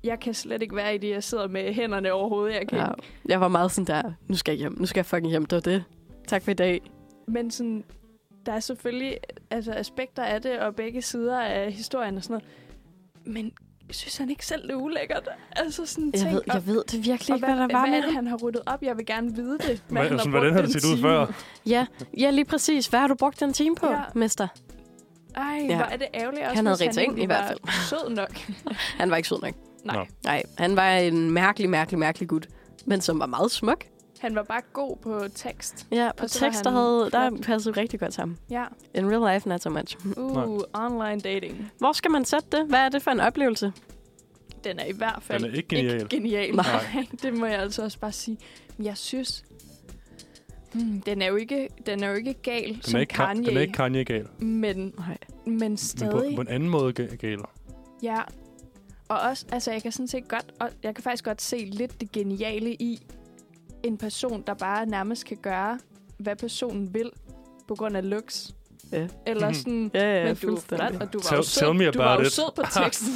Speaker 4: jeg kan slet ikke være i det, jeg sidder med hænderne overhovedet. Jeg kan.
Speaker 3: Ja.
Speaker 4: Ja.
Speaker 3: Jeg var meget sådan der, nu skal jeg hjem, nu skal jeg fucking hjem, det var det. Tak for i dag.
Speaker 4: Men sådan, der er selvfølgelig altså, aspekter af det, og begge sider af historien og sådan noget. Men synes han ikke selv, det er ulækkert? Altså sådan
Speaker 3: Jeg
Speaker 4: ting.
Speaker 3: ved, jeg ved det virkelig ikke, hvad,
Speaker 4: hvad,
Speaker 3: der var
Speaker 4: hvad
Speaker 3: med
Speaker 4: er det,
Speaker 3: ham.
Speaker 4: han har ryddet op? Jeg vil gerne vide det. Hvad
Speaker 2: Hvad-
Speaker 4: han
Speaker 2: sådan,
Speaker 4: brugt
Speaker 2: Hvordan har
Speaker 4: den
Speaker 2: det set ud
Speaker 4: time.
Speaker 2: før?
Speaker 3: Ja, ja, lige præcis. Hvad har du brugt den time på,
Speaker 4: Ja.
Speaker 3: ja. mester?
Speaker 4: Ej, ja.
Speaker 3: Ja.
Speaker 4: hvor er det ærgerligt. Også,
Speaker 3: Han havde
Speaker 4: hvis
Speaker 3: rigtig
Speaker 4: egentlig
Speaker 3: i hvert
Speaker 4: var Sød nok.
Speaker 3: Han var ikke sød nok.
Speaker 4: Nej,
Speaker 2: Nå.
Speaker 3: Nej, han var en mærkelig, mærkelig, mærkelig gut, men som var meget smuk.
Speaker 4: han var bare god på tekst.
Speaker 3: Ja, på
Speaker 4: Og så var
Speaker 3: tekster
Speaker 4: han
Speaker 3: havde, der
Speaker 4: flot.
Speaker 3: passede rigtig godt sammen.
Speaker 4: Ja.
Speaker 3: In real life, not so much.
Speaker 4: Uh, online dating.
Speaker 3: Hvor skal man sætte det? Hvad er det for en oplevelse?
Speaker 4: Den er i hvert fald
Speaker 2: Den er ikke genial.
Speaker 4: Ikke genial.
Speaker 3: Nej.
Speaker 4: Nej. det må jeg altså også bare sige. Men Jeg synes, hmm, den er jo ikke, den er jo ikke gal den
Speaker 2: Den
Speaker 4: som
Speaker 2: er ikke, Ka-
Speaker 4: Kanye,
Speaker 2: den er ikke Kanye gal.
Speaker 4: men,
Speaker 3: Nej.
Speaker 4: men
Speaker 2: Men på,
Speaker 4: stadig.
Speaker 2: på en anden måde ga- gal.
Speaker 4: Ja. Og også, altså jeg kan sådan set godt, og jeg kan faktisk godt se lidt det geniale i en person, der bare nærmest kan gøre, hvad personen vil, på grund af looks.
Speaker 3: Ja.
Speaker 4: Eller
Speaker 2: Mhm.
Speaker 4: sådan,
Speaker 3: Ja, ja,
Speaker 4: men du er
Speaker 3: fuldstændig.
Speaker 4: flot, og du var
Speaker 2: Tell-
Speaker 4: jo sød,
Speaker 2: tell me
Speaker 4: du var
Speaker 2: about
Speaker 4: jo
Speaker 2: it.
Speaker 4: sød på teksten.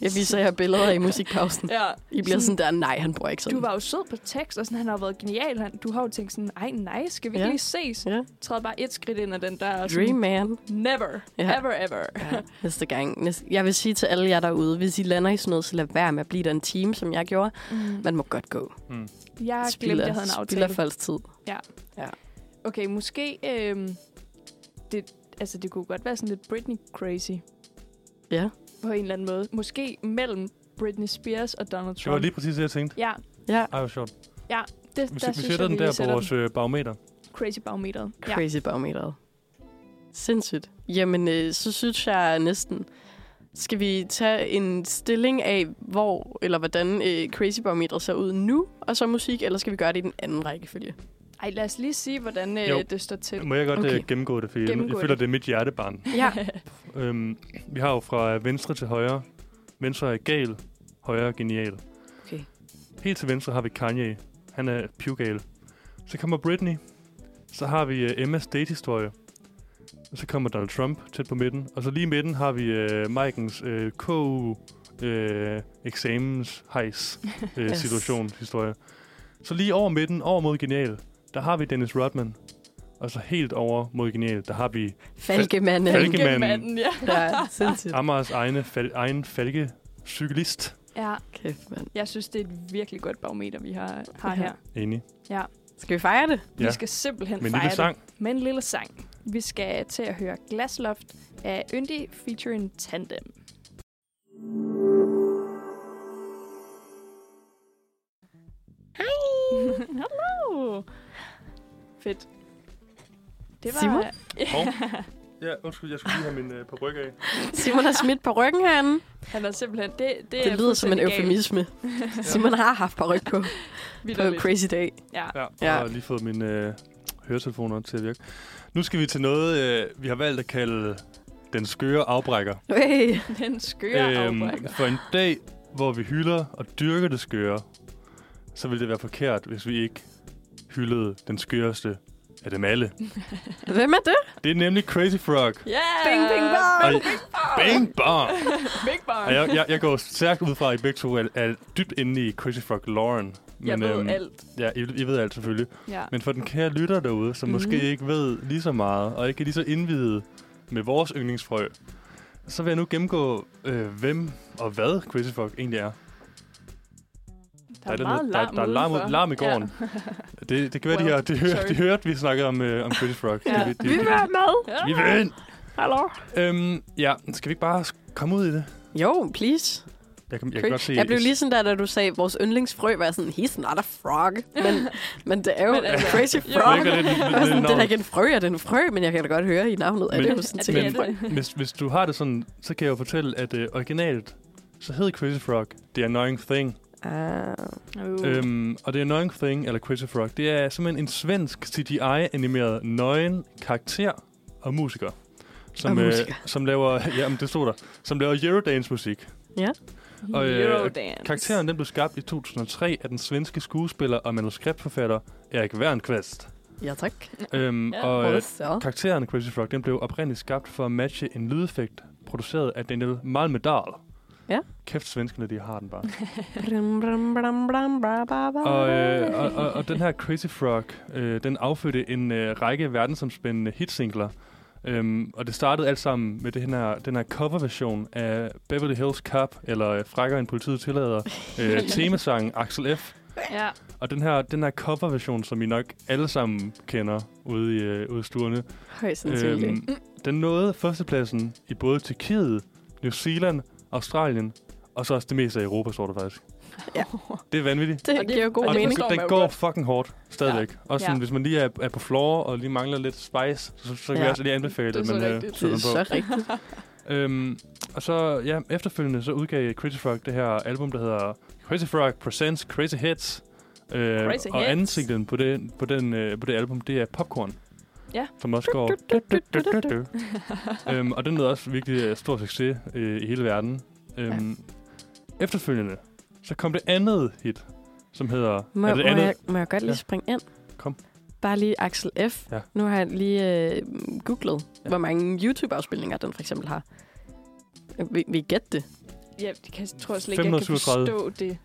Speaker 3: Jeg viser jer billeder i musikpausen.
Speaker 4: ja.
Speaker 3: I bliver sådan der, nej, han bruger ikke sådan.
Speaker 4: Du var jo sød på tekst, og sådan, han har jo været genial. Han, du har jo tænkt sådan, ej nej, skal vi ja.
Speaker 3: Ja.
Speaker 4: lige ses?
Speaker 3: Ja.
Speaker 4: Træd bare et skridt ind ad den der. og
Speaker 3: Dream man.
Speaker 4: Sådan, Never, ja.
Speaker 3: Ja.
Speaker 4: ever, ever.
Speaker 3: Ja, næste gang. Næste, jeg vil sige til alle jer derude, hvis I lander i sådan noget, så lad være med at blive der en time, som jeg gjorde.
Speaker 4: Mm.
Speaker 3: Man må godt gå.
Speaker 2: Mm.
Speaker 4: Jeg glemte, jeg havde en
Speaker 3: spilder
Speaker 4: aftale.
Speaker 3: folks tid.
Speaker 4: Okay, måske... Øhm, det, altså, det kunne godt være sådan lidt Britney-crazy
Speaker 3: Ja.
Speaker 4: på en eller anden måde. Måske mellem Britney Spears og Donald
Speaker 2: Det
Speaker 4: Trump.
Speaker 2: var lige præcis det, jeg tænkte.
Speaker 4: Ja,
Speaker 3: Ja.
Speaker 2: Ej, hvor sjovt.
Speaker 4: det,
Speaker 2: Vi,
Speaker 4: der
Speaker 2: vi
Speaker 4: synes
Speaker 2: sætter den
Speaker 4: jeg, vi
Speaker 2: der
Speaker 4: lige
Speaker 2: på
Speaker 4: sætter
Speaker 2: vores øh, barometer.
Speaker 4: den. Crazy barometeret. Ja.
Speaker 3: Crazy barometeret. Sindssygt. Jamen, øh, så synes jeg næsten... Skal vi tage en stilling af, hvor eller hvordan øh, Crazy Barometer ser ud nu, og så musik, eller skal vi gøre det i den anden rækkefølge?
Speaker 4: Ej, lad os lige sige, hvordan øh,
Speaker 2: Jo.
Speaker 4: det står til.
Speaker 2: Må jeg godt okay.
Speaker 3: Okay.
Speaker 2: øh, gennemgå det, for jeg,
Speaker 4: Gennemgå
Speaker 2: jeg føler,
Speaker 4: det.
Speaker 2: det er mit hjertebarn.
Speaker 3: Ja.
Speaker 2: Øhm, vi har jo fra venstre til højre. Venstre er gal, højre er genial.
Speaker 3: Okay.
Speaker 2: Helt til venstre har vi Kanye. Han er pivgal. Så kommer Britney. Så har vi uh, Emmas datehistorie. Og så kommer Donald Trump tæt på midten. Og så lige i midten har vi uh, Mikens uh, KU uh, eksamens hejs uh, yes.
Speaker 3: Yes.
Speaker 2: situation historie. Så lige over midten, over mod genial, der har vi Dennis Rodman. Og så helt over mod genial, der har vi
Speaker 3: Falkemanden.
Speaker 2: Falkemanden.
Speaker 4: Manden, ja.
Speaker 3: Ja, sindssygt.
Speaker 2: Amagers egne fal- egen falke cyklist.
Speaker 4: Ja,
Speaker 3: Kæft, mand.
Speaker 4: jeg synes, det er et virkelig godt barometer, vi har, har
Speaker 3: Ja.
Speaker 4: her.
Speaker 2: Enig.
Speaker 3: Skal vi fejre det?
Speaker 4: Vi
Speaker 2: Ja.
Speaker 4: skal simpelthen
Speaker 2: Men
Speaker 4: fejre
Speaker 2: lille sang.
Speaker 4: det med en lille sang. Vi skal til at høre Glasloft af Yndi featuring Tandem. Hej! Hallo! Fedt. Det var...
Speaker 3: Simon?
Speaker 2: Hov. Ja, undskyld, jeg skulle lige have min øh, par ryg af.
Speaker 3: Simon har smidt på ryggen herinde.
Speaker 4: Han er simpelthen... Det, det,
Speaker 3: Det,
Speaker 4: er
Speaker 3: det lyder som en
Speaker 4: fuldstændig galt.
Speaker 3: eufemisme. Simon har haft på ryg på, på
Speaker 4: Vitterligt.
Speaker 3: Crazy Day.
Speaker 2: Ja,
Speaker 3: Ja.
Speaker 2: ja. jeg har lige fået mine øh, høretelefoner til at virke. Nu skal vi til noget, øh, vi har valgt at kalde den skøre afbrækker.
Speaker 3: Hey.
Speaker 4: Den skøre øhm, afbrækker.
Speaker 2: for en dag, hvor vi hylder og dyrker det skøre, så ville det være forkert, hvis vi ikke hyldede den skøreste af dem alle.
Speaker 3: Hvem er det?
Speaker 2: Det er nemlig Crazy Frog.
Speaker 4: Yeah!
Speaker 3: Bing, bing, bong!
Speaker 2: Og bang, bang!
Speaker 4: Big bong!
Speaker 2: Og jeg, jeg, jeg går stærkt ud fra, at I begge to er, er dybt inde i Crazy Frog Lauren.
Speaker 4: Jeg ved
Speaker 2: øhm,
Speaker 4: alt.
Speaker 2: Ja, I, I ved alt selvfølgelig.
Speaker 4: Ja.
Speaker 2: Men for den kære lytter derude, som mm. måske
Speaker 3: Mhm.
Speaker 2: ikke ved lige så meget, og ikke er lige så indvidet med vores yndlingsfrø, så vil jeg nu gennemgå, øh, hvem og hvad Crazy Frog egentlig er.
Speaker 4: Der er,
Speaker 2: noget-
Speaker 4: meget
Speaker 2: der, der er larm, ud-
Speaker 4: udenfor.
Speaker 2: larm i
Speaker 4: Ja.
Speaker 2: gården. Ja. Det, det kan være,
Speaker 4: Well,
Speaker 2: well, de, hør, de, hør,
Speaker 4: sorry.
Speaker 2: de hørte, vi snakkede om, øh, om Crazy Frog.
Speaker 4: Ja.
Speaker 2: Det- det-
Speaker 3: Vi
Speaker 2: det-
Speaker 3: vil være med.
Speaker 4: Ja.
Speaker 2: Vi vil!
Speaker 3: Hallo.
Speaker 2: Øhm, ja, skal vi ikke bare sk- komme ud i det?
Speaker 3: Jo, please.
Speaker 2: Jeg kan, jeg kan godt se...
Speaker 3: jeg blev lige sådan der, da du sagde, vores yndlingsfrø, var jeg sådan, he's not a frog. Men, men det er jo
Speaker 4: Men altså-
Speaker 3: crazy
Speaker 4: Jo.
Speaker 3: frog.
Speaker 2: Det virker lidt-
Speaker 3: Jeg var sådan,
Speaker 2: lidt
Speaker 3: det er da
Speaker 2: navn.
Speaker 3: ikke en frø, er det en frø? Men jeg kan da godt høre i navnet, at
Speaker 2: Men-
Speaker 3: det er jo sådan
Speaker 4: At
Speaker 3: set
Speaker 4: det er
Speaker 3: en frø.
Speaker 4: det.
Speaker 2: Hvis, hvis du har det sådan, så kan jeg jo fortælle, at øh, originalt, så hed Crazy Frog The Annoying Thing.
Speaker 3: Ah,
Speaker 4: Uh.
Speaker 2: Øhm, og The Annoying Thing, eller Crazy Frog, det er simpelthen en svensk CGI-animeret nøgen karakter og musiker. Som, øh,
Speaker 3: Og musiker.
Speaker 2: som laver, jamen det stod der, som laver Eurodance-musik. og, øh,
Speaker 4: Eurodance.
Speaker 2: Karakteren den blev skabt i 2003 af den svenske skuespiller og manuskriptforfatter Erik Wernqvist.
Speaker 3: ja, tak.
Speaker 2: øhm,
Speaker 4: Ja,
Speaker 2: og
Speaker 3: Hvor
Speaker 2: øh,
Speaker 3: så?
Speaker 2: karakteren Crazy Frog, den blev oprindeligt skabt for at matche en lydeffekt produceret af Daniel Malmedal.
Speaker 3: Ja.
Speaker 2: Kæft svenskerne, de har den bare.
Speaker 3: Brum, brum, brum, brum, bra, bra, bra.
Speaker 2: Og, øh, og, og, og den her Crazy Frog, øh, den affødte en øh, række verdensomspændende hitsingler. Øhm, og det startede alt sammen med den her, den her coverversion af Beverly Hills Cop, eller øh, Frækker end politiet tillader, øh, temasangen Axel F.
Speaker 4: Ja.
Speaker 2: Og den her, den her coverversion, som I nok alle sammen kender ude i, øh, ude i stuerne,
Speaker 3: Højst sandsynligt. Øhm,
Speaker 2: den nåede førstepladsen i både Tyrkiet, New Zealand, Australien, og så også det meste af Europa, står der faktisk.
Speaker 3: Ja.
Speaker 2: Det er vanvittigt.
Speaker 3: det
Speaker 4: og det-
Speaker 3: giver jo god
Speaker 4: og
Speaker 2: Og den,
Speaker 3: mening.
Speaker 4: forstår man jo
Speaker 2: den går
Speaker 4: godt.
Speaker 2: fucking hårdt, stadigvæk. Ja. Også sådan, ja.
Speaker 4: Ja.
Speaker 2: hvis man lige er, er på floor og lige mangler lidt spice, så, så kan
Speaker 3: Ja.
Speaker 2: jeg også lige anbefale,
Speaker 4: Det er
Speaker 2: at
Speaker 4: så
Speaker 2: man øh,
Speaker 4: rigtigt.
Speaker 3: Det
Speaker 2: sætter
Speaker 3: er så
Speaker 2: den
Speaker 3: rigtigt.
Speaker 2: på. Øhm, og så, ja, efterfølgende så udgav Crazy Frog det her album, der hedder Crazy Frog Presents Crazy Hits. Øh,
Speaker 4: Crazy
Speaker 2: og
Speaker 4: Hits.
Speaker 2: ansigtet på det, på, den, øh, på det album, det er Popcorn.
Speaker 4: Ja.
Speaker 2: Som også går... øhm, og den nåede også virkelig øh, stor succes øh, i hele verden. Øhm, Efterfølgende, så kom det andet hit, som hedder...
Speaker 3: Må,
Speaker 2: er
Speaker 3: må,
Speaker 2: det andet?
Speaker 3: jeg, må jeg godt lige
Speaker 2: Ja.
Speaker 3: springe ind?
Speaker 2: Kom.
Speaker 3: Bare lige Axel F.
Speaker 2: Ja.
Speaker 3: Nu har jeg lige øh, googlet, ja.
Speaker 2: Ja.
Speaker 3: hvor mange YouTube-afspilninger den for eksempel har. Vi, vi gætte det.
Speaker 4: Ja, det kan, jeg tror slet ikke, jeg kan
Speaker 2: 537.
Speaker 4: forstå det.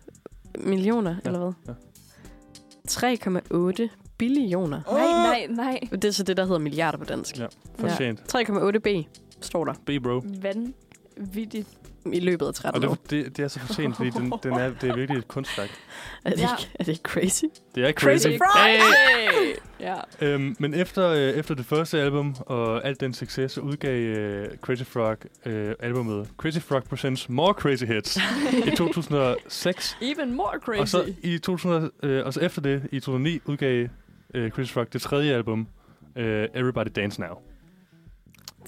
Speaker 3: Millioner, ja.
Speaker 2: Ja,
Speaker 3: eller hvad?
Speaker 2: ja.
Speaker 3: 3,8 billioner.
Speaker 4: Nej, nej, nej.
Speaker 3: Det er så det, der hedder milliarder på dansk.
Speaker 2: Ja. Fortjent.
Speaker 3: 3,8 B står der
Speaker 2: Ja. B-bro.
Speaker 4: Vanvittigt.
Speaker 3: i løbet af 13
Speaker 2: Og det,
Speaker 3: år.
Speaker 2: er- det, det er så fortjent, fordi den, den er, det er virkelig et kunstværk.
Speaker 3: Er det,
Speaker 4: Ja.
Speaker 3: ikke, er det ikke crazy?
Speaker 2: Det er
Speaker 3: Crazy
Speaker 2: crazy.
Speaker 3: Frog!
Speaker 4: Hey! Ja.
Speaker 2: Øhm, men efter, øh, efter det første album og alt den succes, så udgav øh, Crazy Frog øh, albumet Crazy Frog Presents More Crazy Hits i 2006.
Speaker 4: Even more crazy.
Speaker 2: Og så, i 2000, øh, og så efter det, i 2009, udgav øh, Crazy Frog det tredje album, øh, Everybody Dance Now.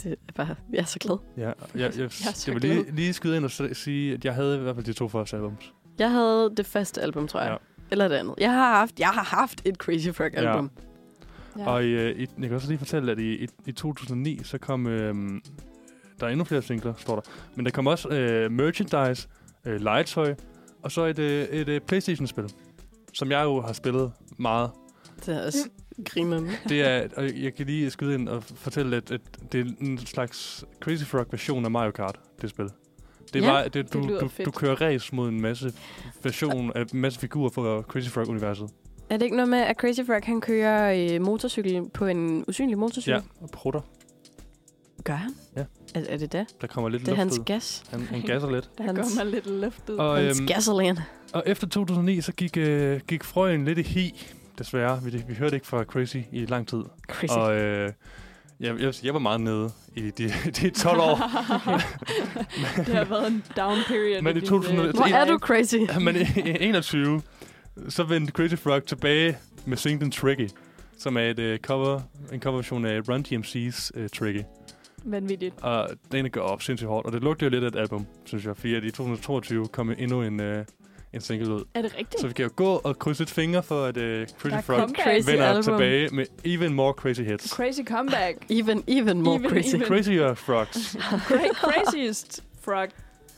Speaker 3: Det er bare, jeg er så glad.
Speaker 2: Ja, jeg, jeg, jeg,
Speaker 4: så
Speaker 2: jeg vil
Speaker 4: glad.
Speaker 2: lige, lige skyde ind og s- sige, at jeg havde i hvert fald de to første albums.
Speaker 3: Jeg havde det første album, tror jeg.
Speaker 2: Ja.
Speaker 3: Eller det andet. Jeg har haft, jeg har haft et Crazy Frog-album.
Speaker 4: ja.
Speaker 2: Ja. Og i, øh, i, jeg kan også lige fortælle, at i, i, i 2009, så kom... Øh, der er endnu flere singler, står der. Men der kom også øh, merchandise, øh, legetøj, og så et, øh, et øh, Playstation-spil, som jeg jo har spillet meget.
Speaker 3: Det er også grineren.
Speaker 2: Det er, og jeg kan lige skyde ind og fortælle, at, at det er en slags Crazy Frog-version af Mario Kart, det spil. Det
Speaker 3: Ja,
Speaker 2: var, det,
Speaker 4: lyder
Speaker 2: du, du,
Speaker 4: fedt.
Speaker 2: du kører race mod en masse version, af en masse figurer fra Crazy Frog-universet.
Speaker 3: Er det ikke noget med, at Crazy Frog han kører øh, motorcykel på en usynlig motorcykel?
Speaker 2: Ja, og prutter.
Speaker 3: Gør han?
Speaker 2: Ja.
Speaker 3: Er, er det det?
Speaker 2: Der kommer lidt
Speaker 3: Det er
Speaker 2: luft
Speaker 3: hans
Speaker 2: ud.
Speaker 3: gas.
Speaker 2: Han, han gasser lidt.
Speaker 3: Det er
Speaker 4: Der
Speaker 3: hans,
Speaker 4: kommer lidt luft ud.
Speaker 2: Og,
Speaker 3: hans
Speaker 2: øhm,
Speaker 3: gasoline.
Speaker 2: Og efter 2009, så gik, øh, gik frøen lidt i hi, desværre. Vi, vi hørte ikke fra Crazy i lang tid.
Speaker 3: Crazy.
Speaker 2: Og øh, jeg, jeg, vil sige, jeg var meget nede i de, de 12 år.
Speaker 4: det har været en down period.
Speaker 2: Men i
Speaker 4: dit,
Speaker 2: 2000
Speaker 4: øh,
Speaker 3: Hvor
Speaker 2: så-
Speaker 3: er du crazy?
Speaker 2: Men i, i 21, så vendte Crazy Frog tilbage med Sing Den Tricky, som er et, øh, cover, en coverversion af Run DMC's øh, Tricky.
Speaker 4: Vanvittigt.
Speaker 2: Og den går op sindssygt hårdt, og det lugter jo lidt af et album, synes jeg. Fordi at i 2022 kom endnu en, øh, en single ud.
Speaker 4: Er det rigtigt?
Speaker 2: Så vi kan jo gå og krydse et finger for, at øh, Crazy
Speaker 4: Der
Speaker 2: Frog
Speaker 4: kom
Speaker 3: Crazy
Speaker 2: vender
Speaker 3: album.
Speaker 2: tilbage med even more crazy hits.
Speaker 4: Crazy comeback.
Speaker 3: Even, even more
Speaker 4: Even,
Speaker 3: crazy.
Speaker 4: even.
Speaker 2: Crazier frogs.
Speaker 4: Cra- craziest frog.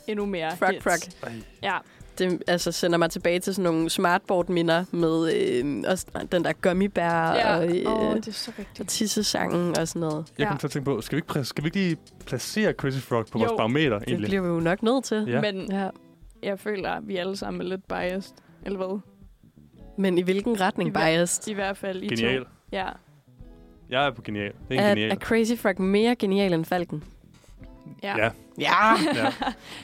Speaker 4: Endnu mere.
Speaker 3: Frog,
Speaker 4: hits.
Speaker 3: frog.
Speaker 4: Ja.
Speaker 3: Det altså, sender mig tilbage til sådan nogle smartboard-minder med øh, også den der gummibær
Speaker 4: ja.
Speaker 3: og,
Speaker 4: Åh,
Speaker 3: øh,
Speaker 4: det er så
Speaker 3: og
Speaker 4: rigtigt.
Speaker 3: tissesangen og sådan noget.
Speaker 2: Jeg
Speaker 4: Ja.
Speaker 2: kom til at tænke på, skal vi ikke, pres- skal vi ikke lige placere Crazy Frog på vores
Speaker 4: Jo.
Speaker 2: barometer
Speaker 3: Det
Speaker 2: egentlig?
Speaker 3: bliver vi jo nok nødt til.
Speaker 2: Ja.
Speaker 4: Men
Speaker 3: Ja.
Speaker 4: jeg føler, at vi alle sammen er lidt biased. Eller hvad?
Speaker 3: Men i hvilken retning
Speaker 4: I hver-
Speaker 3: biased?
Speaker 4: I hvert fald i
Speaker 2: Genial.
Speaker 4: to. Ja.
Speaker 2: Jeg er på genial. Det er en
Speaker 3: Er,
Speaker 2: genial.
Speaker 3: er Crazy Frog mere genial end Falken?
Speaker 4: Ja.
Speaker 2: Ja.
Speaker 3: Ja!
Speaker 2: ja.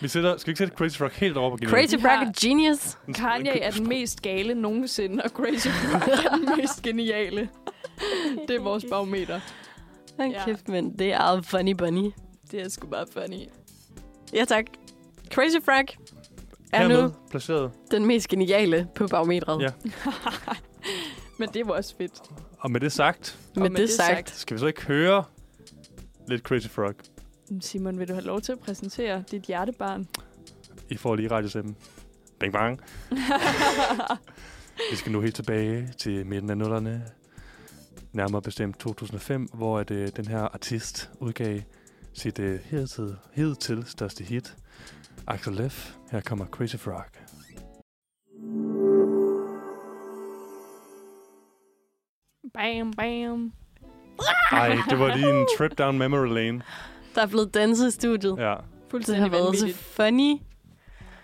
Speaker 2: Vi sætter, skal vi ikke sætte Crazy Frog helt over på genial?
Speaker 3: Crazy
Speaker 4: Vi
Speaker 3: Frog
Speaker 4: har-
Speaker 3: er genius.
Speaker 2: Den-
Speaker 4: Kanye er den mest gale nogensinde, og Crazy Frog er den mest geniale. Det er vores barometer.
Speaker 3: Han
Speaker 4: Ja.
Speaker 3: kæft, men det er funny bunny.
Speaker 4: Det er sgu bare funny.
Speaker 3: Ja tak. Crazy Frog er
Speaker 2: Hermed
Speaker 3: nu
Speaker 2: placeret.
Speaker 3: den mest geniale på barometret.
Speaker 2: Ja.
Speaker 4: Men det var også fedt.
Speaker 2: Og med det sagt,
Speaker 3: Med,
Speaker 4: Og
Speaker 3: med det, det sagt,
Speaker 2: skal vi så ikke høre lidt Crazy Frog?
Speaker 4: Simon, vil du have lov til at præsentere dit hjertebarn?
Speaker 2: I får lige radiosæppen. Bang bang. Vi skal nu helt tilbage til midten af nullerne. Nærmere bestemt 2005, hvor at, øh, den her artist udgav sit øh, hidtil, hidtil største hit. Axel Leff, her kommer Crazy Frog.
Speaker 4: bam, bam.
Speaker 2: Ej, det var lige en trip down memory lane.
Speaker 3: der er blevet danset i studiet.
Speaker 2: Ja.
Speaker 3: Det
Speaker 4: Fuldstændig
Speaker 3: har været så
Speaker 4: vanvittigt.
Speaker 3: funny.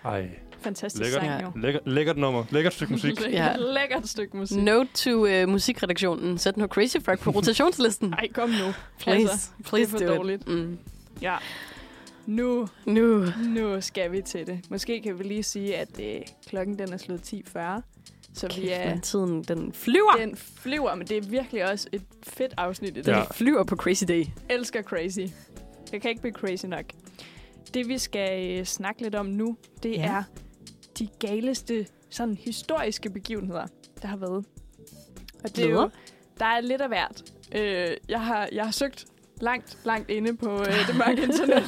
Speaker 2: Ej,
Speaker 4: Fantastisk
Speaker 2: Lækkert.
Speaker 4: sang,
Speaker 3: Ja.
Speaker 4: jo.
Speaker 2: lækker, lækkert nummer. Lækkert stykke musik.
Speaker 4: Ja. Lækkert stykke musik.
Speaker 3: Note to øh, musikredaktionen. Sæt nu Crazy Frog på rotationslisten.
Speaker 4: Ej, kom nu.
Speaker 3: please,
Speaker 4: altså,
Speaker 3: please
Speaker 4: det er
Speaker 3: do
Speaker 4: for
Speaker 3: it.
Speaker 4: dårligt.
Speaker 3: Mm.
Speaker 4: Ja. Nu,
Speaker 3: Nu.
Speaker 4: nu skal vi til det. Måske kan vi lige sige, at øh, klokken den er slået 10.40. Så vi
Speaker 3: Kæft,
Speaker 4: er...
Speaker 3: man, tiden den flyver. Den,
Speaker 4: Den flyver, men det er virkelig også et fedt afsnit i
Speaker 3: den
Speaker 4: dag.
Speaker 2: Ja.
Speaker 3: flyver på Crazy Day.
Speaker 4: elsker crazy. Jeg kan ikke blive crazy nok. Det, vi skal øh, snakke lidt om nu, det
Speaker 3: Ja.
Speaker 4: ja. er de galeste sådan, historiske begivenheder, der har været. Og det er
Speaker 3: Leder.
Speaker 4: jo, der er lidt af hvert. Øh, jeg, har, jeg har søgt langt, langt inde på øh, det mørke internet.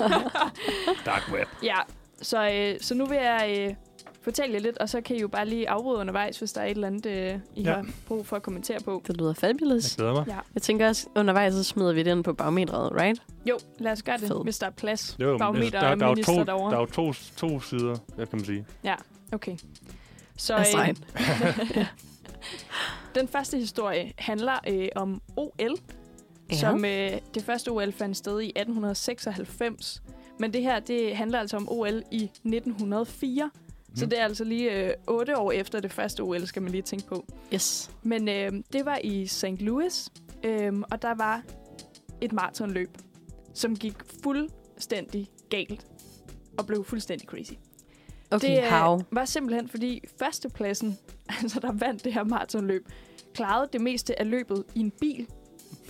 Speaker 2: Dark web.
Speaker 4: ja, så, øh, så nu vil jeg øh, fortælle jer lidt, og så kan I jo bare lige afbryde undervejs, hvis der er et eller andet, øh, I
Speaker 2: Ja.
Speaker 4: ja. har brug for at kommentere på.
Speaker 3: Det lyder fabulous.
Speaker 2: Jeg glæder mig.
Speaker 3: Jeg tænker også, undervejs så smider vi den på barometret, right?
Speaker 4: Jo, lad os gøre det,
Speaker 3: Fed.
Speaker 4: hvis der er plads.
Speaker 2: Jo, men altså,
Speaker 4: Barometer
Speaker 2: der,
Speaker 4: og
Speaker 2: der, er jo
Speaker 4: minister
Speaker 2: to,
Speaker 4: derovre.
Speaker 2: der er jo to, to sider, jeg kan man sige.
Speaker 4: Okay. Så
Speaker 3: Af
Speaker 4: øh,
Speaker 3: stregen.
Speaker 4: den første historie handler øh, om OL, ja. som øh, det første OL fandt sted i 1896. Men det her, det handler altså om OL i 1904. Mm. Så
Speaker 2: Mm.
Speaker 4: det er altså lige øh, otte år efter det første OL, skal man lige tænke på.
Speaker 3: Yes.
Speaker 4: Men øh, det var i St. Louis, øh, og der var et maratonløb, som gik fuldstændig galt og blev fuldstændig crazy.
Speaker 3: Okay,
Speaker 4: Det øh,
Speaker 3: how?
Speaker 4: var simpelthen fordi førstepladsen, altså der vandt det her maratonløb, klarede det meste af løbet i en bil.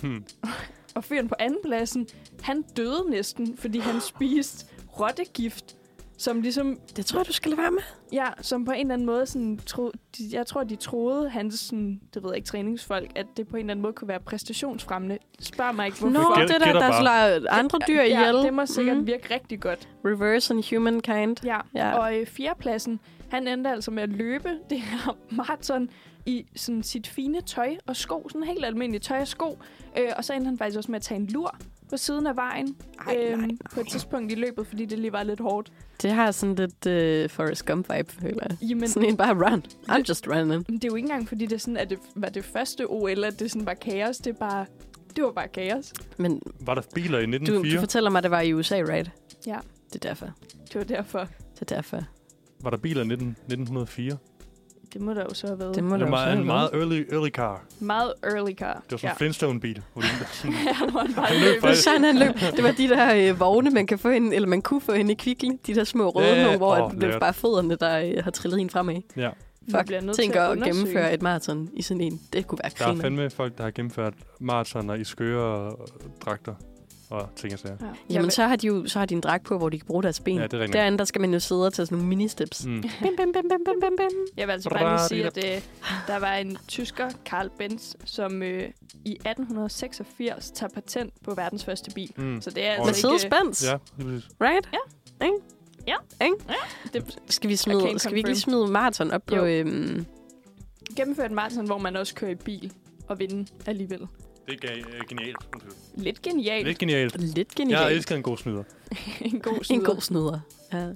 Speaker 2: Hmm.
Speaker 4: Og fyren på andenpladsen, han døde næsten, fordi han spiste rottegift, som ligesom,
Speaker 3: Det tror jeg, du skal lade være med.
Speaker 4: ja, som på en eller anden måde, sådan, tro, de, jeg tror, de troede hans, sådan, det ved jeg ikke, træningsfolk, at det på en eller anden måde kunne være præstationsfremmende. Spørg mig ikke, hvorfor.
Speaker 3: Nå,
Speaker 2: Gæt-
Speaker 3: det er der,
Speaker 2: gætter
Speaker 3: der
Speaker 2: bare.
Speaker 3: slår andre dyr ihjel.
Speaker 4: ja, det må sikkert
Speaker 3: Mm.
Speaker 4: mm. virke rigtig godt.
Speaker 3: Reverse and humankind.
Speaker 4: Ja,
Speaker 3: Ja.
Speaker 4: ja. og øh, fjerdepladsen, han endte altså med at løbe det her maraton i sådan sit fine tøj og sko, sådan helt almindeligt tøj og sko. Øh, og så endte han faktisk også med at tage en lur på siden af vejen øhm,
Speaker 3: Ej, nej, nej.
Speaker 4: på et tidspunkt i løbet, fordi det lige var lidt hårdt.
Speaker 3: Det har sådan lidt øh, Forrest Gump-vibe, føler jeg.
Speaker 4: Jamen,
Speaker 3: Sådan en bare run. I'm just running.
Speaker 4: det er jo ikke engang, fordi det, sådan, at det var det første OL, at det sådan var kaos. Det, er bare, det var bare kaos.
Speaker 3: Men
Speaker 2: Var der biler i
Speaker 3: du, du
Speaker 2: 1904?
Speaker 3: fortæller mig, at det var i USA, right?
Speaker 4: Ja.
Speaker 3: Det er derfor.
Speaker 4: Det var derfor.
Speaker 3: Det er derfor.
Speaker 2: Var der biler i 19, 1904?
Speaker 4: Det må der jo så have været.
Speaker 3: Det må
Speaker 2: Det
Speaker 3: da
Speaker 2: er
Speaker 3: jo
Speaker 2: meget,
Speaker 3: sådan
Speaker 2: en meget early, early car.
Speaker 4: Meget early car.
Speaker 2: Det var sådan en Flintstone-bil. hvor de-
Speaker 4: ja, hvor han bare
Speaker 2: Han løb
Speaker 4: løb.
Speaker 3: Det var
Speaker 2: faktisk-
Speaker 3: sådan, han løb. Det var de der øh, vogne, man kan få ind, eller man kunne få ind i kvickly. De der små røde
Speaker 2: Ja,
Speaker 3: yeah, nogle, hvor
Speaker 2: åh,
Speaker 3: oh, det er
Speaker 2: lækkert.
Speaker 3: bare fødderne, der øh, har trillet en fremad.
Speaker 2: Ja,
Speaker 4: Vi bliver nødt
Speaker 3: Tænk
Speaker 4: til at,
Speaker 3: at
Speaker 4: undersøge.
Speaker 3: gennemføre et maraton i sådan en. Det kunne være
Speaker 2: der er
Speaker 3: griner.
Speaker 2: fandme folk, der har gennemført maratoner i skøre øh, dragter og ting og sager.
Speaker 4: Ja.
Speaker 3: Jamen, så har de jo så har de en dragt på, hvor de kan bruge deres ben.
Speaker 2: Ja, det er rigtigt.
Speaker 3: Derinde, der skal man jo sidde og tage sådan nogle ministeps.
Speaker 2: Mm.
Speaker 3: Bim, bim, bim, bim, bim, bim, bim.
Speaker 4: Jeg vil altså bare lige sige, at øh, der var en tysker, Karl Benz, som øh, i 1886 tager patent på verdens første bil.
Speaker 2: Mm.
Speaker 4: Så det er
Speaker 2: Hold.
Speaker 4: altså ikke...
Speaker 3: Mercedes-Benz,
Speaker 2: Ja, lige præcis.
Speaker 3: right?
Speaker 4: Det,
Speaker 3: Skal vi,
Speaker 4: I can't
Speaker 3: smide, skal vi ikke lige smide maraton op
Speaker 4: Jo.
Speaker 3: på... Øhm,
Speaker 4: gennemføre et maraton, hvor man også kører i bil og vinde alligevel.
Speaker 2: Det er ga- øh, genialt.
Speaker 4: Lidt genialt.
Speaker 2: Lidt genialt.
Speaker 3: lidt genialt.
Speaker 2: Jeg elsker en god snyder.
Speaker 4: en god
Speaker 3: en
Speaker 4: snyder.
Speaker 3: god snyder. Ja.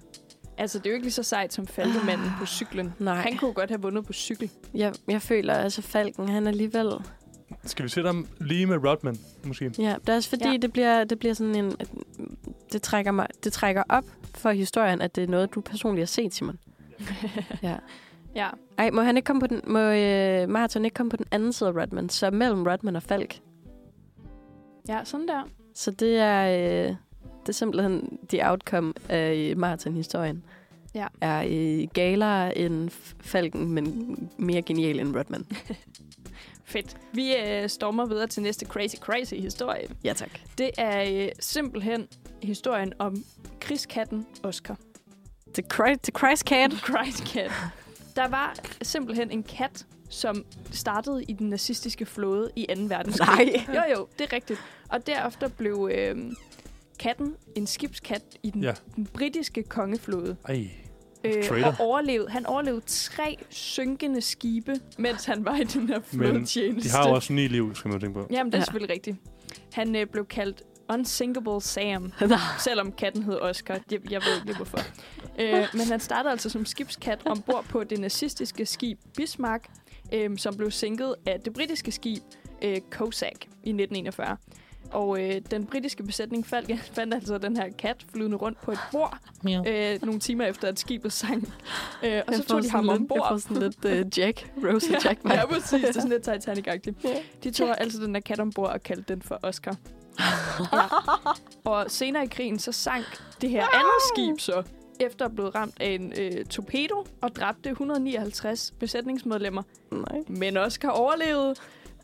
Speaker 4: Altså, det er jo ikke lige så sejt som falkemanden på cyklen.
Speaker 3: Nej,
Speaker 4: Han kunne godt have vundet på cykel.
Speaker 3: jeg, jeg føler altså Falken, han alligevel...
Speaker 2: Skal vi sætte ham lige med Rodman, måske?
Speaker 3: Ja, det er også fordi,
Speaker 4: Ja.
Speaker 3: ja. det, bliver, det bliver sådan en... at Det trækker, mig, det trækker op for historien, at det er noget, du personligt har set, Simon. ja.
Speaker 4: Ja,
Speaker 3: Ej, må han ikke komme på den... Må øh, Marathon ikke komme på den anden side af Rodman? Så mellem Rodman og Falk.
Speaker 4: ja sådan der.
Speaker 3: Så det er, øh, det er simpelthen the outcome af maratonhistorien.
Speaker 4: Ja.
Speaker 3: Er øh, galere end F- Falken, men mere genial end Rodman.
Speaker 4: Fedt. Vi øh, stormer videre til næste crazy, crazy historie.
Speaker 3: Ja, tak.
Speaker 4: Det er øh, simpelthen historien om krigskatten Oscar.
Speaker 3: The, cri- the Christ Cat.
Speaker 4: Christcat. Der var simpelthen en kat, som startede i den nazistiske flåde i 2. verdenskrig.
Speaker 3: Nej.
Speaker 4: Jo, jo, det er rigtigt. Og derefter blev øh, katten en skibskat i den, ja.
Speaker 2: Ja.
Speaker 4: den britiske kongeflåde.
Speaker 2: Ej.
Speaker 4: Øh,
Speaker 2: Traitor.
Speaker 4: og overlevede, han overlevede tre synkende skibe, mens han var i den her flådetjeneste.
Speaker 2: De har jo også ni liv, skal man tænke på.
Speaker 4: Jamen, det er ja.
Speaker 3: Ja.
Speaker 4: selvfølgelig rigtigt. Han øh, blev kaldt Unsinkable Sam.
Speaker 3: Nej.
Speaker 4: Selvom katten hed Oscar. Jeg, jeg ved ikke lige hvorfor. Øh, men han startede altså som skibskat ombord på det nazistiske skib Bismarck, øh, som blev sænket af det britiske skib øh, Cossack i 1941. Og øh, den britiske besætning faldt, fandt altså den her kat flydende rundt på et bord øh, nogle timer efter, at skibet sank. Øh, og så tog de ham
Speaker 3: Jeg får
Speaker 4: ombord.
Speaker 3: sådan lidt øh, Jack, Rose og Jack.
Speaker 4: ja, ja, præcis. Det er sådan lidt Titanic-agtigt.
Speaker 3: Ja.
Speaker 4: De tog altså den der kat ombord og kaldte den for Oscar. ja. Og senere i krigen, så sank det her
Speaker 3: Ah!
Speaker 4: andet skib så, efter at blevet ramt af en øh, torpedo og dræbte 159 besætningsmedlemmer.
Speaker 3: Nej.
Speaker 4: Men Oscar overlevede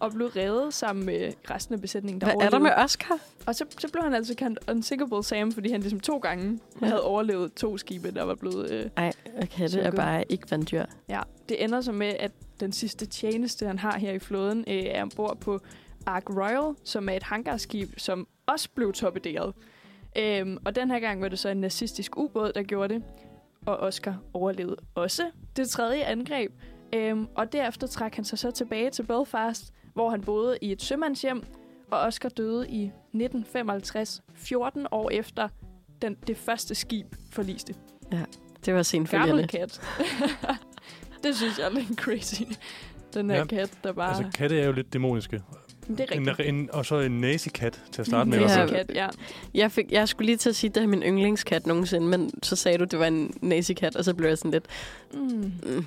Speaker 4: og blev reddet sammen med resten af besætningen, der
Speaker 3: Hvad er
Speaker 4: overlevede.
Speaker 3: der med Oscar?
Speaker 4: Og så, så blev han altså kaldt Unsinkable Sam, fordi han ligesom to gange
Speaker 3: Ja.
Speaker 4: havde overlevet to skibe, der var blevet... Øh,
Speaker 3: Nej, okay, det er
Speaker 4: Sukker.
Speaker 3: bare ikke vanddyr.
Speaker 4: Ja, det ender så med, at den sidste tjeneste, han har her i flåden, øh, er ombord på Ark Royal, som er et hangarskib, som også blev torpederet. Øhm, og den her gang var det så en nazistisk ubåd, der gjorde det. Og Oscar overlevede også det tredje angreb. Øhm, og derefter trak han sig så tilbage til Belfast, hvor han boede i et sømandshjem. Og Oscar døde i 1955, 14 år efter den, det første skib forliste.
Speaker 3: Det var senfølgende.
Speaker 4: Gammel kat. det synes jeg er lidt crazy. Den her ja.
Speaker 2: Ja.
Speaker 4: kat, der bare...
Speaker 2: Altså, katte er jo lidt dæmoniske.
Speaker 4: Men det er
Speaker 2: En,
Speaker 4: rigtigt.
Speaker 2: en, og så en nazi-kat til at starte med. altså.
Speaker 3: Ja.
Speaker 2: i hvert fald.
Speaker 4: kat, ja.
Speaker 3: Jeg, fik, jeg skulle lige til at sige, at det er min yndlingskat nogensinde, men så sagde du, at det var en nazikat, og så blev jeg sådan lidt...
Speaker 4: Mm.
Speaker 3: Mm.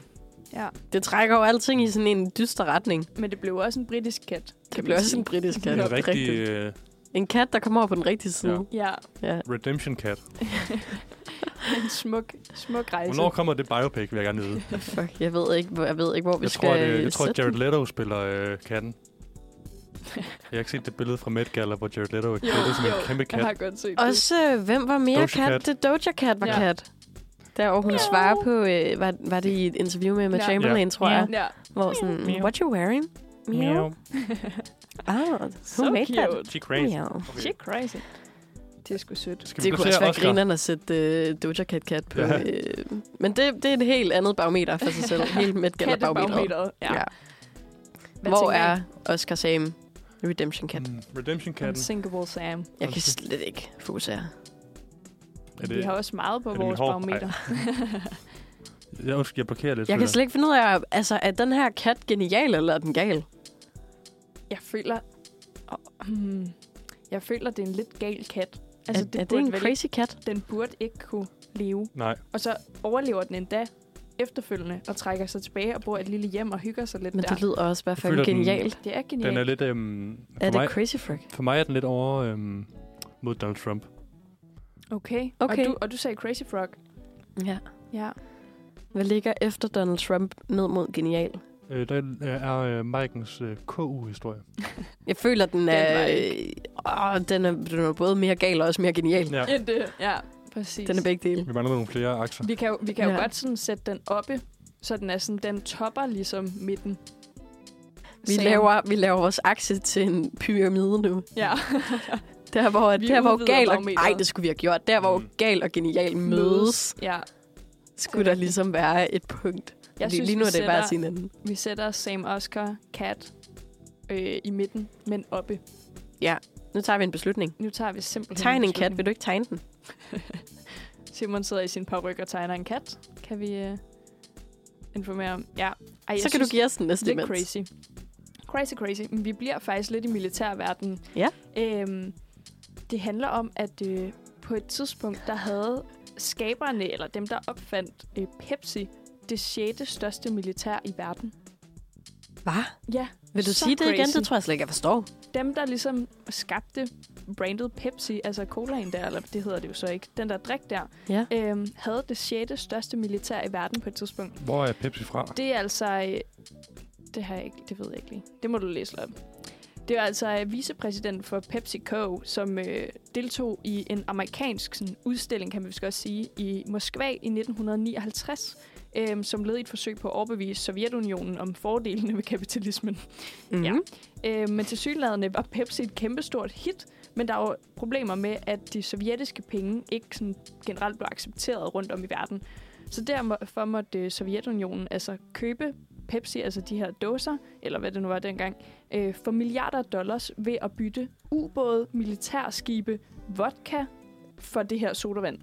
Speaker 4: Ja.
Speaker 3: Det trækker jo alting i sådan en dyster retning.
Speaker 4: Men det blev også en britisk kat.
Speaker 3: Det blev også en britisk kat.
Speaker 2: En
Speaker 3: Det er
Speaker 2: rigtig
Speaker 3: rigtigt.
Speaker 2: uh,
Speaker 3: En kat, der kommer over på den rigtige side.
Speaker 4: Ja,
Speaker 3: Ja. ja.
Speaker 2: redemption-kat.
Speaker 4: en smuk, smuk rejse.
Speaker 2: Hvornår kommer det biopic, vil jeg gerne vide?
Speaker 3: Fuck, jeg ved ikke, hvor, jeg ved ikke, hvor vi
Speaker 2: Jeg
Speaker 3: skal
Speaker 2: tror, at, øh, jeg tror, at
Speaker 3: sætte
Speaker 2: Jared
Speaker 3: den.
Speaker 2: Leto spiller øh, katten. Jeg har ikke set det billede fra Met Gala, hvor Jared Leto er klædt som en kæmpe
Speaker 4: jeg
Speaker 2: kat.
Speaker 4: har godt set det.
Speaker 3: Også, øh, hvem var mere
Speaker 2: Doja
Speaker 3: kat?
Speaker 2: Cat.
Speaker 3: Det Doja Cat var
Speaker 4: Ja.
Speaker 3: ja. kat. Der, hvor hun
Speaker 4: Miau.
Speaker 3: svarer på... Øh, var, var det i et interview med Emma
Speaker 4: Ja.
Speaker 3: Chamberlain, tror jeg?
Speaker 4: Ja,
Speaker 3: Hvor sådan,
Speaker 2: Miau.
Speaker 3: what you wearing? Meow. Ah, who
Speaker 4: so
Speaker 3: made
Speaker 4: cute.
Speaker 3: that?
Speaker 2: She crazy.
Speaker 3: Meow.
Speaker 2: Okay.
Speaker 4: Shit crazy. Det er sgu sødt.
Speaker 2: Skal vi
Speaker 3: Det kunne
Speaker 2: placere
Speaker 3: også være
Speaker 2: Oscar?
Speaker 3: grineren at sætte øh, Doja Cat Cat på.
Speaker 2: Ja.
Speaker 3: Ja. Øh, men det, det er et helt andet barometer for sig selv. Helt med gælder barometeret.
Speaker 4: Kattebarometeret, Ja.
Speaker 3: Ja.
Speaker 4: ja. Hvad
Speaker 3: Hvor
Speaker 4: tænker I?
Speaker 3: er Oscar Sam Redemption Cat? Mm.
Speaker 2: Mm, Redemption-katten.
Speaker 4: Unsinkable Sam.
Speaker 3: Jeg kan slet ikke fokusere.
Speaker 2: Er
Speaker 4: Vi har
Speaker 2: det,
Speaker 4: også meget på
Speaker 2: er det mit
Speaker 4: vores
Speaker 2: hår?
Speaker 4: barometer.
Speaker 2: jeg, undskyld, jeg blokerer lidt.
Speaker 3: Jeg kan
Speaker 2: føler
Speaker 3: slet ikke finde ud af, altså, er den her kat genial, eller er den gal?
Speaker 4: Jeg føler... Oh, hmm. Jeg føler, det er en lidt gal kat. Altså,
Speaker 3: er,
Speaker 4: det
Speaker 3: er det
Speaker 4: burde
Speaker 3: en
Speaker 4: vel
Speaker 3: crazy cat?
Speaker 4: den burde ikke kunne leve.
Speaker 2: Nej,
Speaker 4: Og så overlever den endda efterfølgende og trækker sig tilbage og bor i et lille hjem og hygger sig lidt
Speaker 3: Men
Speaker 4: der.
Speaker 3: det lyder også bare
Speaker 2: Jeg føler,
Speaker 3: fucking
Speaker 2: den-
Speaker 3: genialt.
Speaker 4: Det er genialt.
Speaker 2: Den er lidt... Øhm, for,
Speaker 3: Er
Speaker 2: mig,
Speaker 3: det Crazy Frog?
Speaker 2: for mig er den lidt over øhm, mod Donald Trump.
Speaker 4: Okay.
Speaker 3: Okay.
Speaker 4: Og, du, og du sagde Crazy Frog.
Speaker 3: Ja.
Speaker 4: Ja.
Speaker 3: Hvad ligger efter Donald Trump ned mod genial?
Speaker 2: Øh, der øh, er øh, Markens øh, KU-historie.
Speaker 3: Jeg føler, den
Speaker 4: var
Speaker 3: er,
Speaker 4: ikke-
Speaker 3: øh, åh, den er, den er både mere gal og også mere genial.
Speaker 2: Ja.
Speaker 4: ja. det. Ja, præcis.
Speaker 3: Den er begge dele.
Speaker 2: Vi mangler nogle flere aktier.
Speaker 4: Vi kan jo, vi kan jo
Speaker 3: Ja.
Speaker 4: godt sådan sætte den oppe, så den er sådan, den topper ligesom midten.
Speaker 3: Vi
Speaker 4: Sagen.
Speaker 3: laver, vi laver vores aktie til en pyramide nu.
Speaker 4: Ja.
Speaker 3: Der hvor,
Speaker 4: Vi
Speaker 3: der, hvor
Speaker 4: udvider
Speaker 3: gal og...
Speaker 4: barometeret.
Speaker 3: Ej, det skulle vi have gjort. Der hvor
Speaker 2: Mm.
Speaker 3: gal og genial mødes,
Speaker 4: ja.
Speaker 3: skulle der ligesom være et punkt.
Speaker 4: Jeg
Speaker 3: Fordi
Speaker 4: synes,
Speaker 3: lige nu
Speaker 4: vi
Speaker 3: er det bare
Speaker 4: sætter-
Speaker 3: sin anden.
Speaker 4: Vi sætter Sam Oscar, Kat øh, i midten, men oppe.
Speaker 3: Nu tager vi en beslutning.
Speaker 4: Nu tager vi simpelthen...
Speaker 3: Tegn en kat.
Speaker 4: beslutning.
Speaker 3: Vil du ikke tegne den?
Speaker 4: Simon sidder i sin paryk og tegner en kat. Kan vi øh, informere om? Ja. Ej,
Speaker 3: Ej,
Speaker 4: jeg
Speaker 3: så kan du
Speaker 4: synes,
Speaker 3: give os den næste
Speaker 4: det er
Speaker 3: imens.
Speaker 4: crazy. Crazy, crazy. Men vi bliver faktisk lidt i militærverdenen.
Speaker 3: Ja.
Speaker 4: Øhm, det handler om, at øh, på et tidspunkt, der havde skaberne, eller dem, der opfandt øh, Pepsi, det sjette største militær i verden.
Speaker 3: Hvad?
Speaker 4: Ja,
Speaker 3: Vil du
Speaker 4: Så
Speaker 3: sige det igen?
Speaker 4: crazy.
Speaker 3: Det tror jeg slet ikke, jeg forstår.
Speaker 4: dem, der ligesom skabte brandet Pepsi, altså colaen der, eller det hedder det jo så ikke, den der drik der,
Speaker 3: Ja.
Speaker 4: øhm, havde det sjette største militær i verden på et tidspunkt.
Speaker 2: Hvor er Pepsi fra?
Speaker 4: Det er altså... øh, Det, har jeg ikke, det ved jeg ikke lige. Det må du læse lidt om. Det er altså øh, vicepræsident for PepsiCo, som øh, deltog i en amerikansk sådan, udstilling, kan man vist godt sige, i Moskva i 1959, øh, som led i et forsøg på at overbevise Sovjetunionen om fordelene ved kapitalismen.
Speaker 3: Mm.
Speaker 4: Ja. Øh, men til synlædende var Pepsi et kæmpestort hit, men der var problemer med, at de sovjetiske penge ikke sådan generelt blev accepteret rundt om i verden. Så derfor måtte øh, Sovjetunionen altså købe Pepsi, altså de her dåser, eller hvad det nu var dengang, øh, for milliarder af dollars ved at bytte ubåde, militærskibe, vodka for det her sodavand.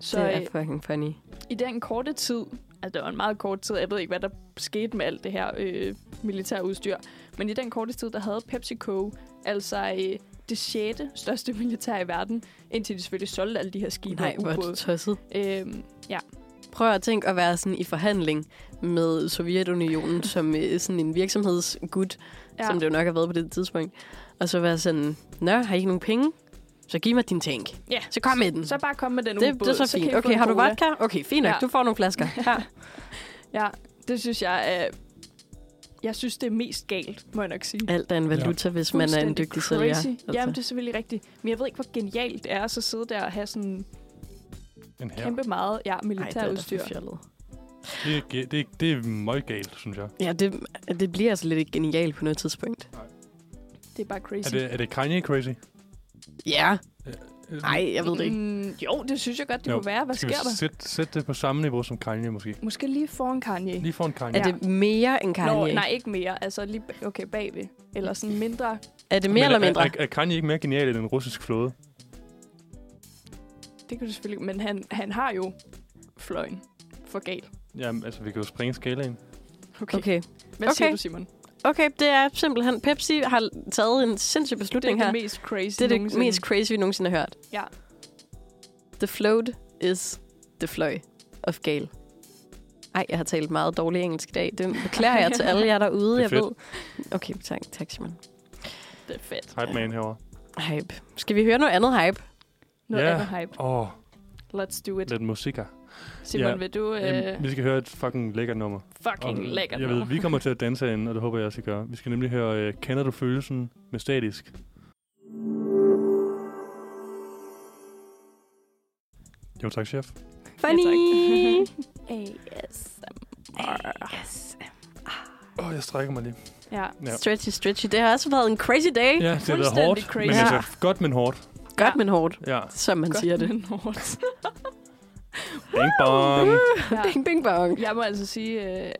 Speaker 4: Så
Speaker 3: Det
Speaker 4: øh,
Speaker 3: er fucking funny.
Speaker 4: i den korte tid, altså det var en meget kort tid, jeg ved ikke, hvad der skete med alt det her øh, militærudstyr, men i den korte tid, der havde PepsiCo altså øh, det sjette største militær i verden, indtil de selvfølgelig solgte alle de her skibe
Speaker 3: Nej,
Speaker 4: og
Speaker 3: hvor er du
Speaker 4: ubåde.
Speaker 3: tosset.
Speaker 4: Øhm, ja,
Speaker 3: Prøv at tænke at være sådan i forhandling med Sovjetunionen som øh, sådan en virksomhedsgud, ja.
Speaker 4: ja.
Speaker 3: som det jo nok har været på det tidspunkt. Og så være sådan, nå, har I ikke nogen penge? Så giv mig din tank.
Speaker 4: ja.
Speaker 3: Så kom med den.
Speaker 4: Så bare kom med den
Speaker 3: det,
Speaker 4: ubåd.
Speaker 3: det er så
Speaker 4: kan
Speaker 3: fint.
Speaker 4: I få
Speaker 3: okay,
Speaker 4: en
Speaker 3: har du
Speaker 4: cola.
Speaker 3: vodka? Okay, fint nok.
Speaker 4: Ja.
Speaker 3: Du får nogle flasker. Ja.
Speaker 4: Ja, det synes jeg øh, jeg synes, det er mest galt, må jeg nok sige.
Speaker 3: Alt er en valuta, ja. hvis man er en
Speaker 4: Mm. Fuldstændig
Speaker 3: dygtig sælger.
Speaker 4: crazy.
Speaker 3: Altså.
Speaker 4: Jamen, det er selvfølgelig rigtigt. Men jeg ved ikke, hvor genialt det er at så sidde der og have sådan
Speaker 2: En her.
Speaker 4: kæmpe meget ja,
Speaker 3: Ej, det er da
Speaker 4: militærudstyr.
Speaker 3: for fjollet.
Speaker 2: Det, er ge- det, er- det er meget galt, synes jeg.
Speaker 3: Ja, det, det bliver altså lidt genialt på noget tidspunkt.
Speaker 4: Det er bare
Speaker 2: Er
Speaker 4: crazy.
Speaker 2: det, er det Kanye crazy?
Speaker 3: Ja.
Speaker 2: Øh,
Speaker 3: Nej, jeg ved det ikke.
Speaker 4: Mm, jo, det synes jeg godt, det
Speaker 2: Jo.
Speaker 4: jo. kunne være. Hvad
Speaker 2: Skal
Speaker 4: sker
Speaker 2: vi
Speaker 4: der?
Speaker 2: sætte, sætte det på samme niveau som Kanye måske?
Speaker 4: Måske lige foran Kanye.
Speaker 2: Lige foran Kanye.
Speaker 3: Er det mere end Kanye?
Speaker 4: Mm, Nå, nej, ikke mere. Altså lige ba- okay, bagved. Eller sådan mindre.
Speaker 3: Er det mere
Speaker 2: Men
Speaker 3: eller
Speaker 2: er-
Speaker 3: mindre?
Speaker 2: Er, er Kanye ikke mere genial end en russisk flåde?
Speaker 4: Det kan du selvfølgelig... Men han, han har jo fløjen for gal.
Speaker 2: Jamen, altså, vi kan jo springe skalaen.
Speaker 4: Okay. okay.
Speaker 3: Okay.
Speaker 4: Hvad siger
Speaker 3: Okay.
Speaker 4: du, Simon?
Speaker 3: Okay, det er simpelthen... Pepsi har taget en sindssyg
Speaker 4: Det er
Speaker 3: beslutning
Speaker 4: det
Speaker 3: her.
Speaker 4: mest crazy
Speaker 3: det er det
Speaker 4: nogensinde.
Speaker 3: mest crazy, vi nogensinde har hørt.
Speaker 4: Ja.
Speaker 3: The float is the fløj of gal. Ej, jeg har talt meget dårlig engelsk i dag. Det beklager jeg til alle jer derude,
Speaker 2: Det er
Speaker 3: jeg
Speaker 2: fedt.
Speaker 3: ved. Okay, tak, tak Simon.
Speaker 4: Det er fedt.
Speaker 2: Hype man herovre.
Speaker 3: Hype. Skal vi høre noget andet hype?
Speaker 4: Noget
Speaker 2: Ja.
Speaker 4: yeah. andet hype.
Speaker 2: Åh, oh,
Speaker 4: Let's do it.
Speaker 2: lidt musikker.
Speaker 4: Simon,
Speaker 2: Ja.
Speaker 4: vil du... Øh,
Speaker 2: Jamen, vi skal høre et fucking lækkert nummer.
Speaker 4: fucking
Speaker 2: Og
Speaker 4: lækkert
Speaker 2: Jeg ved,
Speaker 4: nummer.
Speaker 2: vi kommer til at danse ind, og det håber jeg også, I gør. Vi skal nemlig høre, øh, kender du følelsen med statisk? Jo, tak, chef.
Speaker 3: Funny!
Speaker 4: ASMR.
Speaker 2: Åh, oh, jeg strækker mig lige.
Speaker 4: Ja.
Speaker 2: Ja.
Speaker 3: stretchy, stretchy. Det har også været en crazy day.
Speaker 2: Ja, det har været
Speaker 4: fuldstændig
Speaker 2: hårdt,
Speaker 4: crazy.
Speaker 2: men
Speaker 3: Ja.
Speaker 2: altså, godt, men hårdt.
Speaker 3: Godt, men hårdt,
Speaker 2: Ja.
Speaker 3: som man
Speaker 4: Godt,
Speaker 3: siger det.
Speaker 4: men hårdt.
Speaker 2: Bing bong.
Speaker 4: Ja.
Speaker 3: Bing, bing, bong.
Speaker 4: Jeg må altså sige, øh,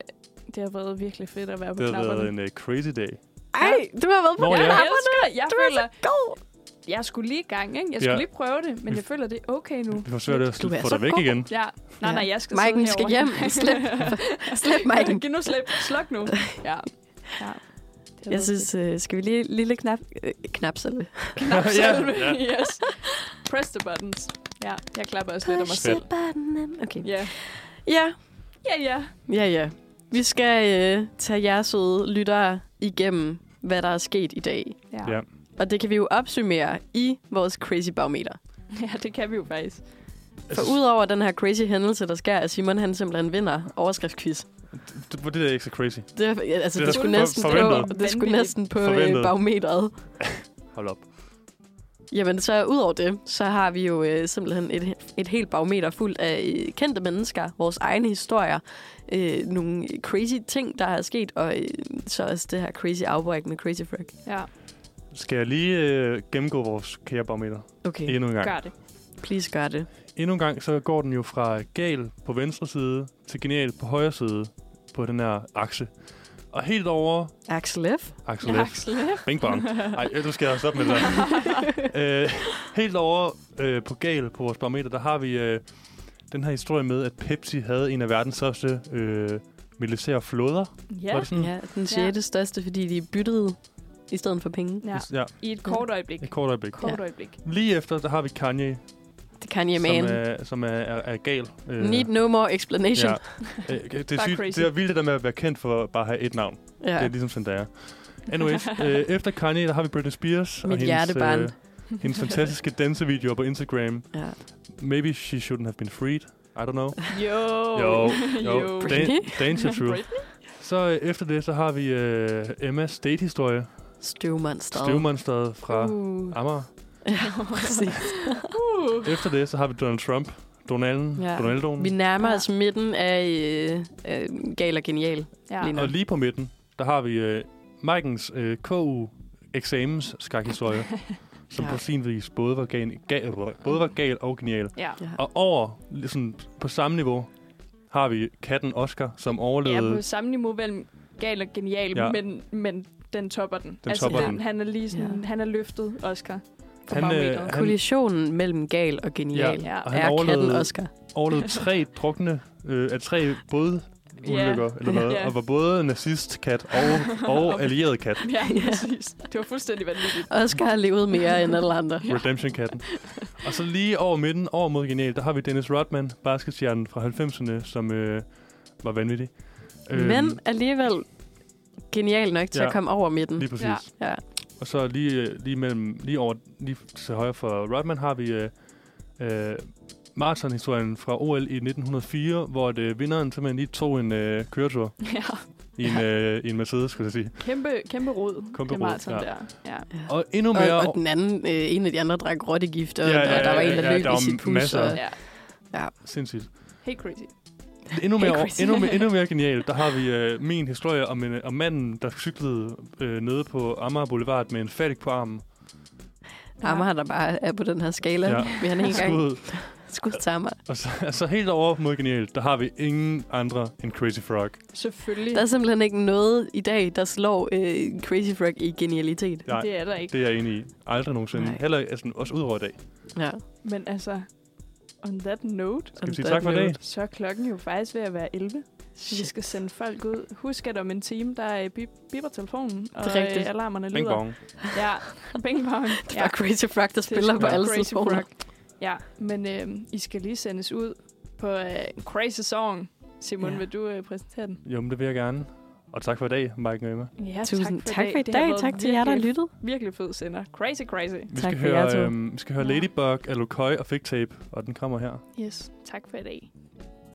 Speaker 4: det har været virkelig fedt at være på
Speaker 2: Det har
Speaker 4: knapperne.
Speaker 2: været en uh, crazy dag.
Speaker 3: Ej, du har været på
Speaker 2: Nå, ja.
Speaker 4: Jeg
Speaker 3: knapperne.
Speaker 4: elsker, jeg
Speaker 3: Du er
Speaker 4: føler,
Speaker 3: så god.
Speaker 4: jeg skulle lige i gang, ikke? Jeg
Speaker 2: Ja.
Speaker 4: skulle lige prøve det, men jeg føler, det er okay nu.
Speaker 2: Vi forsøger at
Speaker 3: Du er
Speaker 2: få
Speaker 3: så
Speaker 2: dig væk
Speaker 3: god.
Speaker 2: igen.
Speaker 4: Ja, nej,
Speaker 3: Ja.
Speaker 4: nej, jeg skal
Speaker 3: Maiken
Speaker 4: sidde
Speaker 3: skal
Speaker 4: herovre.
Speaker 3: hjem. Slip. Slip, Maiken.
Speaker 4: Giv nu slip. Sluk nu. Ja. ja. Det
Speaker 3: Jeg
Speaker 4: har været
Speaker 3: synes, øh, skal vi lige lille knap, øh, knapselve?
Speaker 4: fedt. Knap
Speaker 2: Ja,
Speaker 4: selv.
Speaker 2: ja.
Speaker 4: yes. Press the buttons. Ja, jeg klapper også lidt af mig
Speaker 3: Push
Speaker 4: selv.
Speaker 3: the button. Okay.
Speaker 4: Ja,
Speaker 3: Ja,
Speaker 4: Ja, ja.
Speaker 3: Ja, ja. Vi skal øh, tage jeres søde lyttere igennem, hvad der er sket i dag.
Speaker 2: Ja.
Speaker 3: Og det kan vi jo opsummere i vores crazy barometer.
Speaker 4: ja, det kan vi jo faktisk.
Speaker 2: Altså,
Speaker 3: For udover den her crazy hændelse, der sker, at Simon han simpelthen vinder overskriftsquiz.
Speaker 2: Det, det der er ikke så crazy.
Speaker 3: Det, er- altså,
Speaker 2: Det er
Speaker 3: det,
Speaker 2: da
Speaker 3: det, skulle,
Speaker 4: for-
Speaker 3: næsten på,
Speaker 2: forventet.
Speaker 3: det skulle
Speaker 4: Vanvittigt.
Speaker 3: næsten på øh,
Speaker 2: Forventet.
Speaker 3: barometeret.
Speaker 2: Hold op.
Speaker 3: Jamen, så udover det, så har vi jo øh, simpelthen et, et helt barometer fuldt af øh, kendte mennesker, vores egne historier, øh, nogle crazy ting, der er sket, og øh, så også det her crazy afbræk med Crazy Frog.
Speaker 4: Ja,
Speaker 2: Skal jeg lige øh, gennemgå vores kærebarometer
Speaker 3: Okay,
Speaker 2: endnu en gang?
Speaker 4: gør det.
Speaker 3: please gør det.
Speaker 2: Endnu en gang, så går den jo fra gal på venstre side til genial på højre side på den her akse. Og helt over
Speaker 3: Axel F.
Speaker 2: Axel
Speaker 4: Ja,
Speaker 2: F.
Speaker 4: Axel F.
Speaker 2: Bing bong. Ej, øh, nu skal jeg stoppe med det der. øh, helt over øh, på Gal, på vores barometer, der har vi øh, den her historie med, at Pepsi havde en af verdens største øh, militære flåder.
Speaker 4: Ja.
Speaker 2: Var det sådan?
Speaker 3: Mm. Ja, den sjette største, fordi de byttede i stedet for penge.
Speaker 4: ja,
Speaker 2: ja.
Speaker 4: i et kort øjeblik.
Speaker 2: Et kort øjeblik.
Speaker 4: Kort øjeblik.
Speaker 2: Lige efter, der har vi Kanye,
Speaker 3: Det kan jeg
Speaker 2: som,
Speaker 3: man.
Speaker 2: er, som er, er, er gal. Øh,
Speaker 3: Need no more explanation.
Speaker 2: ja. Øh, det, er
Speaker 4: Bare
Speaker 2: sygt,
Speaker 4: crazy.
Speaker 2: det er vildt det der med at være kendt for bare at have et navn.
Speaker 3: Ja.
Speaker 2: Ja. Det er
Speaker 3: ja.
Speaker 2: ligesom sådan, der er. Anyways, øh, efter Kanye, der har vi Britney Spears.
Speaker 3: Mit hjertebarn.
Speaker 2: Øh, hendes fantastiske dansevideoer på Instagram.
Speaker 3: ja.
Speaker 2: Maybe she shouldn't have been freed. I don't know.
Speaker 4: Jo.
Speaker 2: Jo,
Speaker 4: jo.
Speaker 2: jo.
Speaker 3: Britney?
Speaker 2: Dan- Danger True. Så øh, efter det, så har vi øh, Emmas date-historie.
Speaker 3: Støvmonster.
Speaker 2: Støvmonsteret fra
Speaker 4: Uh.
Speaker 2: Amager.
Speaker 3: Ja, præcis.
Speaker 4: Uh.
Speaker 2: Efter det, så har vi Donald Trump. Donalden.
Speaker 3: Ja.
Speaker 2: Ja. Donaldoen.
Speaker 3: Vi nærmer
Speaker 4: Ja.
Speaker 3: os midten af øh, øh, gal og genial.
Speaker 4: Ja.
Speaker 3: Lige nu.
Speaker 2: Og lige på midten, der har vi øh, Mike'ens øh, KU-eksamens skakhistorie. som
Speaker 3: Ja.
Speaker 2: på sin vis både var, gan- gal, både var gal og genial.
Speaker 4: Ja.
Speaker 3: Ja.
Speaker 2: Og over, ligesom på samme niveau, har vi katten Oscar, som
Speaker 4: ja,
Speaker 2: overlevede...
Speaker 4: på samme niveau mellem gal og genial, ja.
Speaker 2: Ja.
Speaker 4: men, men den topper den.
Speaker 2: Den topper
Speaker 4: han,
Speaker 2: den.
Speaker 4: han er lige sådan,
Speaker 3: Ja.
Speaker 4: ja. han er løftet, Oscar. På
Speaker 2: Han,
Speaker 4: han,
Speaker 2: øh,
Speaker 4: barometeret.
Speaker 2: han-
Speaker 3: Kollisionen mellem gal og genial ja.
Speaker 4: Ja,
Speaker 2: og
Speaker 3: er
Speaker 2: han
Speaker 3: katten
Speaker 2: overlevede,
Speaker 3: Oscar.
Speaker 2: overlevede tre drukne øh, af tre både ulykker, eller hvad,
Speaker 4: Ja.
Speaker 2: og var både nazist-kat og, og allieret kat.
Speaker 4: Ja,
Speaker 3: Ja.
Speaker 4: præcis. Det var fuldstændig vanvittigt.
Speaker 3: Oscar har levet mere end alle andre.
Speaker 2: Redemption-katten. Og så lige over midten, over mod genial, der har vi Dennis Rodman, basketstjernen fra 90'erne, som øh, var vanvittig. Øhm,
Speaker 3: Men alligevel genial nok til
Speaker 2: ja.
Speaker 3: at komme over midten.
Speaker 2: Lige præcis.
Speaker 4: Ja.
Speaker 2: Ja.
Speaker 3: Ja.
Speaker 2: Og så lige, øh, lige, mellem, lige over lige til højre for Rodman har vi øh, øh, maratonhistorien fra OL i 1904, hvor at, øh, vinderen simpelthen lige tog en øh, køretur
Speaker 4: Ja.
Speaker 2: i en, øh, i en Mercedes, skulle jeg sige.
Speaker 4: Kæmpe, kæmpe rod.
Speaker 2: Kæmpe
Speaker 4: det
Speaker 2: rod,
Speaker 4: maraton
Speaker 2: ja.
Speaker 4: der. Ja.
Speaker 2: Og endnu mere...
Speaker 3: Og, og den anden, øh, en af de andre drak rottegift, og, ja, ja, ja, og der var en, der
Speaker 2: ja,
Speaker 3: løb
Speaker 2: der
Speaker 3: i
Speaker 2: var
Speaker 3: sit pus.
Speaker 2: masser.
Speaker 3: Og,
Speaker 4: ja.
Speaker 2: Sindssygt.
Speaker 4: Helt crazy.
Speaker 2: Endnu
Speaker 3: Hey,
Speaker 2: mere,
Speaker 3: Chris.
Speaker 2: endnu, mere, endnu mere genialt, der har vi øh, min historie om, en, om manden, der cyklede øh, nede på Amager Boulevard med en fattig på armen.
Speaker 4: Ja.
Speaker 3: Amager, der bare er på den her skala. Ja.
Speaker 2: Ja.
Speaker 3: Vi har en gang
Speaker 2: Skud.
Speaker 3: skudt til Amager.
Speaker 2: Og så, altså helt over mod genialt, der har vi ingen andre end Crazy Frog.
Speaker 4: Selvfølgelig.
Speaker 3: Der er simpelthen ikke noget i dag, der slår øh, Crazy Frog i genialitet.
Speaker 2: Nej,
Speaker 4: Det er der ikke.
Speaker 2: Det er jeg enig i. Aldrig nogensinde.
Speaker 3: Nej.
Speaker 2: Nej. Heller altså, også ud over i dag.
Speaker 3: Ja.
Speaker 4: Men altså, on that note,
Speaker 2: Skal
Speaker 3: On
Speaker 2: vi sige
Speaker 3: that
Speaker 2: tak for i dag?
Speaker 3: note.
Speaker 4: så er klokken jo faktisk ved at være 11. Vi skal sende folk ud. Husk, at om en time, der er bip, bipper telefonen, og øh,
Speaker 3: rigtigt.
Speaker 4: alarmerne lyder.
Speaker 2: Bing bong.
Speaker 4: Ja, bing bong.
Speaker 3: Det
Speaker 4: ja.
Speaker 3: var Crazy Frog, der spiller
Speaker 4: sgu
Speaker 3: på
Speaker 4: da
Speaker 3: alle
Speaker 4: Crazy
Speaker 3: telefoner.
Speaker 4: Frog. Ja, men øh, I skal lige sendes ud på øh, en crazy song. Simon,
Speaker 3: Ja.
Speaker 4: ja. vil du øh, præsentere den?
Speaker 2: Jo, men det vil jeg gerne. Og tak for i dag, Mike og Emma.
Speaker 4: Ja,
Speaker 3: Tusind tak for i
Speaker 4: Det har
Speaker 3: dag.
Speaker 4: været
Speaker 3: Tak til jer, der
Speaker 4: virkelig-
Speaker 3: lyttede.
Speaker 4: Virkelig fed sender. Crazy, crazy.
Speaker 2: Vi
Speaker 3: Tak
Speaker 2: skal
Speaker 3: for jer to.
Speaker 2: høre, øhm, vi skal høre
Speaker 4: Ja.
Speaker 2: Ladybug, Alokøj og Fake Tape, og den kommer her.
Speaker 4: Yes, tak for i dag.